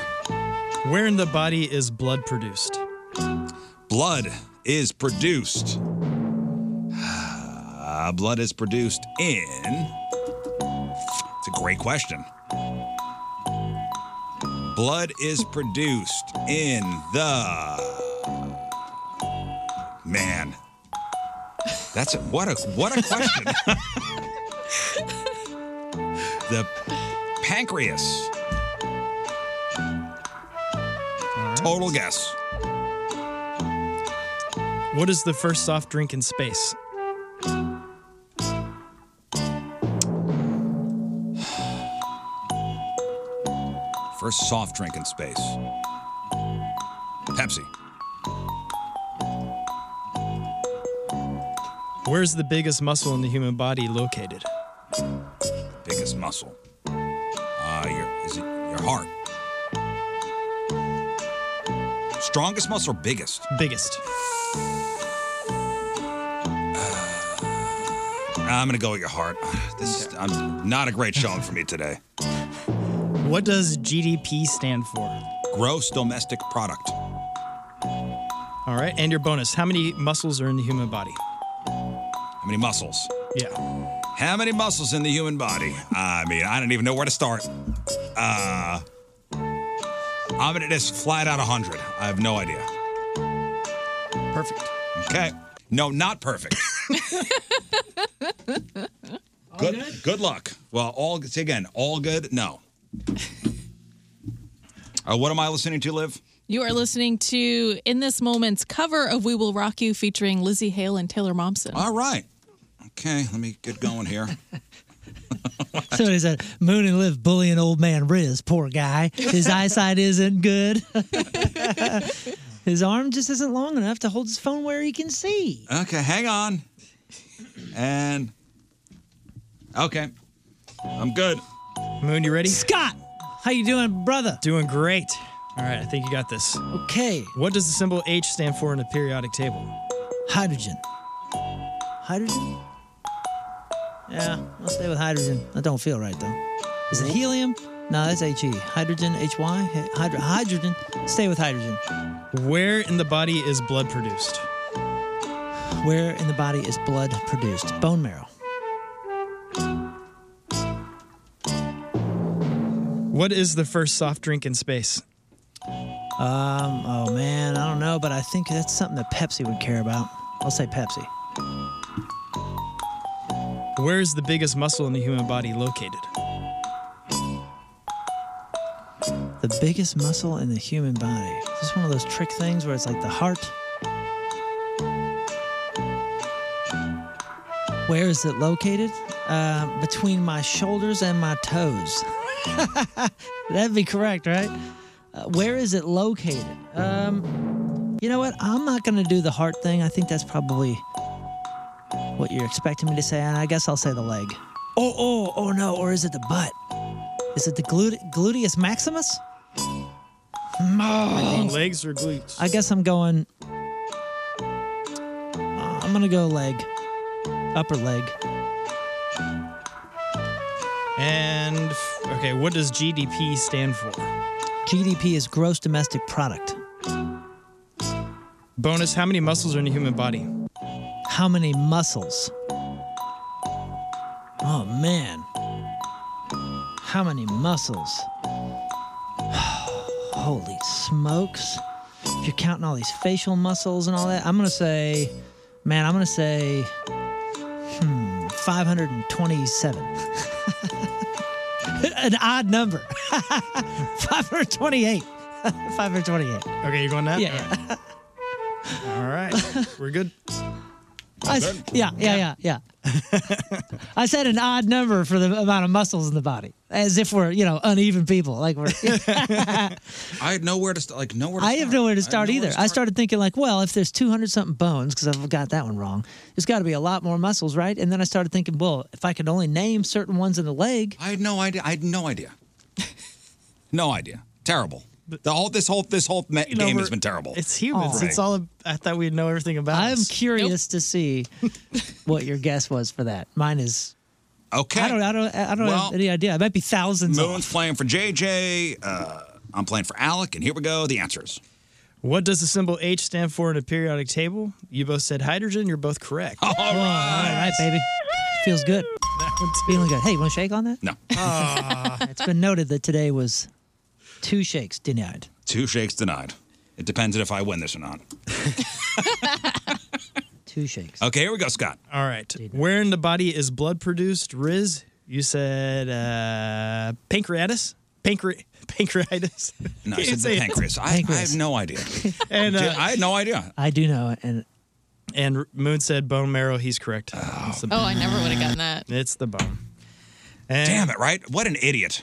Where in the body is blood produced?
Blood is produced. Uh, blood is produced in. It's a great question. Blood is produced in the. Man, that's a, what a what a question. the pancreas. Total guess.
What is the first soft drink in space?
First soft drink in space. Pepsi.
Where's the biggest muscle in the human body located?
biggest muscle? Uh, your is it your heart? Strongest muscle or biggest? Uh,
Biggest.
I'm gonna go with your heart. This is I'm not a great showing for me today.
What does GDP stand for?
Gross domestic product.
All right. And your bonus. How many muscles are in the human body?
How many muscles?
Yeah.
How many muscles in the human body? I mean, I don't even know where to start. Uh, I'm gonna just flat out 100. I have no idea.
Perfect.
Okay. No, not perfect. good, good. luck. Well, all say again, all good. No. Uh, what am I listening to, Liv?
You are listening to In This Moment's cover of We Will Rock You featuring Lizzie Hale and Taylor Momsen.
All right. Okay, let me get going here.
Somebody said, Moon and Liv bullying old man Riz, poor guy. His eyesight isn't good. his arm just isn't long enough to hold his phone where he can see.
Okay, hang on. And okay, I'm good.
Moon, you ready?
Scott! How you doing, brother?
Doing great. All right, I think you got this.
Okay.
What does the symbol H stand for in a periodic table?
Hydrogen. Hydrogen? Yeah, I'll stay with hydrogen. That don't feel right though. Is it helium? No, that's He. Hydrogen, HY? Hy- Hydro- hydrogen. Stay with hydrogen.
Where in the body is blood produced?
Where in the body is blood produced? Bone marrow.
What is the first soft drink in space?
Um, oh man, I don't know, but I think that's something that Pepsi would care about. I'll say Pepsi.
Where is the biggest muscle in the human body located?
The biggest muscle in the human body. Is this one of those trick things where it's like the heart? Where is it located? Uh, between my shoulders and my toes. That'd be correct, right? Uh, where is it located? Um, you know what? I'm not going to do the heart thing. I think that's probably what you're expecting me to say, and I guess I'll say the leg. Oh, oh, oh no, or is it the butt? Is it the glute- gluteus maximus? No.
Legs or glutes?
I guess I'm going. I'm gonna go leg, upper leg.
And f- okay, what does GDP stand for?
GDP is gross domestic product.
Bonus, how many muscles are in the human body?
How many muscles? Oh man. How many muscles? Holy smokes. If you're counting all these facial muscles and all that, I'm gonna say, man, I'm gonna say, hmm, 527. An odd number. 528. 528.
Okay, you going that?
Yeah.
All right. We're good.
I s- yeah, yeah, yeah, yeah. I said an odd number for the amount of muscles in the body, as if we're you know uneven people. Like we're.
I had nowhere to start. Like nowhere. To
I have nowhere to start
I had
either.
nowhere
I started thinking like, well, if there's 200 something bones, because I've got that one wrong, there's got to be a lot more muscles, right? And then I started thinking, well, if I could only name certain ones in the leg.
I had no idea. I had no idea. No idea. Terrible. The whole this whole this whole ma-
You know,
game has
we're-
been terrible.
It's humans.
Right.
It's all. I thought we'd know everything about.
I'm curious to see what your guess was for that. Mine is.
Okay.
I don't. I don't. I don't
Well-
have any idea. It might be thousands. of
Moon's playing for JJ. Uh, I'm playing for Alec, and here we go. The answers.
What does the symbol H stand for in a periodic table? You both said hydrogen. You're both correct.
All right,
all right, baby. Feels good. Feeling good. Hey, you want to shake on that?
No.
it's been noted that today was two shakes denied.
Two shakes denied. It depends if I win this or not.
Two shakes.
Okay, here we go, Scott.
All right. Where in the body is blood produced? Riz, you said uh, pancreatitis. Pancre- pancreatitis.
No, I
Can't
said
say
the
it.
pancreas. I, I have no idea.
And uh,
I had no idea.
I do know, and
and Moon said bone marrow. He's correct. Oh,
Oh, I never would have gotten that.
It's the bone.
Damn it! Right? What an idiot.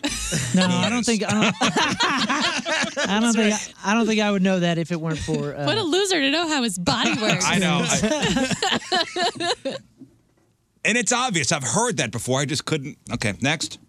No, I don't think. I don't, I don't think. I, don't think I would know that if it weren't for. Uh,
What a loser to know how his body works.
I know. I- and it's obvious. I've heard that before. I just couldn't. Okay, next.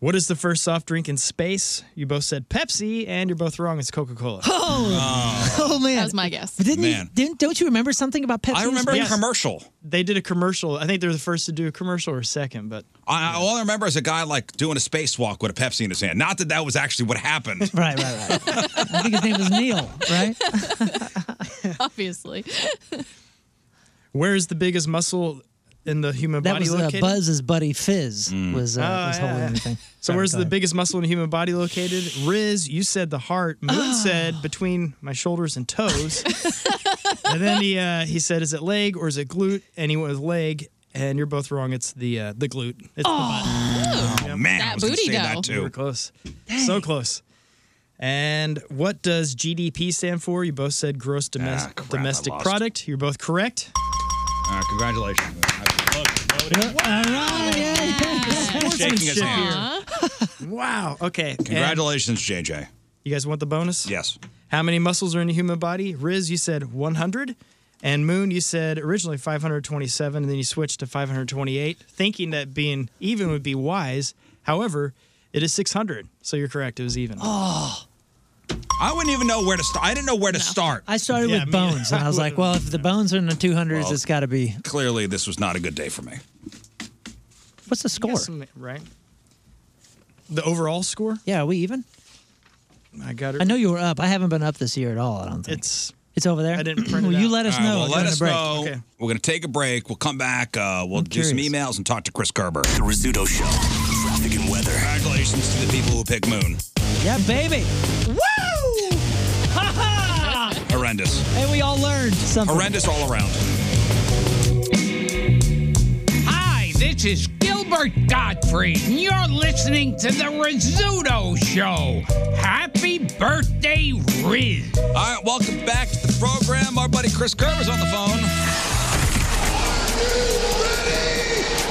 What is the first soft drink in space? You both said Pepsi, and you're both wrong. It's Coca Cola.
Oh. oh man, that was
my guess.
Didn't
Man.
you? Didn't? Don't you remember something about Pepsi?
commercial.
They did a commercial. I think they were the first to do a commercial or second, but
I, I- all I remember is a guy like doing a spacewalk with a Pepsi in his hand. Not that that was actually what happened.
right, right, right. I think his name was Neil, right?
Obviously.
where is the biggest muscle in the human
That
body
was uh,
located?
Buzz's buddy Fizz was uh,
Oh,
was
yeah,
holding
yeah.
the thing.
So
Sorry,
where's
go
the
ahead.
biggest muscle in the human body located? Riz, you said the heart. Moon
Ah.
said between my shoulders and toes. and then he uh, he said, is it leg or is it glute? And he went with leg. And you're both wrong. It's the uh, the glute. It's the butt.
Oh, man, I That was gonna booty say that, dough. too.
You were close. So close. And what does GDP stand for? You both said gross domes- domestic
Ah, lost.
product. You're both correct.
All right, Uh, congratulations. Shaking his hand.
Wow. Okay. And-
Congratulations, JJ.
You guys want the bonus?
Yes.
How many muscles are in the human body? Riz, you said 100. And Moon, you said originally 527, and then you switched to 528, thinking that being even would be wise. However, It is 600. So you're correct. It was even.
Oh,
I wouldn't even know where to start. I didn't know where to start.
I started
Yeah,
with
me-
bones, and I was like, well, if the bones are in the 200s,
Well-
it's got to be.
Clearly, this was not a good day for me.
What's
You
the score?
got some- right? The overall score?
Yeah, are we even?
I got it.
I know you were up. I haven't been up this year at all. I don't think
it's
it's over there.
I didn't print it
Will you
out.
let us
All right,
know
well,
during
let
the
us
break?
know. We're going to take a break. We'll come back. Uh, we'll do some emails and talk to Chris Kerber. The
Rizzuto Show.
Traffic and weather. Congratulations to the people who pick Moon.
Yeah, baby. Woo! Ha ha!
Horrendous.
And we all learned something.
Horrendous all around.
Hi, this is Gilbert Gottfried, and you're listening to The Rizzuto Show. Happy birthday, Riz.
All right, welcome back to the program. Our buddy Chris Kerber's on the phone.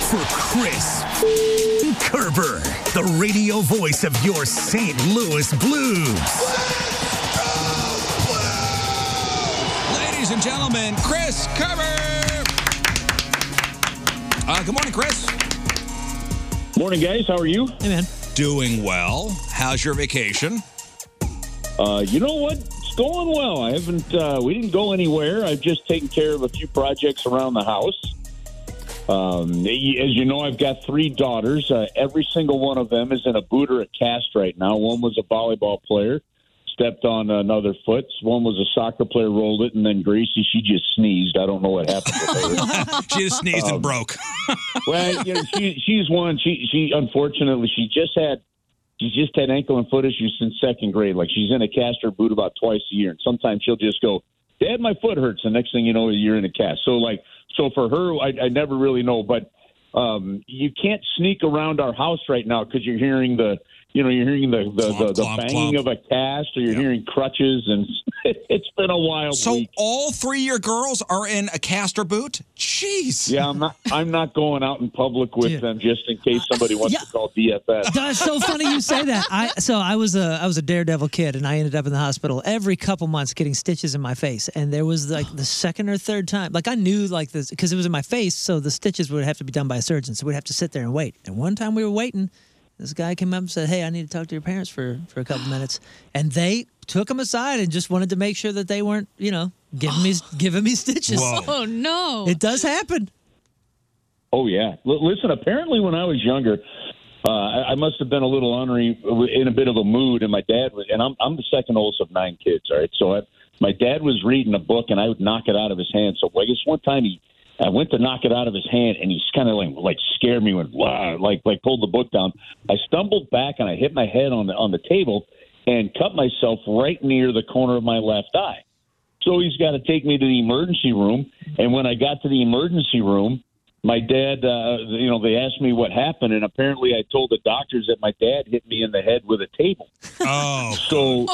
For Chris Kerber, the radio voice of your St. Louis Blues.
Ladies and gentlemen, Chris Kerber. Uh, good morning, Chris.
Morning, guys. How are you?
Hey, man.
Doing well. How's your vacation?
Uh, you know what? It's going well. I haven't. Uh, we didn't go anywhere. I've just taken care of a few projects around the house. Um, y- as you know, I've got three daughters. Uh, every single one of them is in a boot or a cast right now. One was a volleyball player, stepped on another foot. One was a soccer player, rolled it, and then Gracie, she just sneezed. I don't know what happened to her. Um,
she just sneezed and broke.
well, you know, she, she's one. She she unfortunately she just had she just had ankle and foot issues since second grade. Like she's in a cast or boot about twice a year, and sometimes she'll just go, "Dad, my foot hurts." The next thing you know, you're in a cast. So like so for her, I, I never really know, but um, you can't sneak around our house right now because you're hearing the you know you're hearing the the, the, the banging of a cast or you're hearing crutches and it's been a wild
So
week.
all three of your girls are in a caster boot? Jeez.
Yeah, I'm not. I'm not going out in public with them just in case somebody wants to call DFS.
That's so funny you say that. I so I was a I was a daredevil kid, and I ended up in the hospital every couple months getting stitches in my face. And there was like the second or third time, like I knew like this because it was in my face, so the stitches would have to be done by a surgeon. So we'd have to sit there and wait. And one time we were waiting, this guy came up and said, "Hey, I need to talk to your parents for for a couple minutes," and they took him aside and just wanted to make sure that they weren't, you know, giving me giving me stitches.
Whoa.
Oh no!
It does happen.
Oh yeah. L- listen, apparently when I was younger, uh, I-, I must have been a little ornery, in a bit of a mood, and my dad was. And I'm I'm the second oldest of nine kids. All right, so I, my dad was reading a book, and I would knock it out of his hand. So I guess one time he. I went to knock it out of his hand, and he kind of like, like scared me. Went wow, like like pulled the book down. I stumbled back and I hit my head on the on the table, and cut myself right near the corner of my left eye. So he's got to take me to the emergency room. And when I got to the emergency room, my dad, uh, you know, they asked me what happened, and apparently I told the doctors that my dad hit me in the head with a table.
Oh,
so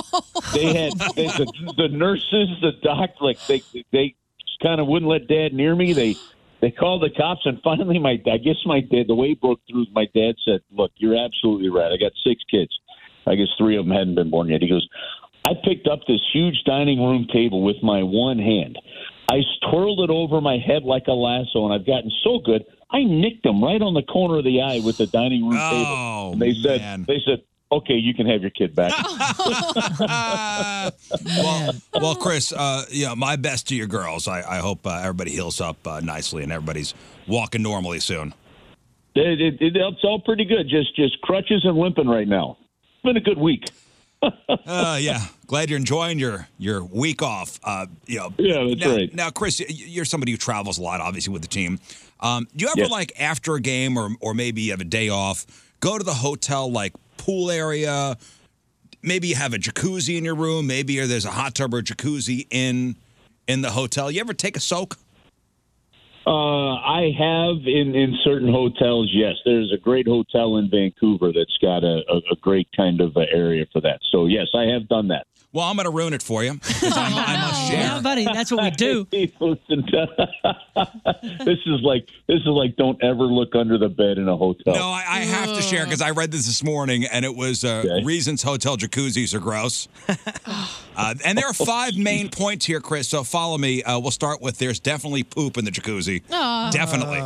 they had they, the, the nurses, the doc, like they they kind of wouldn't let dad near me. They they called the cops, and finally, my I guess my dad, the way it broke through, my dad said, "Look, you're absolutely right. I got six kids. I guess three of them hadn't been born yet." He goes, I picked up this huge dining room table with my one hand. I twirled it over my head like a lasso, and I've gotten so good, I nicked him right on the corner of the eye with the dining room
Oh,
table. And they said, they said, okay, you can have your kid back.
well, well, Chris, uh, yeah, my best to your girls. I, I hope uh, everybody heals up uh, nicely and everybody's walking normally soon.
it, it, it, it's all pretty good. Just just crutches and limping right now. It's been a good week.
Uh, yeah, glad you're enjoying your your week off. Uh, you know,
yeah, that's
now,
right.
Now, Chris, y- you're somebody who travels a lot, obviously, with the team. Um, do you ever
Yes.
like after a game or or maybe you have a day off, go to the hotel like pool area? Maybe you have a jacuzzi in your room. Maybe there's a hot tub or jacuzzi in in the hotel. You ever take a soak?
Uh, I have in, in certain hotels, yes. There's a great hotel in Vancouver that's got a, a, a great kind of uh, area for that. So, yes, I have done that.
Well, I'm going to ruin it for you. 'cause I'm, I
Oh,
must share.
Yeah, buddy, that's what we do.
Listen, this is like this is like don't ever look under the bed in a hotel.
No, I, I have to share because I read this this morning, and it was uh, reasons hotel jacuzzis are gross. uh, and there are five main points here, Chris. So follow me. Uh, we'll start with there's definitely poop in the jacuzzi.
Ah.
Definitely.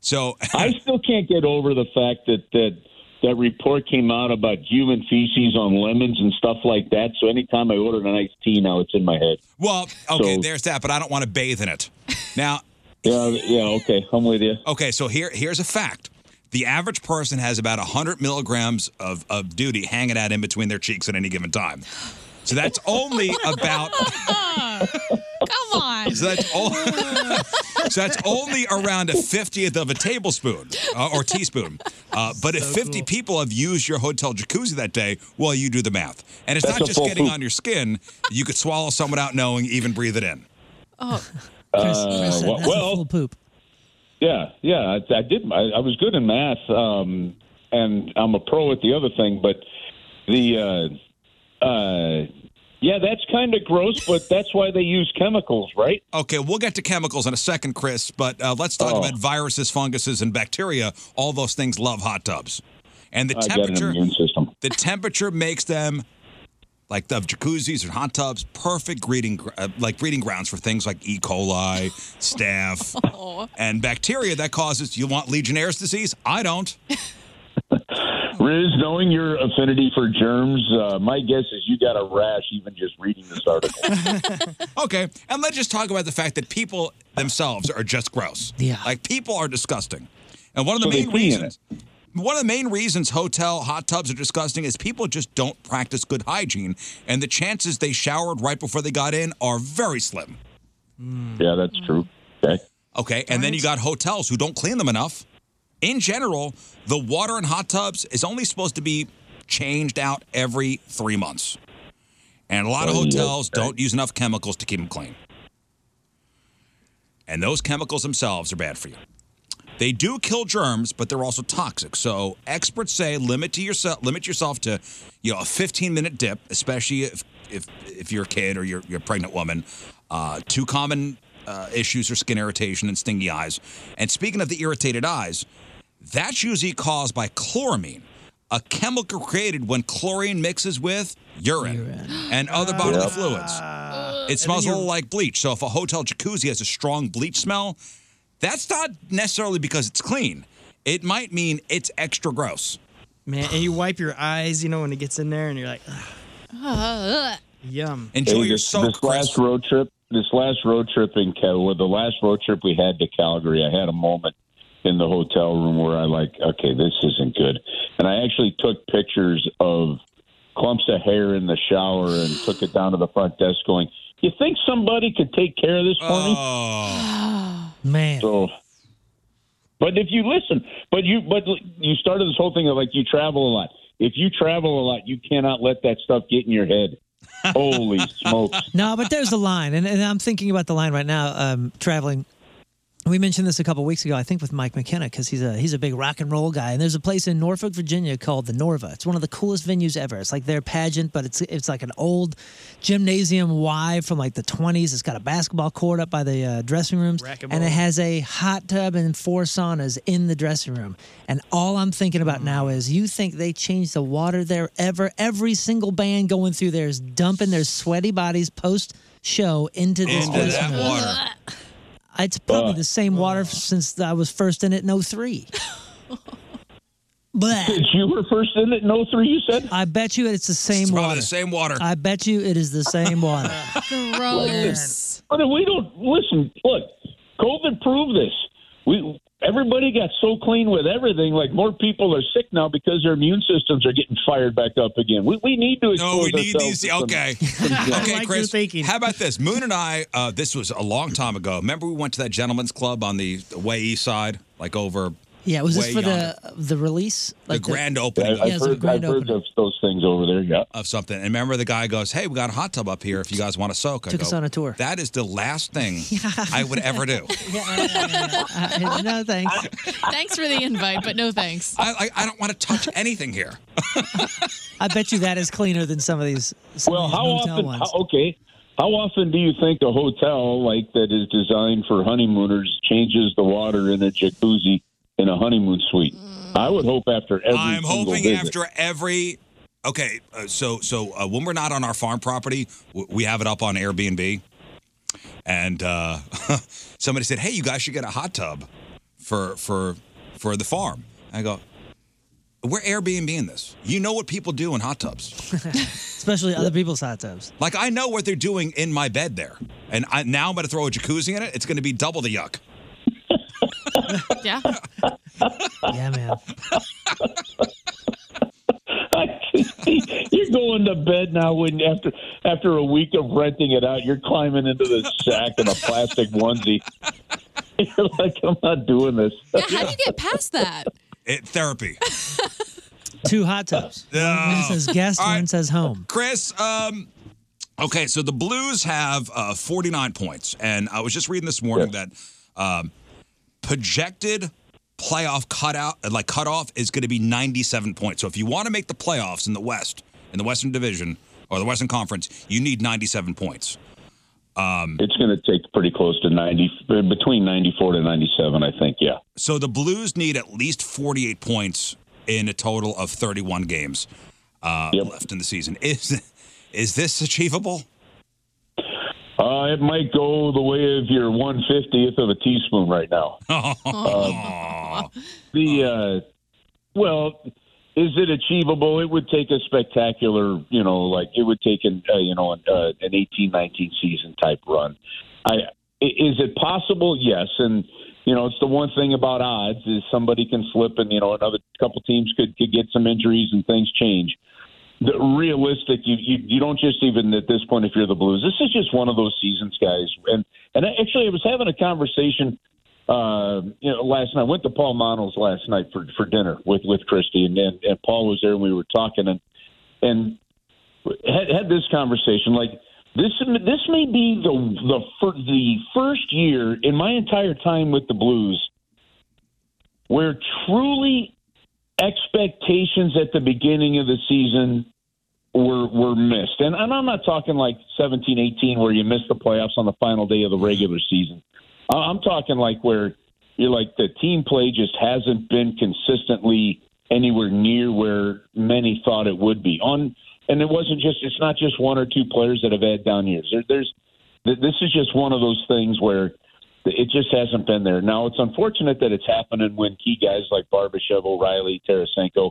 So
I still can't get over the fact that that that report came out about human feces on lemons and stuff like that. So anytime I ordered an iced tea, now it's in my head.
Well, okay,
So-
there's that, but I don't want to bathe in it. Now,
Yeah, yeah, okay, I'm with you.
okay, so here here's a fact. The average person has about 100 milligrams of, of duty hanging out in between their cheeks at any given time. So that's only about
Come on.
so that's, all, so that's only around a 50th of a tablespoon uh, or teaspoon. Uh, but if
So
50 people have used your hotel jacuzzi that day, well, you do the math. And it's
That's
not
a
just
full
getting
poop.
on your skin. You could swallow some without knowing, even breathe it in.
Oh,
Uh,
Listen, that's
well,
a full poop.
Yeah, yeah, I, I did. I, I was good in math, um, and I'm a pro at the other thing. But the uh, uh, yeah, that's kind of gross, but that's why they use chemicals, right?
Okay, we'll get to chemicals in a second, Chris, but uh, let's talk about viruses, funguses, and bacteria. All those things love hot tubs. And the
I got an
temperature
immune system.
the temperature makes them like the jacuzzis or hot tubs perfect breeding gr- uh, like breeding grounds for things like E. coli, staph, and bacteria that causes you want Legionnaire's disease? I don't.
Riz, knowing your affinity for germs, uh, my guess is you got a rash even just reading this article.
Okay, and let's just talk about the fact that people themselves are just gross. Yeah, like people are disgusting, and one of the
So they
main
pee in
reasons. One of the main reasons hotel hot tubs are disgusting is people just don't practice good hygiene, and the chances they showered right before they got in are very slim.
yeah, that's true. Okay.
Okay, and then you got hotels who don't clean them enough. In general, the water in hot tubs is only supposed to be changed out every three months, and a lot of
Oh, yeah.
hotels don't use enough chemicals to keep them clean. And those chemicals themselves are bad for you. They do kill germs, but they're also toxic. So experts say limit to yourself limit yourself to, you know, a 15 minute dip, especially if if if you're a kid or you're, you're a pregnant woman. Uh, two common uh, issues are skin irritation and stingy eyes. And speaking of the irritated eyes, that's usually caused by chloramine, a chemical created when chlorine mixes with urine, and other bodily
Yep.
fluids. It smells a little like bleach. So if a hotel jacuzzi has a strong bleach smell, that's not necessarily because it's clean. It might mean it's extra gross.
Man, and you wipe your eyes, you know, when it gets in there, and you're like, "Ugh,
Uh,
yum.
Hey, this, this last road trip. This last road trip in Cal, well, the last road trip we had to Calgary, I had a moment in the hotel room where I like, okay, this isn't good, and I actually took pictures of clumps of hair in the shower and took it down to the front desk, going, "You think somebody could take care of this for Oh. me?"
Man.
So, but if you listen, but you, but you started this whole thing of like you travel a lot. If you travel a lot, you cannot let that stuff get in your head. Holy smokes!
No, but there's a line, and, and I'm thinking about the line right now. Um, traveling, we mentioned this a couple weeks ago, I think, with Mike McKenna because he's a he's a big rock and roll guy. And there's a place in Norfolk, Virginia called the Norva. It's one of the coolest venues ever. It's like their pageant, but it's it's like an old gymnasium Y from like the 20s. It's got a basketball court up by the uh, dressing rooms, and it has a hot tub and four saunas in the dressing room. And all I'm thinking about now is you think they changed the water there ever? Every single band going through there is dumping their sweaty bodies post show into this
Into that
dressing room.
water.
It's probably the same water since I was first in it in 03. But
you were first in it in 03, you said?
I bet you it's the same
probably
water.
the same water.
I bet you it is the same water.
Gross. But if we don't listen. Look, COVID proved this. We everybody got so clean with everything. Like more people are sick now because their immune systems are getting fired back up again. We, we need to.
No, we
expose
need these.
ourselves to some-
Okay.
some-
okay, Chris. How about this? Moon and I, uh, this was a long time ago. Remember, we went to that gentleman's club on the way east side, like over.
Yeah, was
way
this for
yonder.
the the release?
the grand opening?
Yeah, I've Yeah, it's a heard- grand I've heard opening.
of those things over there. Yeah,
of something. And remember, the guy goes, "Hey, we got a hot tub up here. If you guys want to soak." I
Took us
go,
on a tour.
That is the last thing I would ever do.
Uh, no thanks.
thanks for the invite, but no thanks.
I, I, I don't want to touch anything here.
I bet you that is cleaner than some of these. Some
Well,
of these
how
motel
often?
ones.
How, okay, how often do you think a hotel like that is designed for honeymooners changes the water in a jacuzzi in a honeymoon suite? I would hope after every.
I'm
single
hoping
visit.
after every. Okay, uh, so so uh, when we're not on our farm property, w- we have it up on Airbnb, and uh, somebody said, "Hey, you guys should get a hot tub for for for the farm." I go, We're Airbnb in this. You know what people do in hot tubs.
especially other people's hot tubs.
Like I know what they're doing in my bed there, and I, now I'm going to throw a jacuzzi in it. It's going to be double the yuck.
Yeah.
yeah, man.
you're going to bed now when after after a week of renting it out, you're climbing into the sack in a plastic onesie. You're like, I'm not doing this.
Yeah, how do you get past that?
It, therapy.
Two hot tubs. One
No.
says guest,
All right.
one says home.
Chris, um, okay, so the Blues have uh, 49 points, and I was just reading this morning that um, projected playoff cutout, like cutoff, is going to be 97 points. So if you want to make the playoffs in the West, in the Western Division or the Western Conference, you need 97 points. Um,
it's going to take pretty close to 90, between 94 to 97, I think, yeah.
So the Blues need at least 48 points in a total of 31 games uh, left in the season. Is is this achievable?
Uh, it might go the way of your 150th of a teaspoon right now.
Oh.
Um, the uh, well, is it achievable? It would take a spectacular, you know, like it would take an uh, you know an, uh, an 18, 19 season type run. I i- is it possible? Yes, and you know it's the one thing about odds is somebody can slip, and you know another couple teams could could get some injuries and things change the realistic you, you you don't just even at this point if you're the blues this is just one of those seasons guys and and I, actually i was having a conversation uh you know last night I went to paul monos last night for for dinner with with christy and and, and paul was there and we were talking and and had, had this conversation like this this may be the the fir- the first year in my entire time with the blues where truly expectations at the beginning of the season were were missed. And, and I'm not talking like 17, 18 where you miss the playoffs on the final day of the regular season. I- I'm talking like where you're like the team play just hasn't been consistently anywhere near where many thought it would be. On and it wasn't just it's not just one or two players that have had down years. There, there's th- this is just one of those things where it just hasn't been there. Now it's unfortunate that it's happening when key guys like Barbashev, O'Reilly, Tarasenko,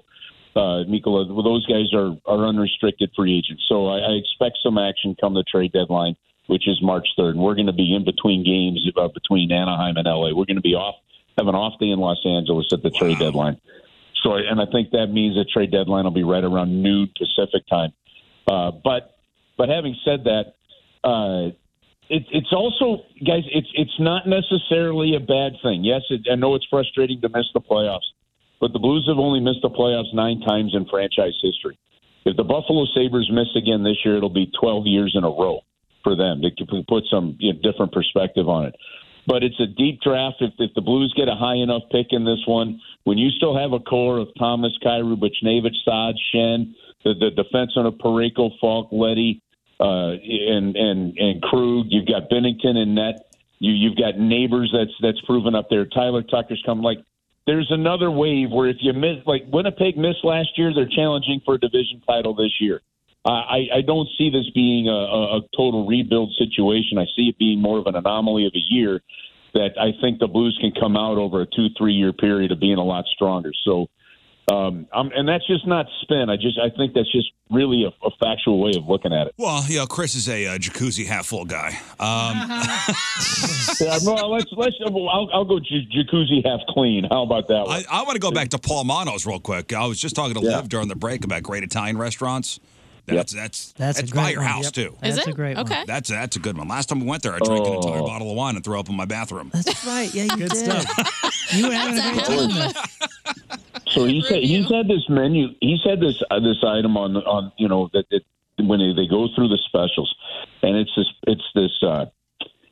uh, Mikola, well, those guys are are unrestricted free agents. So I, I expect some action come the trade deadline, which is March third. We're going to be in between games uh, between Anaheim and LA. We're going to be off have an off day in Los Angeles at the trade deadline. So I- and I think that means the trade deadline will be right around noon Pacific time. Uh, but but having said that. Uh, it, it's also guys it's it's not necessarily a bad thing yes it, i know it's frustrating to miss the playoffs but the blues have only missed the playoffs nine times in franchise history if the buffalo sabres miss again this year it'll be 12 years in a row for them to to put some you know, different perspective on it but it's a deep draft if, if the blues get a high enough pick in this one when you still have a core of thomas Kyrou, Buchnevich, Saad, shen the, the defenseman of Pareko, falk letty uh, and and and Krug. You've got Bennington and Net. You you've got neighbors that's that's proven up there. Tyler Tucker's come like. There's another wave where if you miss, like Winnipeg missed last year, they're challenging for a division title this year. I, I- I don't see this being a, a, a total rebuild situation. I see it being more of an anomaly of a year that I think the Blues can come out over a two, three year period of being a lot stronger. So, um, I'm, and that's just not spin. I just, I think that's just really a, a factual way of looking at it.
Well, you know, Chris is a uh, jacuzzi half full guy. Um,
yeah, well, let's let's. I'll, I'll go j- jacuzzi half clean. How about that one?
I, I want to go back to Paul Manos real quick. I was just talking to Liv during the break about great Italian restaurants. That's that's
That's
that's,
a
by
great
your
one.
house
Yep.
too.
That's Is a it? great one. Okay.
That's that's a good one. Last time we went there, I drank an entire
Oh.
bottle of wine and threw up in my bathroom.
That's right. Yeah, you Good did. Stuff. You were having a great time. man.
So he's had, he's had this menu. He's had this uh, this item on on you know that, that when they, they go through the specials, and it's this it's this uh,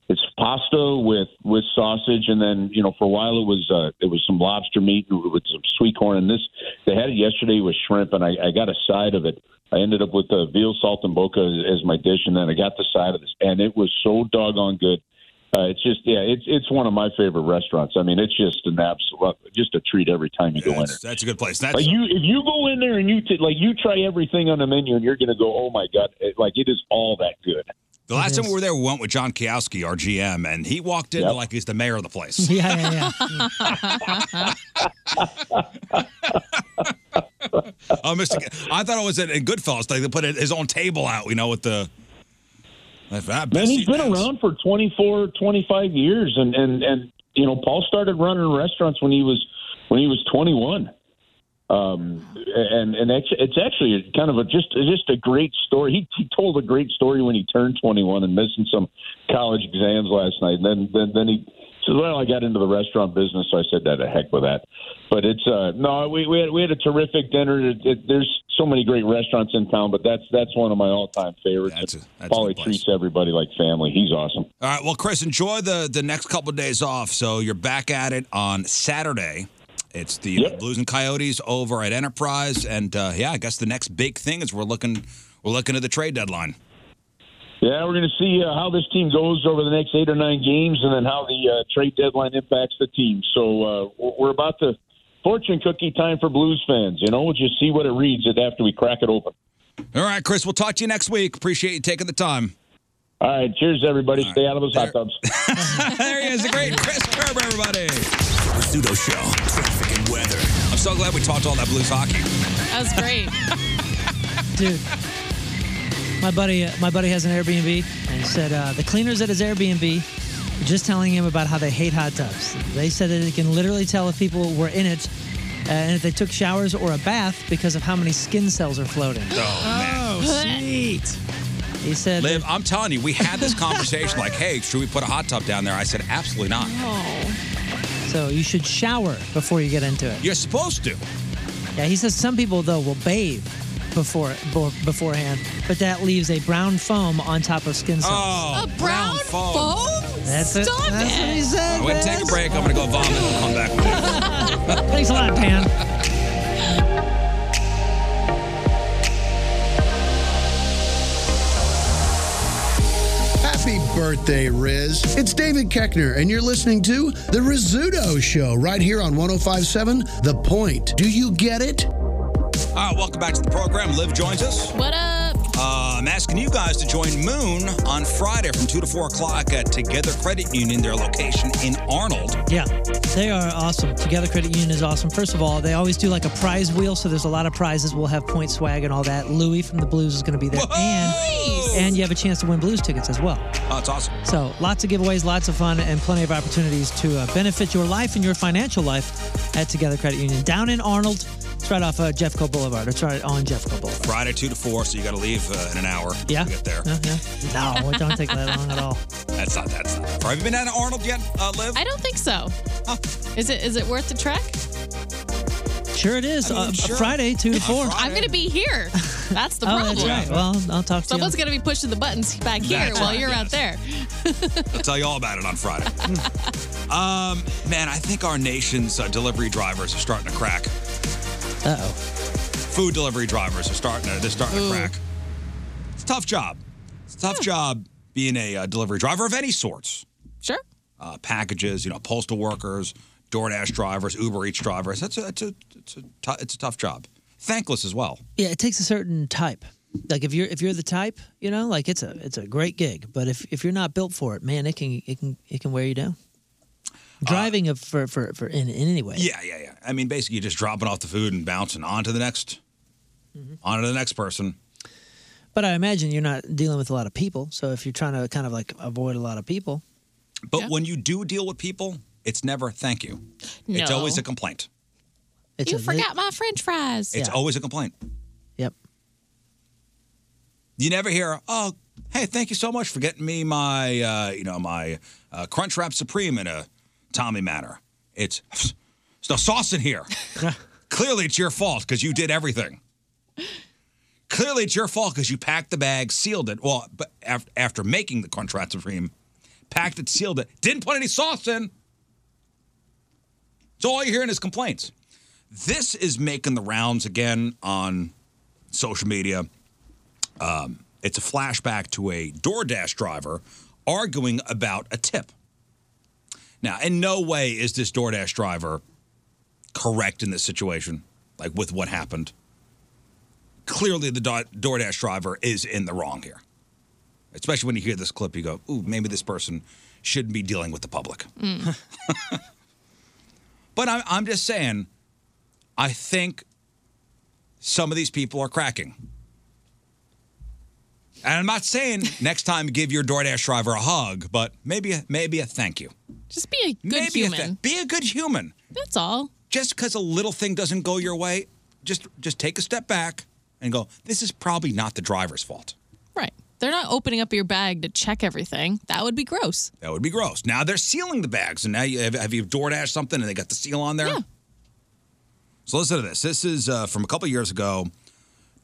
it's pasta with with sausage, and then you know for a while it was uh, it was some lobster meat with some sweet corn, and this they had it yesterday with shrimp, and I, I got a side of it. I ended up with a veal salt and boca as my dish, and then I got the side of this, and it was so doggone good. Uh, it's just yeah, it's it's one of my favorite restaurants. I mean, it's just an absolute just a treat every time you go in there.
That's, that's a good place. That's
Like you, if you go in there and you t- like you try everything on the menu, and you're going to go, "Oh my god!" It, like it is all that good.
The last time we were there, we went with John Kiowski, our GM, and he walked in
Yep.
like he's the mayor of the place.
Yeah, yeah, Mm. yeah.
Oh, Mr. K- I thought it was in in Goodfellas. Like they put his own table out, you know, with the. If that
Man,
best
he's
you
been
know.
around for 24, 25 years, and and and you know, Paul started running restaurants when he was when he was 21. Um, and and actu- it's actually kind of a just just a great story. He, he told a great story when he turned 21 and missing some college exams last night. And then then then he says, "Well, I got into the restaurant business, so I said that the heck with that." But it's uh no, we we had we had a terrific dinner. It, it, there's so many great restaurants in town, but that's that's one of my all time favorites. That's Paulie treats everybody like family. He's awesome.
All right. Well, Chris, enjoy the the next couple of days off. So you're back at it on Saturday. It's the Blues and Coyotes over at Enterprise, and uh, yeah, I guess the next big thing is we're looking we're looking at the trade deadline.
Yeah, we're going to see uh, how this team goes over the next eight or nine games, and then how the uh, trade deadline impacts the team. So uh, we're- we're about to fortune cookie time for Blues fans. You know, we'll just see what it reads it after we crack it open.
All right, Chris. We'll talk to you next week. Appreciate you taking the time.
All right, cheers, everybody. Stay out of those hot tubs.
there he is, the great Chris Kerber, everybody. Rizzuto Show, traffic and weather. I'm so glad we talked all that blues hockey.
That was great.
dude. My buddy, uh, my buddy has an Airbnb, and he said uh, the cleaners at his Airbnb were just telling him about how they hate hot tubs. They said that they can literally tell if people were in it uh, and if they took showers or a bath because of how many skin cells are floating.
Oh,
sweet. He said,
Liv, I'm telling you, we had this conversation like, hey, should we put a hot tub down there? I said, absolutely not.
So you should shower before you get into it.
You're supposed to.
Yeah, he says some people though will bathe before bo- beforehand, but that leaves a brown foam on top of skin cells.
Oh,
A brown foam?
That's it.
Stop
That's
it.
what he said.
We're going to take a break. I'm going to go vomit and come back.
Thanks a lot, Pam.
Happy birthday, Riz. It's David Keckner, and you're listening to The Rizzuto Show right here on 1057 The Point. Do you get it?
All right, welcome back to the program. Liv joins us.
What up?
Uh, I'm asking you guys to join Moon on Friday from 2 to 4 o'clock at Together Credit Union, their location in Arnold.
Yeah, they are awesome. Together Credit Union is awesome. First of all, they always do like a prize wheel, so there's a lot of prizes. We'll have point swag and all that. Louie from the Blues is going to be there, and and you have a chance to win Blues tickets as well.
Oh, it's awesome.
So lots of giveaways, lots of fun, and plenty of opportunities to uh, benefit your life and your financial life at Together Credit Union down in Arnold. It's right off uh, Jeffco Boulevard. It's right on Jeffco Boulevard.
Friday, 2 to 4, so you got to leave uh, in an hour
Yeah.
to get there.
Yeah, yeah. No, it don't take that long at all.
That's not, that's not. Have you been down to Arnold yet, uh, Liv?
I don't think so. Is it is it worth the trek?
Sure, it is.
I mean,
uh,
sure.
Friday, two to four.
I'm gonna be here. That's the
oh,
problem.
that's right. Well, I'll talk to
Someone's
you.
gonna be pushing the buttons back here
That's
while
right,
you're out there.
I'll tell you all about it on Friday. um, man, I think our nation's uh, delivery drivers are starting to crack.
Uh oh.
Food delivery drivers are starting to, they're starting to crack. It's a tough job. It's a tough job being a uh, delivery driver of any sorts.
Sure.
Uh, packages, you know, postal workers, DoorDash drivers, Uber Eats drivers. That's a, that's a, it's, a tou- it's a tough job. Thankless as well.
Yeah, it takes a certain type. Like if you're if you're the type, you know, like it's a it's a great gig. But if if you're not built for it, man, it can it can it can wear you down. Driving of for for for in, in any way.
Yeah, yeah, yeah. I mean, basically, you're just dropping off the food and bouncing on to the next, on to the next person.
But I imagine you're not dealing with a lot of people. So if you're trying to kind of like avoid a lot of people,
But when you do deal with people, it's never thank you. It's
No.
always a complaint.
It's
you forgot my French fries.
It's always a complaint.
Yep.
You never hear, oh, hey, thank you so much for getting me my, uh, you know, my uh, Crunch Wrap Supreme in a Tommy manner. It's there's no sauce in here. Clearly, it's your fault because you did everything. Clearly, it's your fault because you packed the bag, sealed it. Well, but af- after making the Crunch Wrap Supreme, packed it, sealed it, didn't put any sauce in. So all you're hearing is complaints. This is making the rounds again on social media. Um, it's a flashback to a DoorDash driver arguing about a tip. Now, in no way is this DoorDash driver correct in this situation, like with what happened. Clearly, the Do- DoorDash driver is in the wrong here. Especially when you hear this clip, you go, ooh, maybe this person shouldn't be dealing with the public. But I'm, I'm just saying, I think some of these people are cracking. And I'm not saying next time give your DoorDash driver a hug, but maybe maybe a thank you.
Just be a good
maybe
human.
A th- be a good human.
That's all.
Just because a little thing doesn't go your way, just just take a step back and go. This is probably not the driver's fault.
Right. They're not opening up your bag to check everything. That would be gross.
That would be gross. Now they're sealing the bags, and now you have, have you DoorDash something, and they got the seal on there. So listen to this. This is uh, from a couple years ago.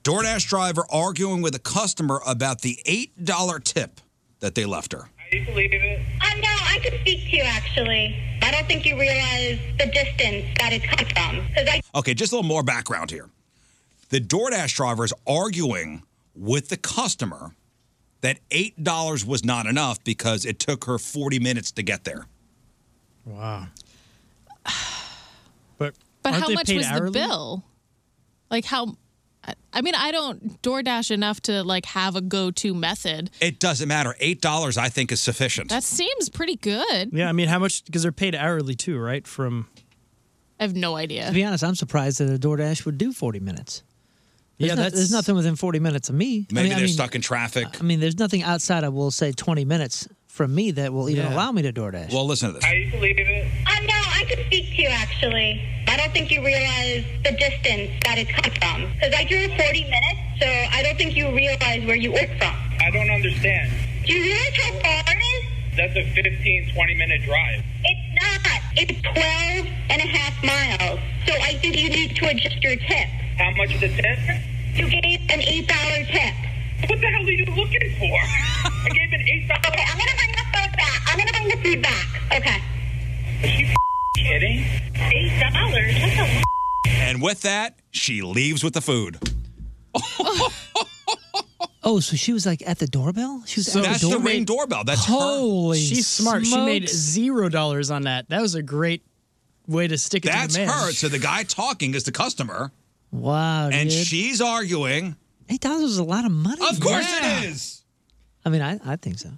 DoorDash driver arguing with a customer about the eight dollar tip that they left her.
you believe it? Um, no, I could speak to you actually. I don't think you realize the distance that it's come from. Because I
Okay, just a little more background here. The DoorDash driver is arguing with the customer that eight dollars was not enough because it took her forty minutes to get there.
Wow. But
But
aren't
how
they
much
paid
was
hourly?
the bill? Like how? I- I mean, I don't DoorDash enough to like have a go-to method.
It doesn't matter. Eight dollars, I think, is sufficient.
That seems pretty good.
Yeah, I mean, how much? Because they're paid hourly too, right? From
I have no idea.
To be honest, I'm surprised that a DoorDash would do 40 minutes. There's
Yeah,
no-
that's-
there's nothing within 40 minutes of me. I
Maybe
mean, I
they're
mean-
stuck in traffic.
I mean, there's nothing outside of, we'll say, 20 minutes from me that will even
Yeah.
allow me to DoorDash.
Well, listen to this.
you believe it? Um, no, I could speak to you actually. I don't think you realize the distance that it's come from. Because I drove 40 minutes, so I don't think you realize where you work from.
I don't understand.
Do you realize how far it is?
That's a 15, 20 minute drive.
It's not. It's 12 and a half miles. So I think you need to adjust your tip.
How much is the tip?
You gave an $8 tip.
What the hell are you looking for? I gave an eight dollar.
Okay, I'm gonna bring the food back. I'm gonna bring the food back. Okay.
kidding.
Eight dollars? That's a
And with that, she leaves with the food.
oh, so she was like at the doorbell? She was
So
at
that's
the
the
doorbell?
ring doorbell.
That's
her. Holy
she's smart. She made
smokes.
zero dollars on that. That was a great way to stick it
That's
to the man.
her. So the guy talking is the customer,
Wow,
and
dude.
she's arguing.
Eight dollars is a lot of money.
Of course it is.
I mean, I, I think so.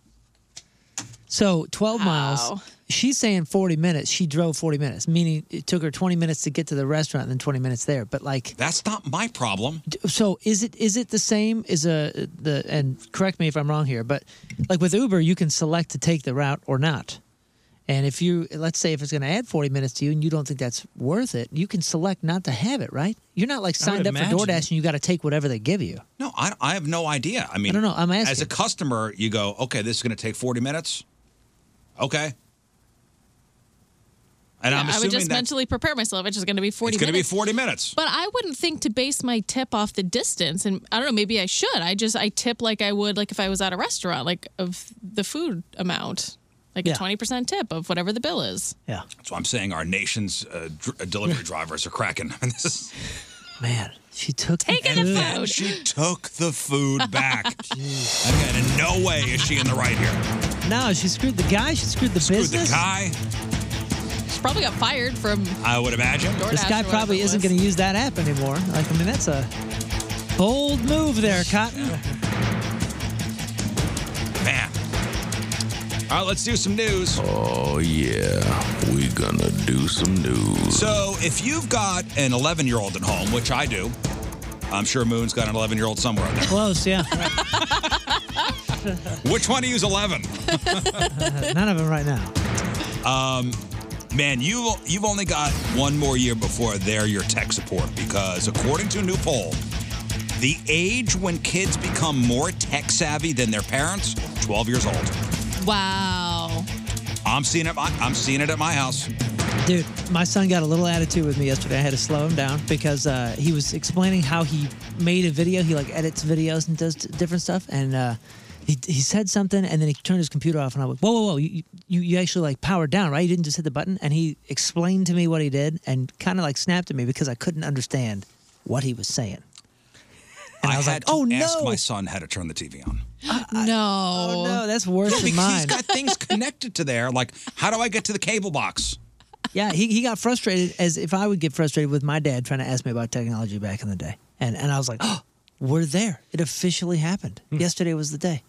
So twelve miles. She's saying forty minutes. She drove forty minutes, meaning it took her twenty minutes to get to the restaurant and then twenty minutes there. But like,
That's not my problem.
d- so is it is it the same as a the? And correct me if I'm wrong here, but like with Uber, you can select to take the route or not. And if you let's say if it's going to add forty minutes to you and you don't think that's worth it, you can select not to have it. Right? You're not
I would
like signed up
imagine.
for DoorDash and you got to take whatever they give you.
No, I, I have no idea. I mean,
I don't know. I'm
As a customer, you go, okay, this is going to take 40 minutes. Okay. And I'm
Yeah, I would
assuming
just
that
mentally prepare myself. It's just going to be forty.
it's going to be
minutes.
40 minutes.
But I wouldn't think to base my tip off the distance, and I don't know. Maybe I should. I just I tip like I would like if I was at a restaurant, like of the food amount, like a
Yeah.
twenty percent tip of whatever the bill is.
Yeah.
That's why I'm saying our nation's uh, dr- delivery drivers are cracking. This is-
Man, she took
taking
and then she took the food back. Again, in no way is she in the right here.
No, she screwed the guy. She screwed the
Screwed
business.
the guy,
She probably got fired from.
I would imagine.
This guy probably isn't going to use that app anymore. Like, I mean, that's a bold move there, Cotton.
Man. All right, let's do some news.
Oh, yeah. we gonna do some news.
So, if you've got an 11 year old at home, which I do, I'm sure Moon's got an 11 year old somewhere. out there.
Close, yeah.
Which one do you use 11?
None of them right now.
Um, man, you you've only got one more year before they're your tech support because according to a new poll, the age when kids become more tech savvy than their parents, 12 years old.
Wow.
I'm seeing it. I- I'm seeing it at my house.
Dude, my son got a little attitude with me yesterday. I had to slow him down because uh, he was explaining how he made a video. He like edits videos and does t- different stuff. And uh, he, he said something, and then he turned his computer off. And I went, "Whoa, whoa, whoa! You, you you actually like powered down, right? You didn't just hit the button." And he explained to me what he did, and kind of like snapped at me because I couldn't understand what he was saying.
I,
was
had
like,
to
"Oh,
ask
no."
my son how to turn the TV on.
no.
Oh no, that's worse
Yeah,
than
because he's
mine.
got things connected to there. Like, how do I get to the cable box?
Yeah, he, he got frustrated as if I would get frustrated with my dad trying to ask me about technology back in the
Hmm.
day. And and I was like, oh, we're there. It officially happened. Yesterday was the day.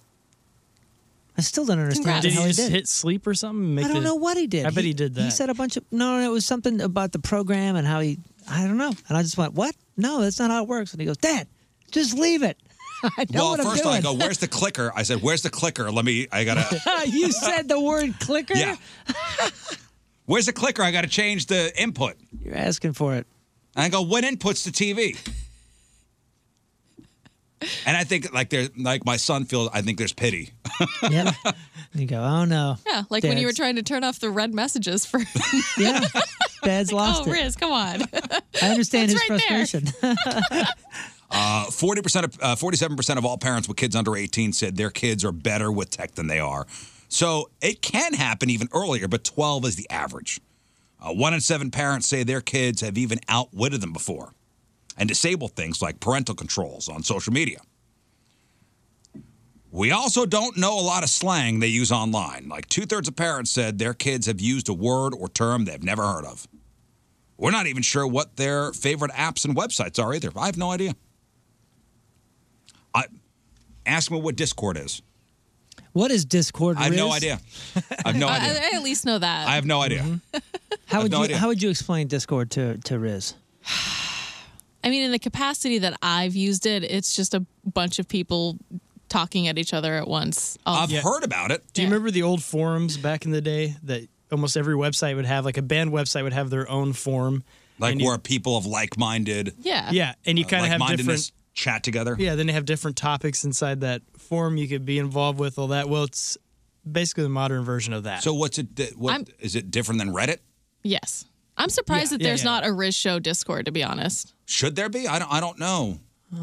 I still don't understand
Did
how
he
he
just
did.
hit sleep or something?
I
Make
don't
the-
know what he did.
I bet he did that.
He said a bunch of no, no, it was something about the program and how he. I don't know. And I just went, what? No, that's not how it works. And he goes, Dad, just leave it. I know
well,
what
first
I'm
I go,
doing.
"Where's the clicker?" I said, "Where's the clicker?" Let me. I gotta.
you said the word clicker.
Yeah. Where's the clicker? I gotta change the input.
You're asking for it.
And I go, "What inputs the TV?" And I think like there's like my son feels. I think there's pity.
yeah. You go, oh no.
Yeah, like when you were
Dad's-
trying to turn off the red messages for.
yeah, Dad's lost
oh,
it.
Riz, come on.
I understand his
That's right there.
frustration.
Uh, Forty percent of forty-seven percent of all parents with kids under eighteen said their kids are better with tech than they are. So it can happen even earlier, but twelve is the average. Uh, one in seven parents say their kids have even outwitted them before, and disabled things like parental controls on social media. We also don't know a lot of slang they use online. Like two thirds of parents said their kids have used a word or term they've never heard of. We're not even sure what their favorite apps and websites are either. I have no idea. I ask me what Discord is.
what is Discord?
I have no
Riz? Mm-hmm.
idea. I have no
I,
idea.
I at least know that.
I have no idea.
How would
no
you
idea.
How would you explain Discord to to Riz?
I mean, in the capacity that I've used it, it's just a bunch of people talking at each other at once. Oh,
Yeah.
about it.
Do you remember the old forums back in the day that almost every website would have, like a band website would have their own forum?
Like
and you-
where Uh, people of like-minded,
Yeah.
Yeah, and you kinda have
like-mindedness
different-
chat together.
Yeah, then they have different topics inside that forum you could be involved with, all that. Well, it's basically the modern version of that.
So what's it? di- What
I'm-
is it different than Reddit?
Yes. I'm surprised
Yeah,
that
yeah,
there's
yeah,
not a Riz Show Discord, to be honest.
Should there be? I don't. I don't know.
Uh,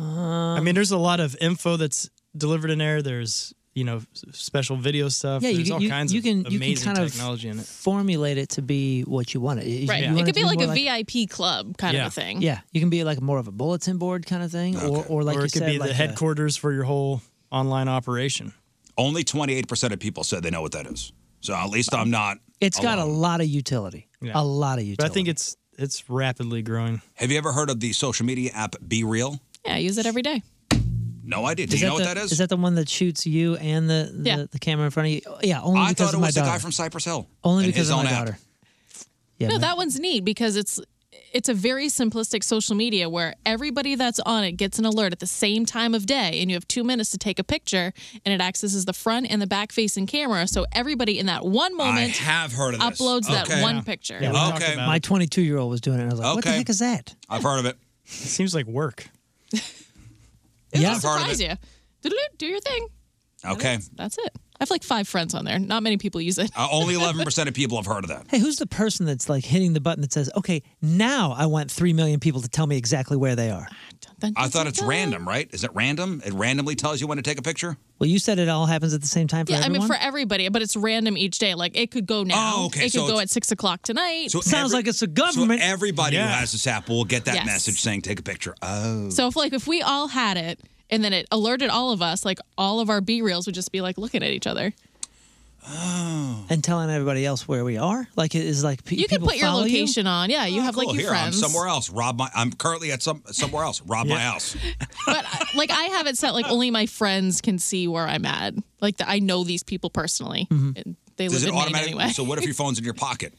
I mean, there's a lot of info that's delivered in there. There's, you know, s- special video stuff.
yeah, you,
there's
can-
all
you,
kinds
you
of
can you
amazing
can kind
technology
of
in it.
formulate it to be what you want it. You-
Right.
you
It
want
could
to
be like
more
a VIP club kind of a thing.
Yeah, you can be like more of a bulletin board kind of thing, or or like
or
you
it could
said,
be
like
the
a-
headquarters for your whole online operation.
Only twenty-eight percent of people said they know what that is. So at least I'm not.
It's got a
alone.
lot of utility. A
But
lot of
I
utility.
think it's it's rapidly growing.
Have you ever heard of the social media app Be Real?
Yeah, I use it every day.
No idea. Do
Is
you know
the,
what that is?
Is that the one that shoots you and the the,
Yeah.
the camera in front of you? Yeah, only
I
because
thought it
of my
was the
daughter.
guy from Cypress Hill.
only
and
because
his
of my
own app.
daughter. Yeah,
no,
man.
that one's neat because it's it's a very simplistic social media where everybody that's on it gets an alert at the same time of day and you have two minutes to take a picture and it accesses the front and the back facing camera so everybody in that one moment
I have heard of this.
uploads that
Okay.
one picture
Yeah, we talked
okay.
about My 22 year old was doing it. And I was like, what the
Okay.
heck is that?
I've heard of it.
It seems like work.
yeah,
I'll surprise you Doodle-doo, do your thing
Okay.
that's it i have like five friends on there not many people use it
Uh, only 11% of people have heard of that.
Hey, who's the person that's like hitting the button that says, okay, now I want 3 million people to tell me exactly where they are?
I thought it's random, right? Is it random? It randomly tells you when to take a picture?
Well, you said it all happens at the same time for
yeah,
everyone.
I mean for everybody, but it's random each day. Like it could go now.
Oh, okay,
It could
so
go
it's-
at six o'clock tonight.
like it's a
government. So everybody who
Yeah.
has this app will get that
Yes.
message saying take a picture. Oh.
So if like if we all had it and then it alerted all of us, like all of our B reels would just be like looking at each other.
oh. And telling everybody else where we are? Like, it is like pe-
You could
people
put your
follow you?
location on. Yeah, you have
Ah, cool,
like your
here I'm
friends.
somewhere else. Rob my I'm currently at some somewhere else. Rob my house.
uh, like I have it set like only my friends can see where I'm at. Like the, I know these people personally.
Mm-hmm.
And they
Does
live
it
in Maine
automatically
anyway.
So what if your phone's in your pocket?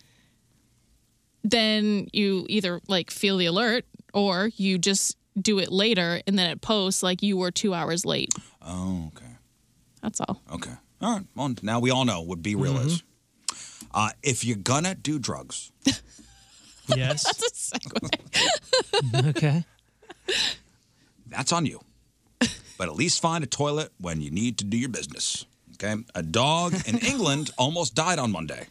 then you either like feel the alert or you just do it later and then it posts like you were two hours late.
Oh, okay.
That's all.
Okay. All right. Well, now we all know what Be Real is. Uh, if you're gonna do drugs,
yes,
that's a
segue.
okay,
that's on you. But at least find a toilet when you need to do your business. Okay. A dog in England almost died on Monday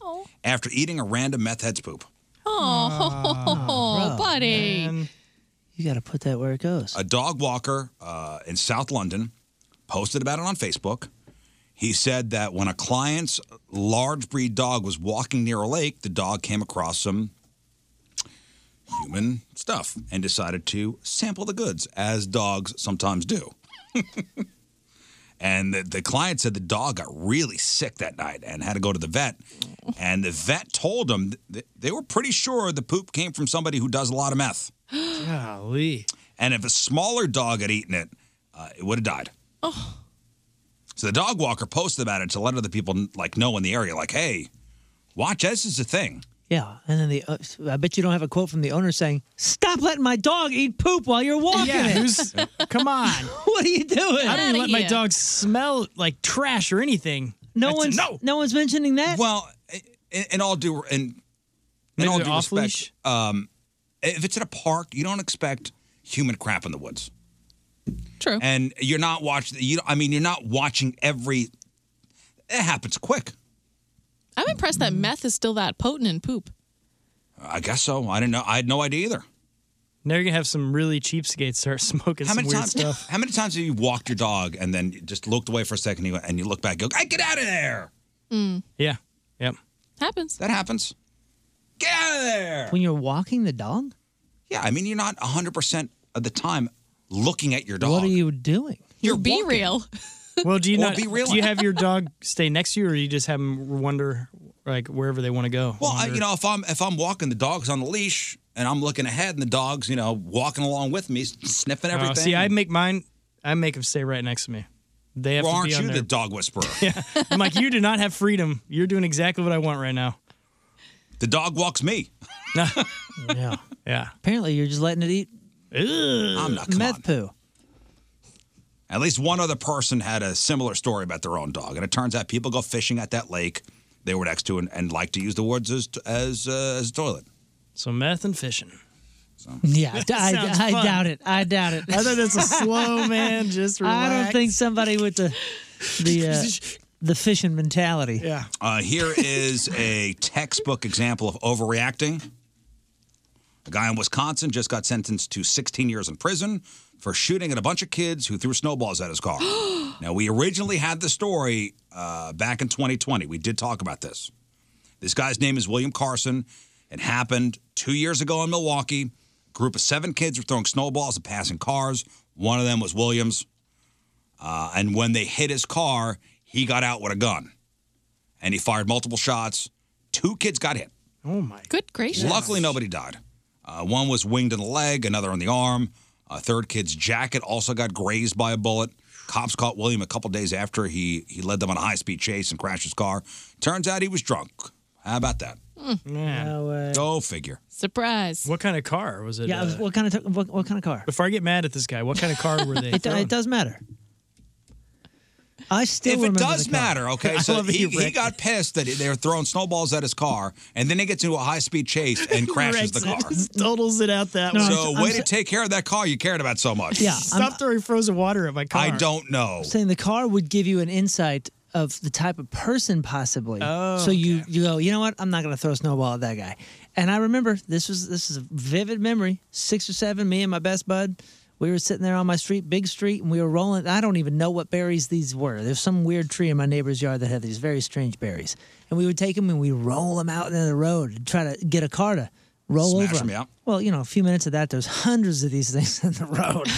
Oh.
after eating a random meth head's poop.
Oh,
bro,
buddy.
You got to put that where it goes.
A dog walker uh, in South London posted about it on Facebook. He said that when a client's large breed dog was walking near a lake, the dog came across some human stuff and decided to sample the goods, as dogs sometimes do. and the, the client said the dog got really sick that night and had to go to the vet. And the vet told him th- they were pretty sure the poop came from somebody who does a lot of meth.
Golly.
And if a smaller dog had eaten it, uh, it would have died.
Oh.
So So the dog walker posted about it to let other people like know in the area, like, hey, watch this is a thing.
Yeah, and then the uh, I bet you don't have a quote from the owner saying, "Stop letting my dog eat poop while you're walking
Yeah,
it."
who's- come on,
what are you doing?
I don't even let my dog smell like trash or anything.
No
That's-
one's
no.
no. one's mentioning that.
Well, In, in all due in, in
Maybe
all
they're
due
off
respect, um, if it's in a park, you don't expect human crap in the woods.
True.
And you're not watching. You I mean, you're not watching every. It happens quick.
I'm impressed that meth is still that potent in poop.
I guess so. I didn't know. I had no idea either.
Now you're gonna have some really cheapskates start smoking
How
some
many
weird
times?
stuff.
How many times have you walked your dog and then you just looked away for a second and you, and you look back? You go, hey, get out of there!
Mm.
Yeah. Yep.
Happens.
That happens. Get out of there!
When you're walking the dog,
Yeah, I mean, you're not 100 percent of the time looking at your dog.
what are you doing?
You're
be real.
Well, do you
Or
not?
be real.
Do you have your dog stay next to you, or you just have them wander like wherever they want to go?
Well, I,
Wander.
you know, if I'm if I'm walking the dogs on the leash and I'm looking ahead and the dogs, you know, walking along with me, sniffing
Oh,
everything.
see, I make mine. I make them stay right next to me. They have
well,
to
aren't
be on
you
there.
the dog whisperer?
I'm like, you do not have freedom. You're doing exactly what I want right now.
The dog walks me.
yeah.
Yeah.
Apparently, you're just letting it eat.
I'm not. Come
meth
on.
poo.
At least one other person had a similar story about their own dog, and it turns out people go fishing at that lake they were next to and, and like to use the woods as as, uh, as a toilet.
So meth and fishing.
Yeah,
That
I,
sounds
I, I
fun.
doubt it. I doubt it.
I thought that's a slow man, just
I don't
relax.
think somebody with the the uh, the fishing mentality.
Yeah.
Uh, here is a textbook example of overreacting. A guy in Wisconsin just got sentenced to 16 years in prison for shooting at a bunch of kids who threw snowballs at his car. now, we originally had the story uh, back in 2020. We did talk about this. This guy's name is William Carson. It happened two years ago in Milwaukee. A group of seven kids were throwing snowballs at passing cars. One of them was Williams. Uh, and when they hit his car, he got out with a gun and he fired multiple shots. Two kids got hit.
Oh my.
Good gracious.
Luckily, nobody died. Uh, one was winged in the leg, another on the arm. A third kid's jacket also got grazed by a bullet. Cops caught William a couple days after he he led them on a high speed chase and crashed his car. Turns out he was drunk. How about that? Go figure.
Surprise.
Mm. What kind of car was it?
Yeah,
uh,
what kind of t- what, what kind of car?
before I get mad at this guy, what kind of car were they?
It, do-
throwing?
it does matter. I still
if it
remember
does
the car.
matter, okay. So he, he got pissed that they were throwing snowballs at his car, and then he gets into a high speed chase and crashes the car.
Wrecks it. Totals it out that way.
so way to take care of that car you cared about so much.
Stop throwing frozen water at my car.
I don't know.
I'm saying the car would give you an insight of the type of person possibly.
Oh,
so you you go, you know what? I'm not going to throw a snowball at that guy. And I remember this was this is a vivid memory. Six or seven, me and my best bud, we were sitting there on my street, big street, and we were rolling. I don't even know what berries these were. There's some weird tree in my neighbor's yard that had these very strange berries, and we would take them and we roll them out into the road and try to get a car to roll
Smash
over.
'em,
'em.
yeah.
Well, you know, a few minutes of that, there's hundreds of these things in the road.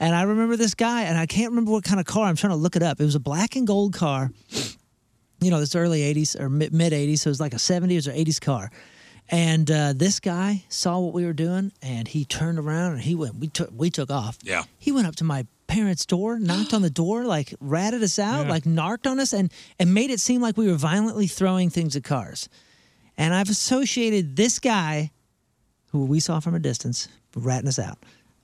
and I remember this guy, and I can't remember what kind of car. I'm trying to look it up. It was a black and gold car. You know, this early 80s or mid 80s. So it was like a 70s or 80s car. And uh, this guy saw what we were doing, and he turned around and he went. We took we took off.
Yeah.
He went up to my parents' door, knocked on the door, like ratted us out, like narked on us, and and made it seem like we were violently throwing things at cars. And I've associated this guy, who we saw from a distance, ratting us out,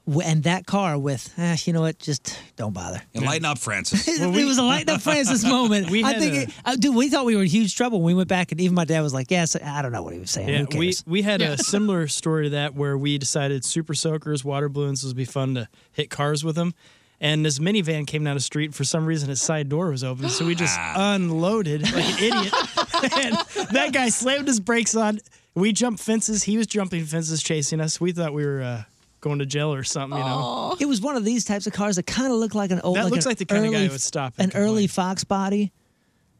w- and that car with, eh, you know what, just don't bother.
And lighten up, Francis.
It, it was a light up Francis moment.
We
I
had
think,
a-
it, uh, dude, we thought we were in huge trouble when we went back, and even my dad was like, "Yes, I don't know what he was saying.
Yeah,
Who cares?"
we we had a similar story to that where we decided super soakers, water balloons would be fun to hit cars with them. And this minivan came down the street. For some reason, its side door was open, so we just unloaded like an idiot. and that guy slammed his brakes on. We jumped fences. He was jumping fences, chasing us. We thought we were uh, going to jail or something. You know,
It was one of these types of cars that kind of looked like an old.
That looks
an
like the kinda guy
early-
who would stop
An early Fox body,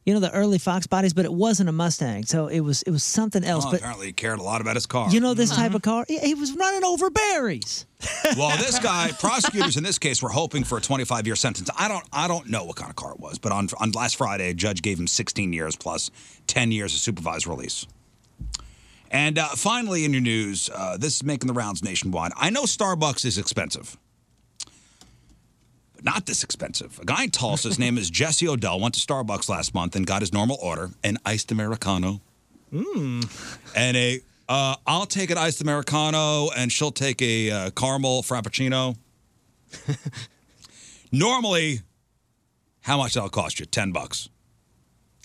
you know the early Fox bodies, but it wasn't a Mustang, so it was it was something else.
Well,
but
apparently, he cared Oh, a lot about his car. Uh-huh.
you know this
Uh-huh.
type of car, he, he was running over berries.
well, this guy, prosecutors in this case were hoping for a 25 year sentence. I don't, I don't know what kind of car it was, but on on last Friday, a judge gave him 16 years plus 10 years of supervised release. And uh, finally, in your news, uh, this is making the rounds nationwide. I know Starbucks is expensive. but not this expensive. A guy in Tulsa, his name is Jesse Odell, went to Starbucks last month and got his normal order an iced Americano
Hmm.
Mm.
and a uh, I'll take an iced Americano and she'll take a uh, caramel Frappuccino. Normally, how much that'll cost you? 10 bucks.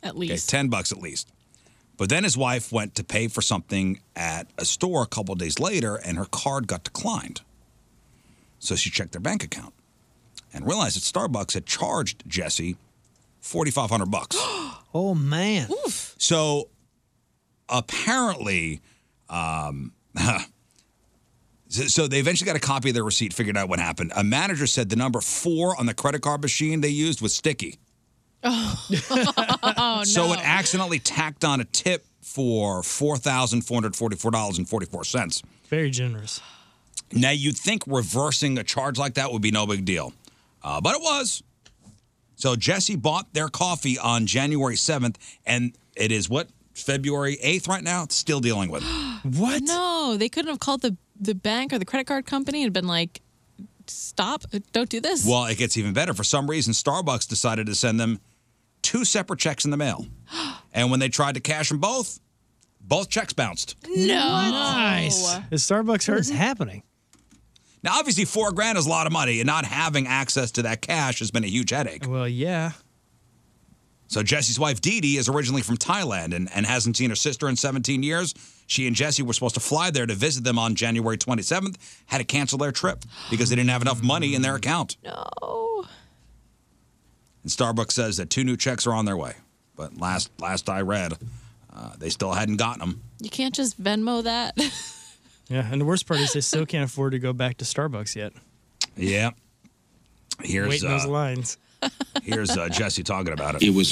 At
Okay,
least.
10 bucks at least. But then his wife went to pay for something at a store a couple days later and her card got declined. So she checked their bank account and realized that Starbucks had charged Jesse 4500 bucks.
oh man.
So apparently, um, so, so they eventually got a copy of their receipt, figured out what happened. A manager said the number four on the credit card machine they used was sticky.
Oh, no.
So it accidentally tacked on a tip for $4,444.44.
Very generous.
Now, you'd think reversing a charge like that would be no big deal, uh, but it was. So Jesse bought their coffee on January 7th, and it is what? February 8th right now? Still dealing with it.
what? No, they couldn't have called the the bank or the credit card company and been like, "Stop! Don't do this."
Well, it gets even better. For some reason, Starbucks decided to send them two separate checks in the mail. And when they tried to cash them both, both checks bounced.
Nice. Is Starbucks hurt? What is
happening?
Now, obviously, four grand is a lot of money, and not having access to that cash has been a huge headache.
Well, yeah.
So, Jesse's wife, Dee Dee, is originally from Thailand and, and hasn't seen her sister in 17 years. She and Jesse were supposed to fly there to visit them on January 27th, had to cancel their trip because they didn't have enough money in their account.
No.
And Starbucks says that two new checks are on their way. But last last I read, uh, they still hadn't gotten them.
You can't just Venmo that.
Yeah, and the worst part is they still can't afford to go back to Starbucks yet.
Yeah. Here's
Waiting
uh,
those lines.
here's uh, Jesse talking about it.
It was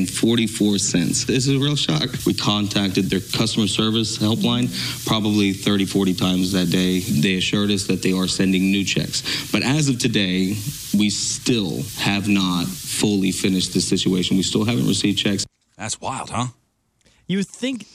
$4,444.44. This is a real shock. We contacted their customer service helpline probably 30, 40 times that day. They assured us that they are sending new checks. But as of today, we still have not fully finished this situation. We still haven't received checks.
That's wild, huh?
You would think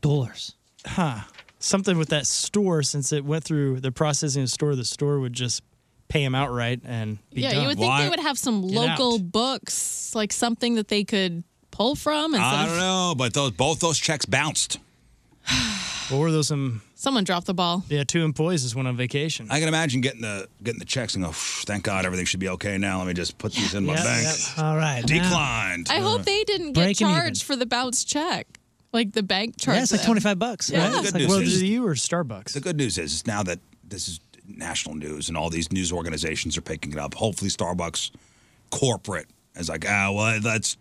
dollars.
Huh. Something with that store since it went through the processing of the store, the store would just pay him outright and be
yeah,
done.
you would think they would have some
Get
local books, like something that they could pull from. Instead
I don't
of,
know, Oh, but those both those checks bounced.
What were those some
Someone dropped the ball.
yeah, two employees just went on vacation.
I can imagine getting the getting the checks and go, "Phew, thank God everything should be okay now. Let me just put these in my
Yep,
bank.
yep.
All right. now-
Declined.
I hope they didn't get
Breaking
charged for the bounce check. Like the bank charged.
it's like
them.
25 bucks,
Yeah.
Well, the good
Well,
news
did
is,
you or Starbucks?
the good news is, is now that this is national news and all these news organizations are picking it up. Hopefully, Starbucks corporate is like, ah, well, that's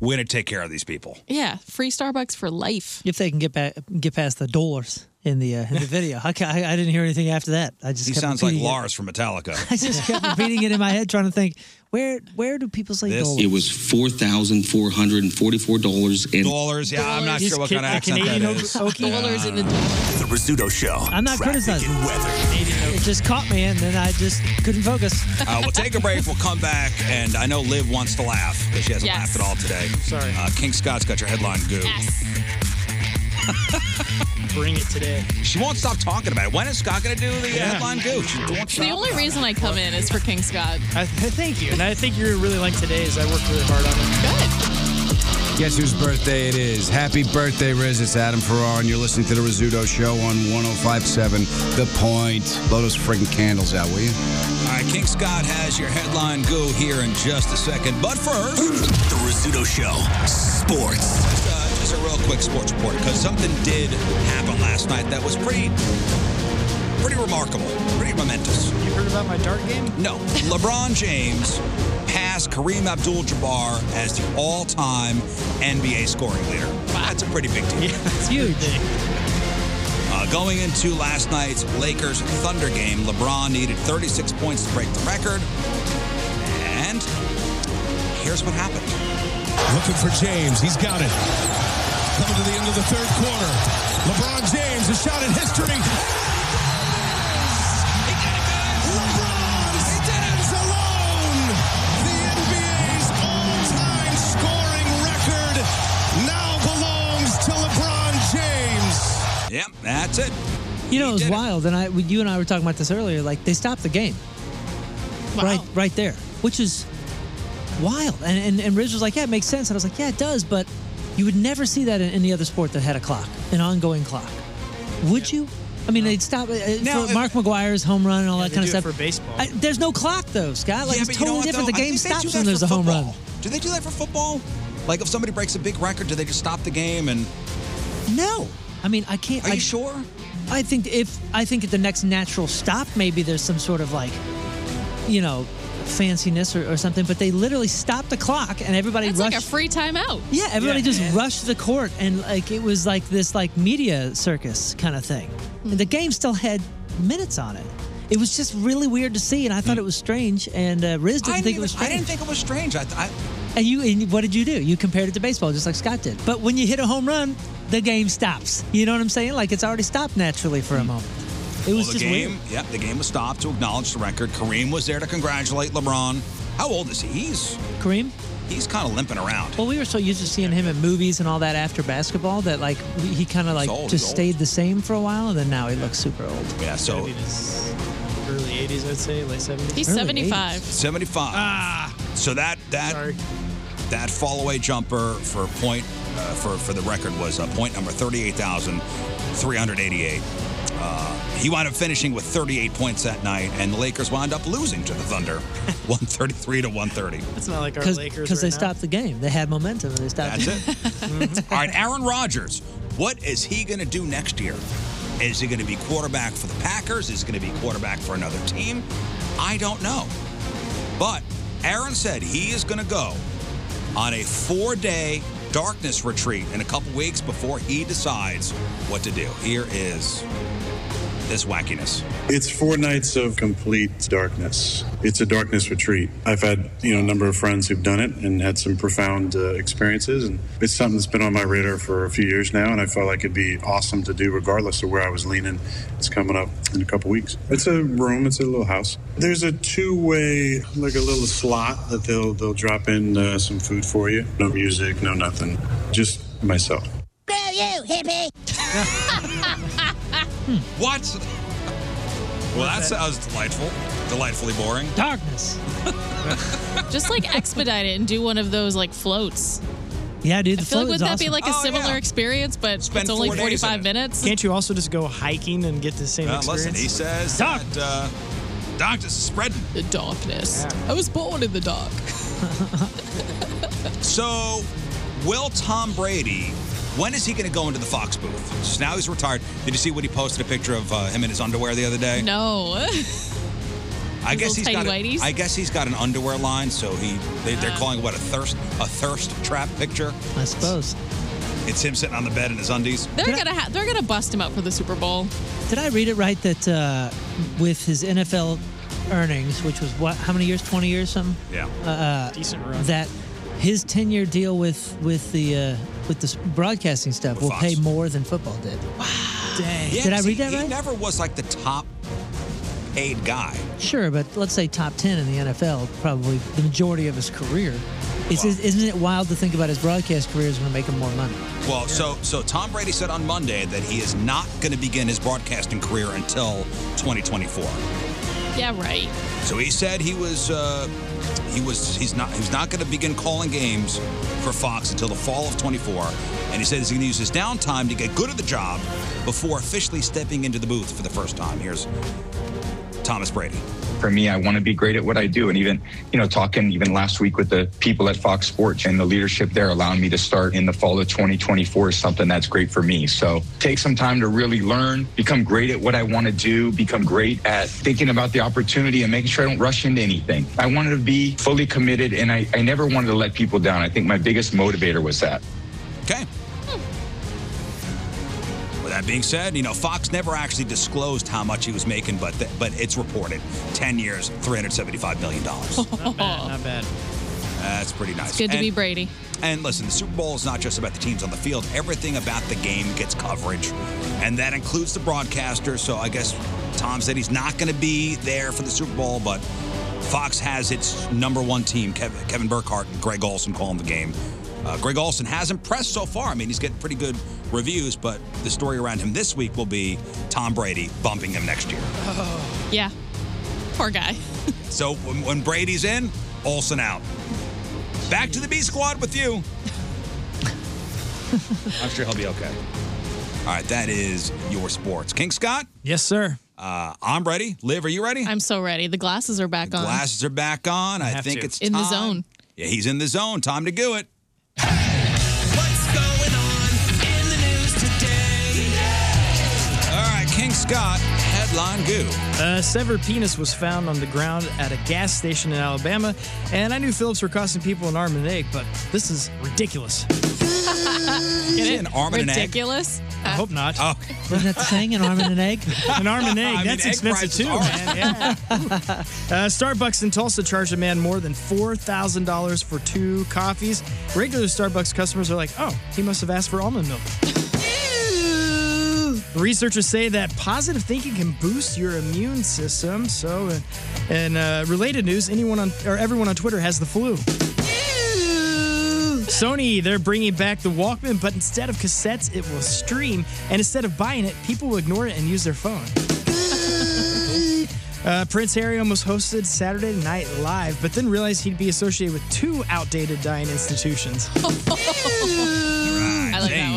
we're gonna take care of these people.
Yeah, free Starbucks for life.
If they can get back, get past the dollars in the uh, in the video, I, ca- I, I didn't hear anything after that. I just
He
kept
sounds like
repeating it.
Lars from Metallica.
I just kept repeating it in my head, trying to think where where do people say dollars?
It was $4,444. and-
Dollars, yeah, I'm not sure what kind of accent that is.
Dollars in the
The Rizzuto Show.
I'm not criticizing. It just caught me, and then I just couldn't focus.
Uh, we'll take a break. We'll come back, and I know Liv wants to laugh because she hasn't
Yes. Ah.
laughed at all today. Sorry. Uh, King Scott's got your headline goo.
Bring it today.
She won't stop talking about it. When is Scott going to do the uh,
Yeah.
headline goo? She won't
It's
stop.
the only reason I come in is for King Scott.
I, thank you. And I think you're really like today's. I worked really hard on it. Good.
Guess whose birthday it is? Happy birthday, Riz. It's Adam Ferrar, and you're listening to The Rizzuto Show on 1057 The Point. Blow those freaking candles out, will you?
All right, King Scott has your headline goo here in just a second. But first, the Rizzuto Show Sports. Just, uh, just a real quick sports report because something did happen last night that was pretty, pretty remarkable, pretty momentous.
You heard about my dart game?
No. LeBron James passed Kareem Abdul Jabbar as the all time NBA scoring leader. That's a pretty big deal.
it's huge.
Uh, going into last night's Lakers Thunder game, LeBron needed 36 points to break the record. And here's what happened.
Looking for James. He's got it. Coming to the end of the third quarter. LeBron James, a shot in history. LeBron stands alone. The NBA's all-time scoring record now belongs to LeBron James.
Yep, that's it.
You know, it was wild, and I, we- you and I were talking about this earlier. Like they stopped the game, right, right there, which is wild. And and and Ridge was like, "Yeah, it makes sense," and I was like, "Yeah, it does," but you would never see that in any other sport that had a clock, an ongoing clock. Would you? I mean, they'd stop uh,
Now,
for
if-
Mark McGuire's home run and all that
they
kind of
do it
stuff.
for baseball.
I- there's no clock though, Scott. Like
Yeah,
it's
but you know
totally
what,
different.
though?
the
I
game
think they do
stops
that
when
for
there's a home run.
football. Do they do that for football? Like if somebody breaks a big record, do they just stop the game and?
No, I mean I can't. Are I, you
sure?
I think if I think at the next natural stop, maybe there's some sort of like, you know, fanciness or, or something. But they literally stopped the clock and everybody
That's
rushed.
like a free timeout.
yeah, everybody just rushed the court and like it was like this like media circus kind of thing.
Hmm.
And the game still had minutes on it. It was just really weird to see, and I thought it was strange. And uh, Riz didn't
I
think
didn't
it was
even- I
strange.
didn't think it was strange. I, I,
And you, and what did you do? You compared it to baseball, just like Scott did. But when you hit a home run, the game stops. You know what I'm saying? Like it's already stopped naturally for a moment. It
well,
was
the
just
game.
weird.
Yep, the game was stopped to acknowledge the record. Kareem was there to congratulate LeBron. How old is he? He's
Kareem.
He's kind of limping around.
Well, we were so used to seeing him in movies and all that after basketball that like we- he kind of like
He's old,
just
he's old.
stayed the same for a while, and then now he looks super old.
Yeah, so
Early 80s, I'd say, late 70s.
He's 75.
75. Ah. So that that that fall away jumper for point uh, for for the record was uh, point number 38,388. Uh, he wound up finishing with 38 points that night, and the Lakers wound up losing to the Thunder, 133 to 130.
It's not like our Lakers.
because
right
they stopped the game. They had momentum and they stopped.
That's it. All right, Aaron Rodgers. What is he going to do next year? Is he going to be quarterback for the Packers? Is he going to be quarterback for another team? I don't know. But Aaron said he is going to go on a four day darkness retreat in a couple weeks before he decides what to do. Here is this wackiness.
It's four nights of complete darkness. It's a darkness retreat. I've had you know a number of friends who've done it and had some profound uh, experiences, and it's something that's been on my radar for a few years now, and I felt like it'd be awesome to do regardless of where I was leaning. It's coming up in a couple weeks. It's a room. It's a little house. There's a two-way, like a little slot that they'll they'll drop in uh, some food for you. No music, no nothing. Just myself.
Screw you, hippie!
What? Well, that sounds delightful. Delightfully boring.
Darkness.
Just like expedite it and do one of those like floats.
Yeah, dude.
I
The
feel like
float
would
was
that
awesome.
be like a similar experience, but
Spend
it's only
four days in
45
it.
minutes?
Can't you also just go hiking and get the same
Uh,
experience?
listen, he says that uh, darkness is spreading.
The darkness. I was born in the dark.
So, will Tom Brady? When is he going to go into the Fox booth? Just now he's retired. Did you see what he posted a picture of uh, him in his underwear the other day?
No.
I
his
guess he's
little
got.
tighty
A,
whities?
I guess he's got an underwear line, so he they, they're calling it, what a thirst a thirst trap picture.
I suppose.
It's him sitting on the bed in his undies.
They're gonna ha- they're gonna bust him up for the Super Bowl.
Did I read it right that uh, with his NFL earnings, which was what? How many years? Twenty years, something.
Yeah.
Uh,
Decent run.
That his ten-year deal with with the uh, with the s- broadcasting stuff will pay more than football did.
Dang.
Did I read
that right? He never was like the top paid guy.
Sure, but let's say top ten in the NFL, probably the majority of his career. It's, Isn't it wild to think about his broadcast career is going to make him more money?
Well, so so Tom Brady said on Monday that he is not going to begin his broadcasting career until 2024.
Yeah, right.
So he said he was uh, he was he's not he's not going to begin calling games for Fox until the fall of 24, and he said he's going to use his downtime to get good at the job before officially stepping into the booth for the first time. Here's Thomas Brady.
for me, I want to be great at what I do. And even, you know, talking even last week with the people at Fox Sports and the leadership there allowing me to start in the fall of 2024 is something that's great for me. So take some time to really learn, become great at what I want to do, become great at thinking about the opportunity and making sure I don't rush into anything. I wanted to be fully committed and I, I never wanted to let people down. I think my biggest motivator was that.
Okay. With that being said, you know Fox never actually disclosed how much he was making, but th- but it's reported 10 years, 375 million dollars.
not bad. Not bad.
That's pretty nice.
It's good to
And-
be Brady.
And listen, the Super Bowl is not just about the teams on the field. Everything about the game gets coverage, and that includes the broadcaster. So I guess Tom said he's not going to be there for the Super Bowl, but Fox has its number one team, Kev- Kevin Burkhardt and Greg Olson, calling the game. Uh, Greg Olson has impressed so far. I mean, he's getting pretty good reviews, but the story around him this week will be Tom Brady bumping him next year.
Yeah. Poor guy.
So when, when Brady's in, Olson out. Back to the B squad with you. I'm sure he'll be okay. All right, that is your sports. King Scott?
Yes, sir.
Uh, I'm ready. Liv, are you ready?
I'm so ready. The glasses are back on.
Glasses are back on. I,
have
think
to.
it's
In the
time.
zone.
Yeah, he's in the zone. Time to do it. All right, King Scott, headline goo.
A Uh, severed penis was found on the ground at a gas station in Alabama, and I knew Phillips were costing people an arm and an egg, but this is ridiculous.
Get
Is it
it?
an arm and an egg?
Ridiculous.
I hope not.
Oh.
Isn't that the saying? An arm and an egg?
An arm and an egg. That's expensive too, man. Yeah. Uh, Starbucks in Tulsa charged a man more than four thousand dollars for two coffees. Regular Starbucks customers are like, "Oh, he must have asked for almond milk." Researchers say that positive thinking can boost your immune system. So, uh, and uh, related news: anyone on or everyone on Twitter has the flu. Sony, they're bringing back the Walkman, but instead of cassettes, it will stream. And instead of buying it, people will ignore it and use their phone. Uh, Prince Harry almost hosted Saturday Night Live, but then realized he'd be associated with two outdated dying institutions.
I like that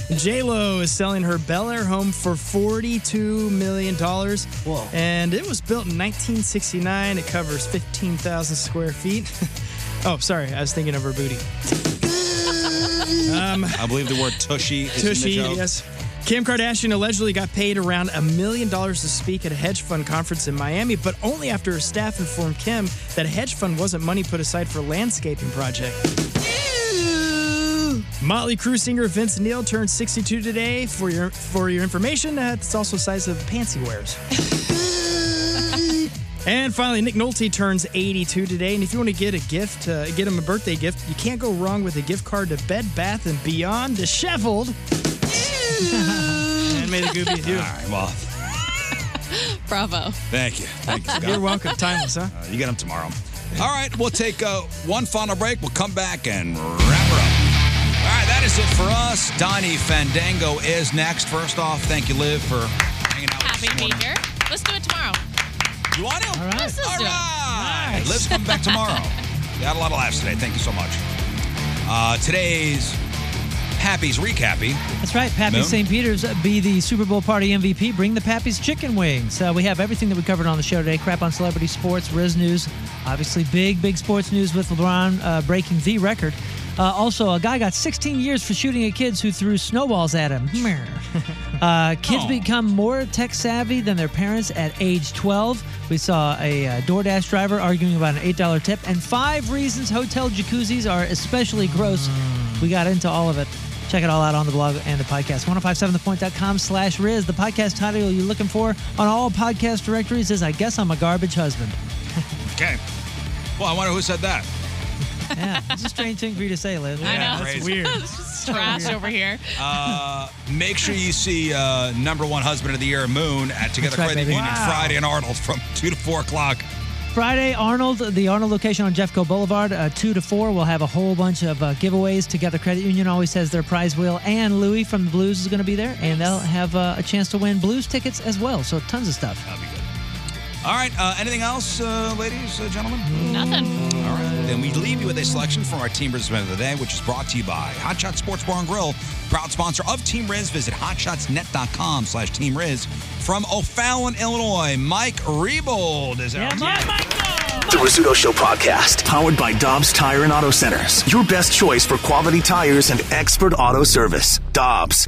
one.
J Lo is selling her Bel Air home for forty-two million dollars. Whoa! And it was built in 1969. It covers 15,000 square feet. oh, sorry, I was thinking of her booty. um,
I believe the word tushy is
Tushy,
in the joke.
yes. Kim Kardashian allegedly got paid around a million dollars to speak at a hedge fund conference in Miami, but only after her staff informed Kim that a hedge fund wasn't money put aside for a landscaping project. Motley Crue singer Vince Neil turned 62 today. For your for your information, uh, it's also the size of the pants he wears. And finally, Nick Nolte turns 82 today. And if you want to get a gift, uh, get him a birthday gift, you can't go wrong with a gift card to Bed Bath and Beyond Disheveled. and may the good be
All
you.
right, well,
Bravo.
thank you. Thank you, Scott.
You're welcome. Timeless, huh?
Uh, you get them tomorrow. All right, we'll take uh, one final break. We'll come back and wrap her up. All right, that is it for us. Donnie Fandango is next. First off, thank you, Liv, for hanging out
Happy
with us.
to be here. Let's do it tomorrow.
You want to? All
right. Let's just do
All
it.
right, Liv's coming back tomorrow. We had a lot of laughs today. Thank you so much. Uh, today's Happy's Recappy.
That's right. Pappy
Moon?
St. Peter's uh, be the Super Bowl party MVP. Bring the Pappy's chicken wings. Uh, we have everything that we covered on the show today. Crap on celebrity sports, Riz news, obviously big, big sports news with LeBron uh, breaking the record. Uh, also, a guy got 16 years for shooting at kids who threw snowballs at him. Meh. Uh, kids become more tech savvy than their parents at age 12. We saw a uh, DoorDash driver arguing about an $8 tip, and five reasons hotel jacuzzis are especially gross. We got into all of it. Check it all out on the blog and the podcast. 1057thepoint.com slash Riz. The podcast title you're looking for on all podcast directories is I Guess I'm a Garbage Husband.
Okay. Well, I wonder who said that.
Yeah, it's a strange thing for you to say, Liz.
Yeah, crazy.
it's just trash over here.
Uh, make sure you see uh, number one husband of the year, Moon, at Together
That's right,
Credit
baby.
Union
Wow.
Friday and Arnold from 2 to 4 o'clock.
Friday, Arnold, the Arnold location on Jeffco Boulevard, uh, 2 to 4. We'll have a whole bunch of uh, giveaways. Together Credit Union always has their prize wheel, and Louie from the Blues is going to be there, and they'll have uh, a chance to win Blues tickets as well. So, tons of stuff.
All right. Uh, anything else, uh, ladies, uh, gentlemen?
Nothing.
All right. Then we leave you with a selection from our Team Riz event of the day, which is brought to you by Hot Shot Sports Bar and Grill, proud sponsor of Team Riz. Visit hotshotsnet.com slash Team Riz. From O'Fallon, Illinois, Mike Rebold is our
The Rizzuto Show podcast, powered by Dobbs Tire and Auto Centers. Your best choice for quality tires and expert auto service. Dobbs.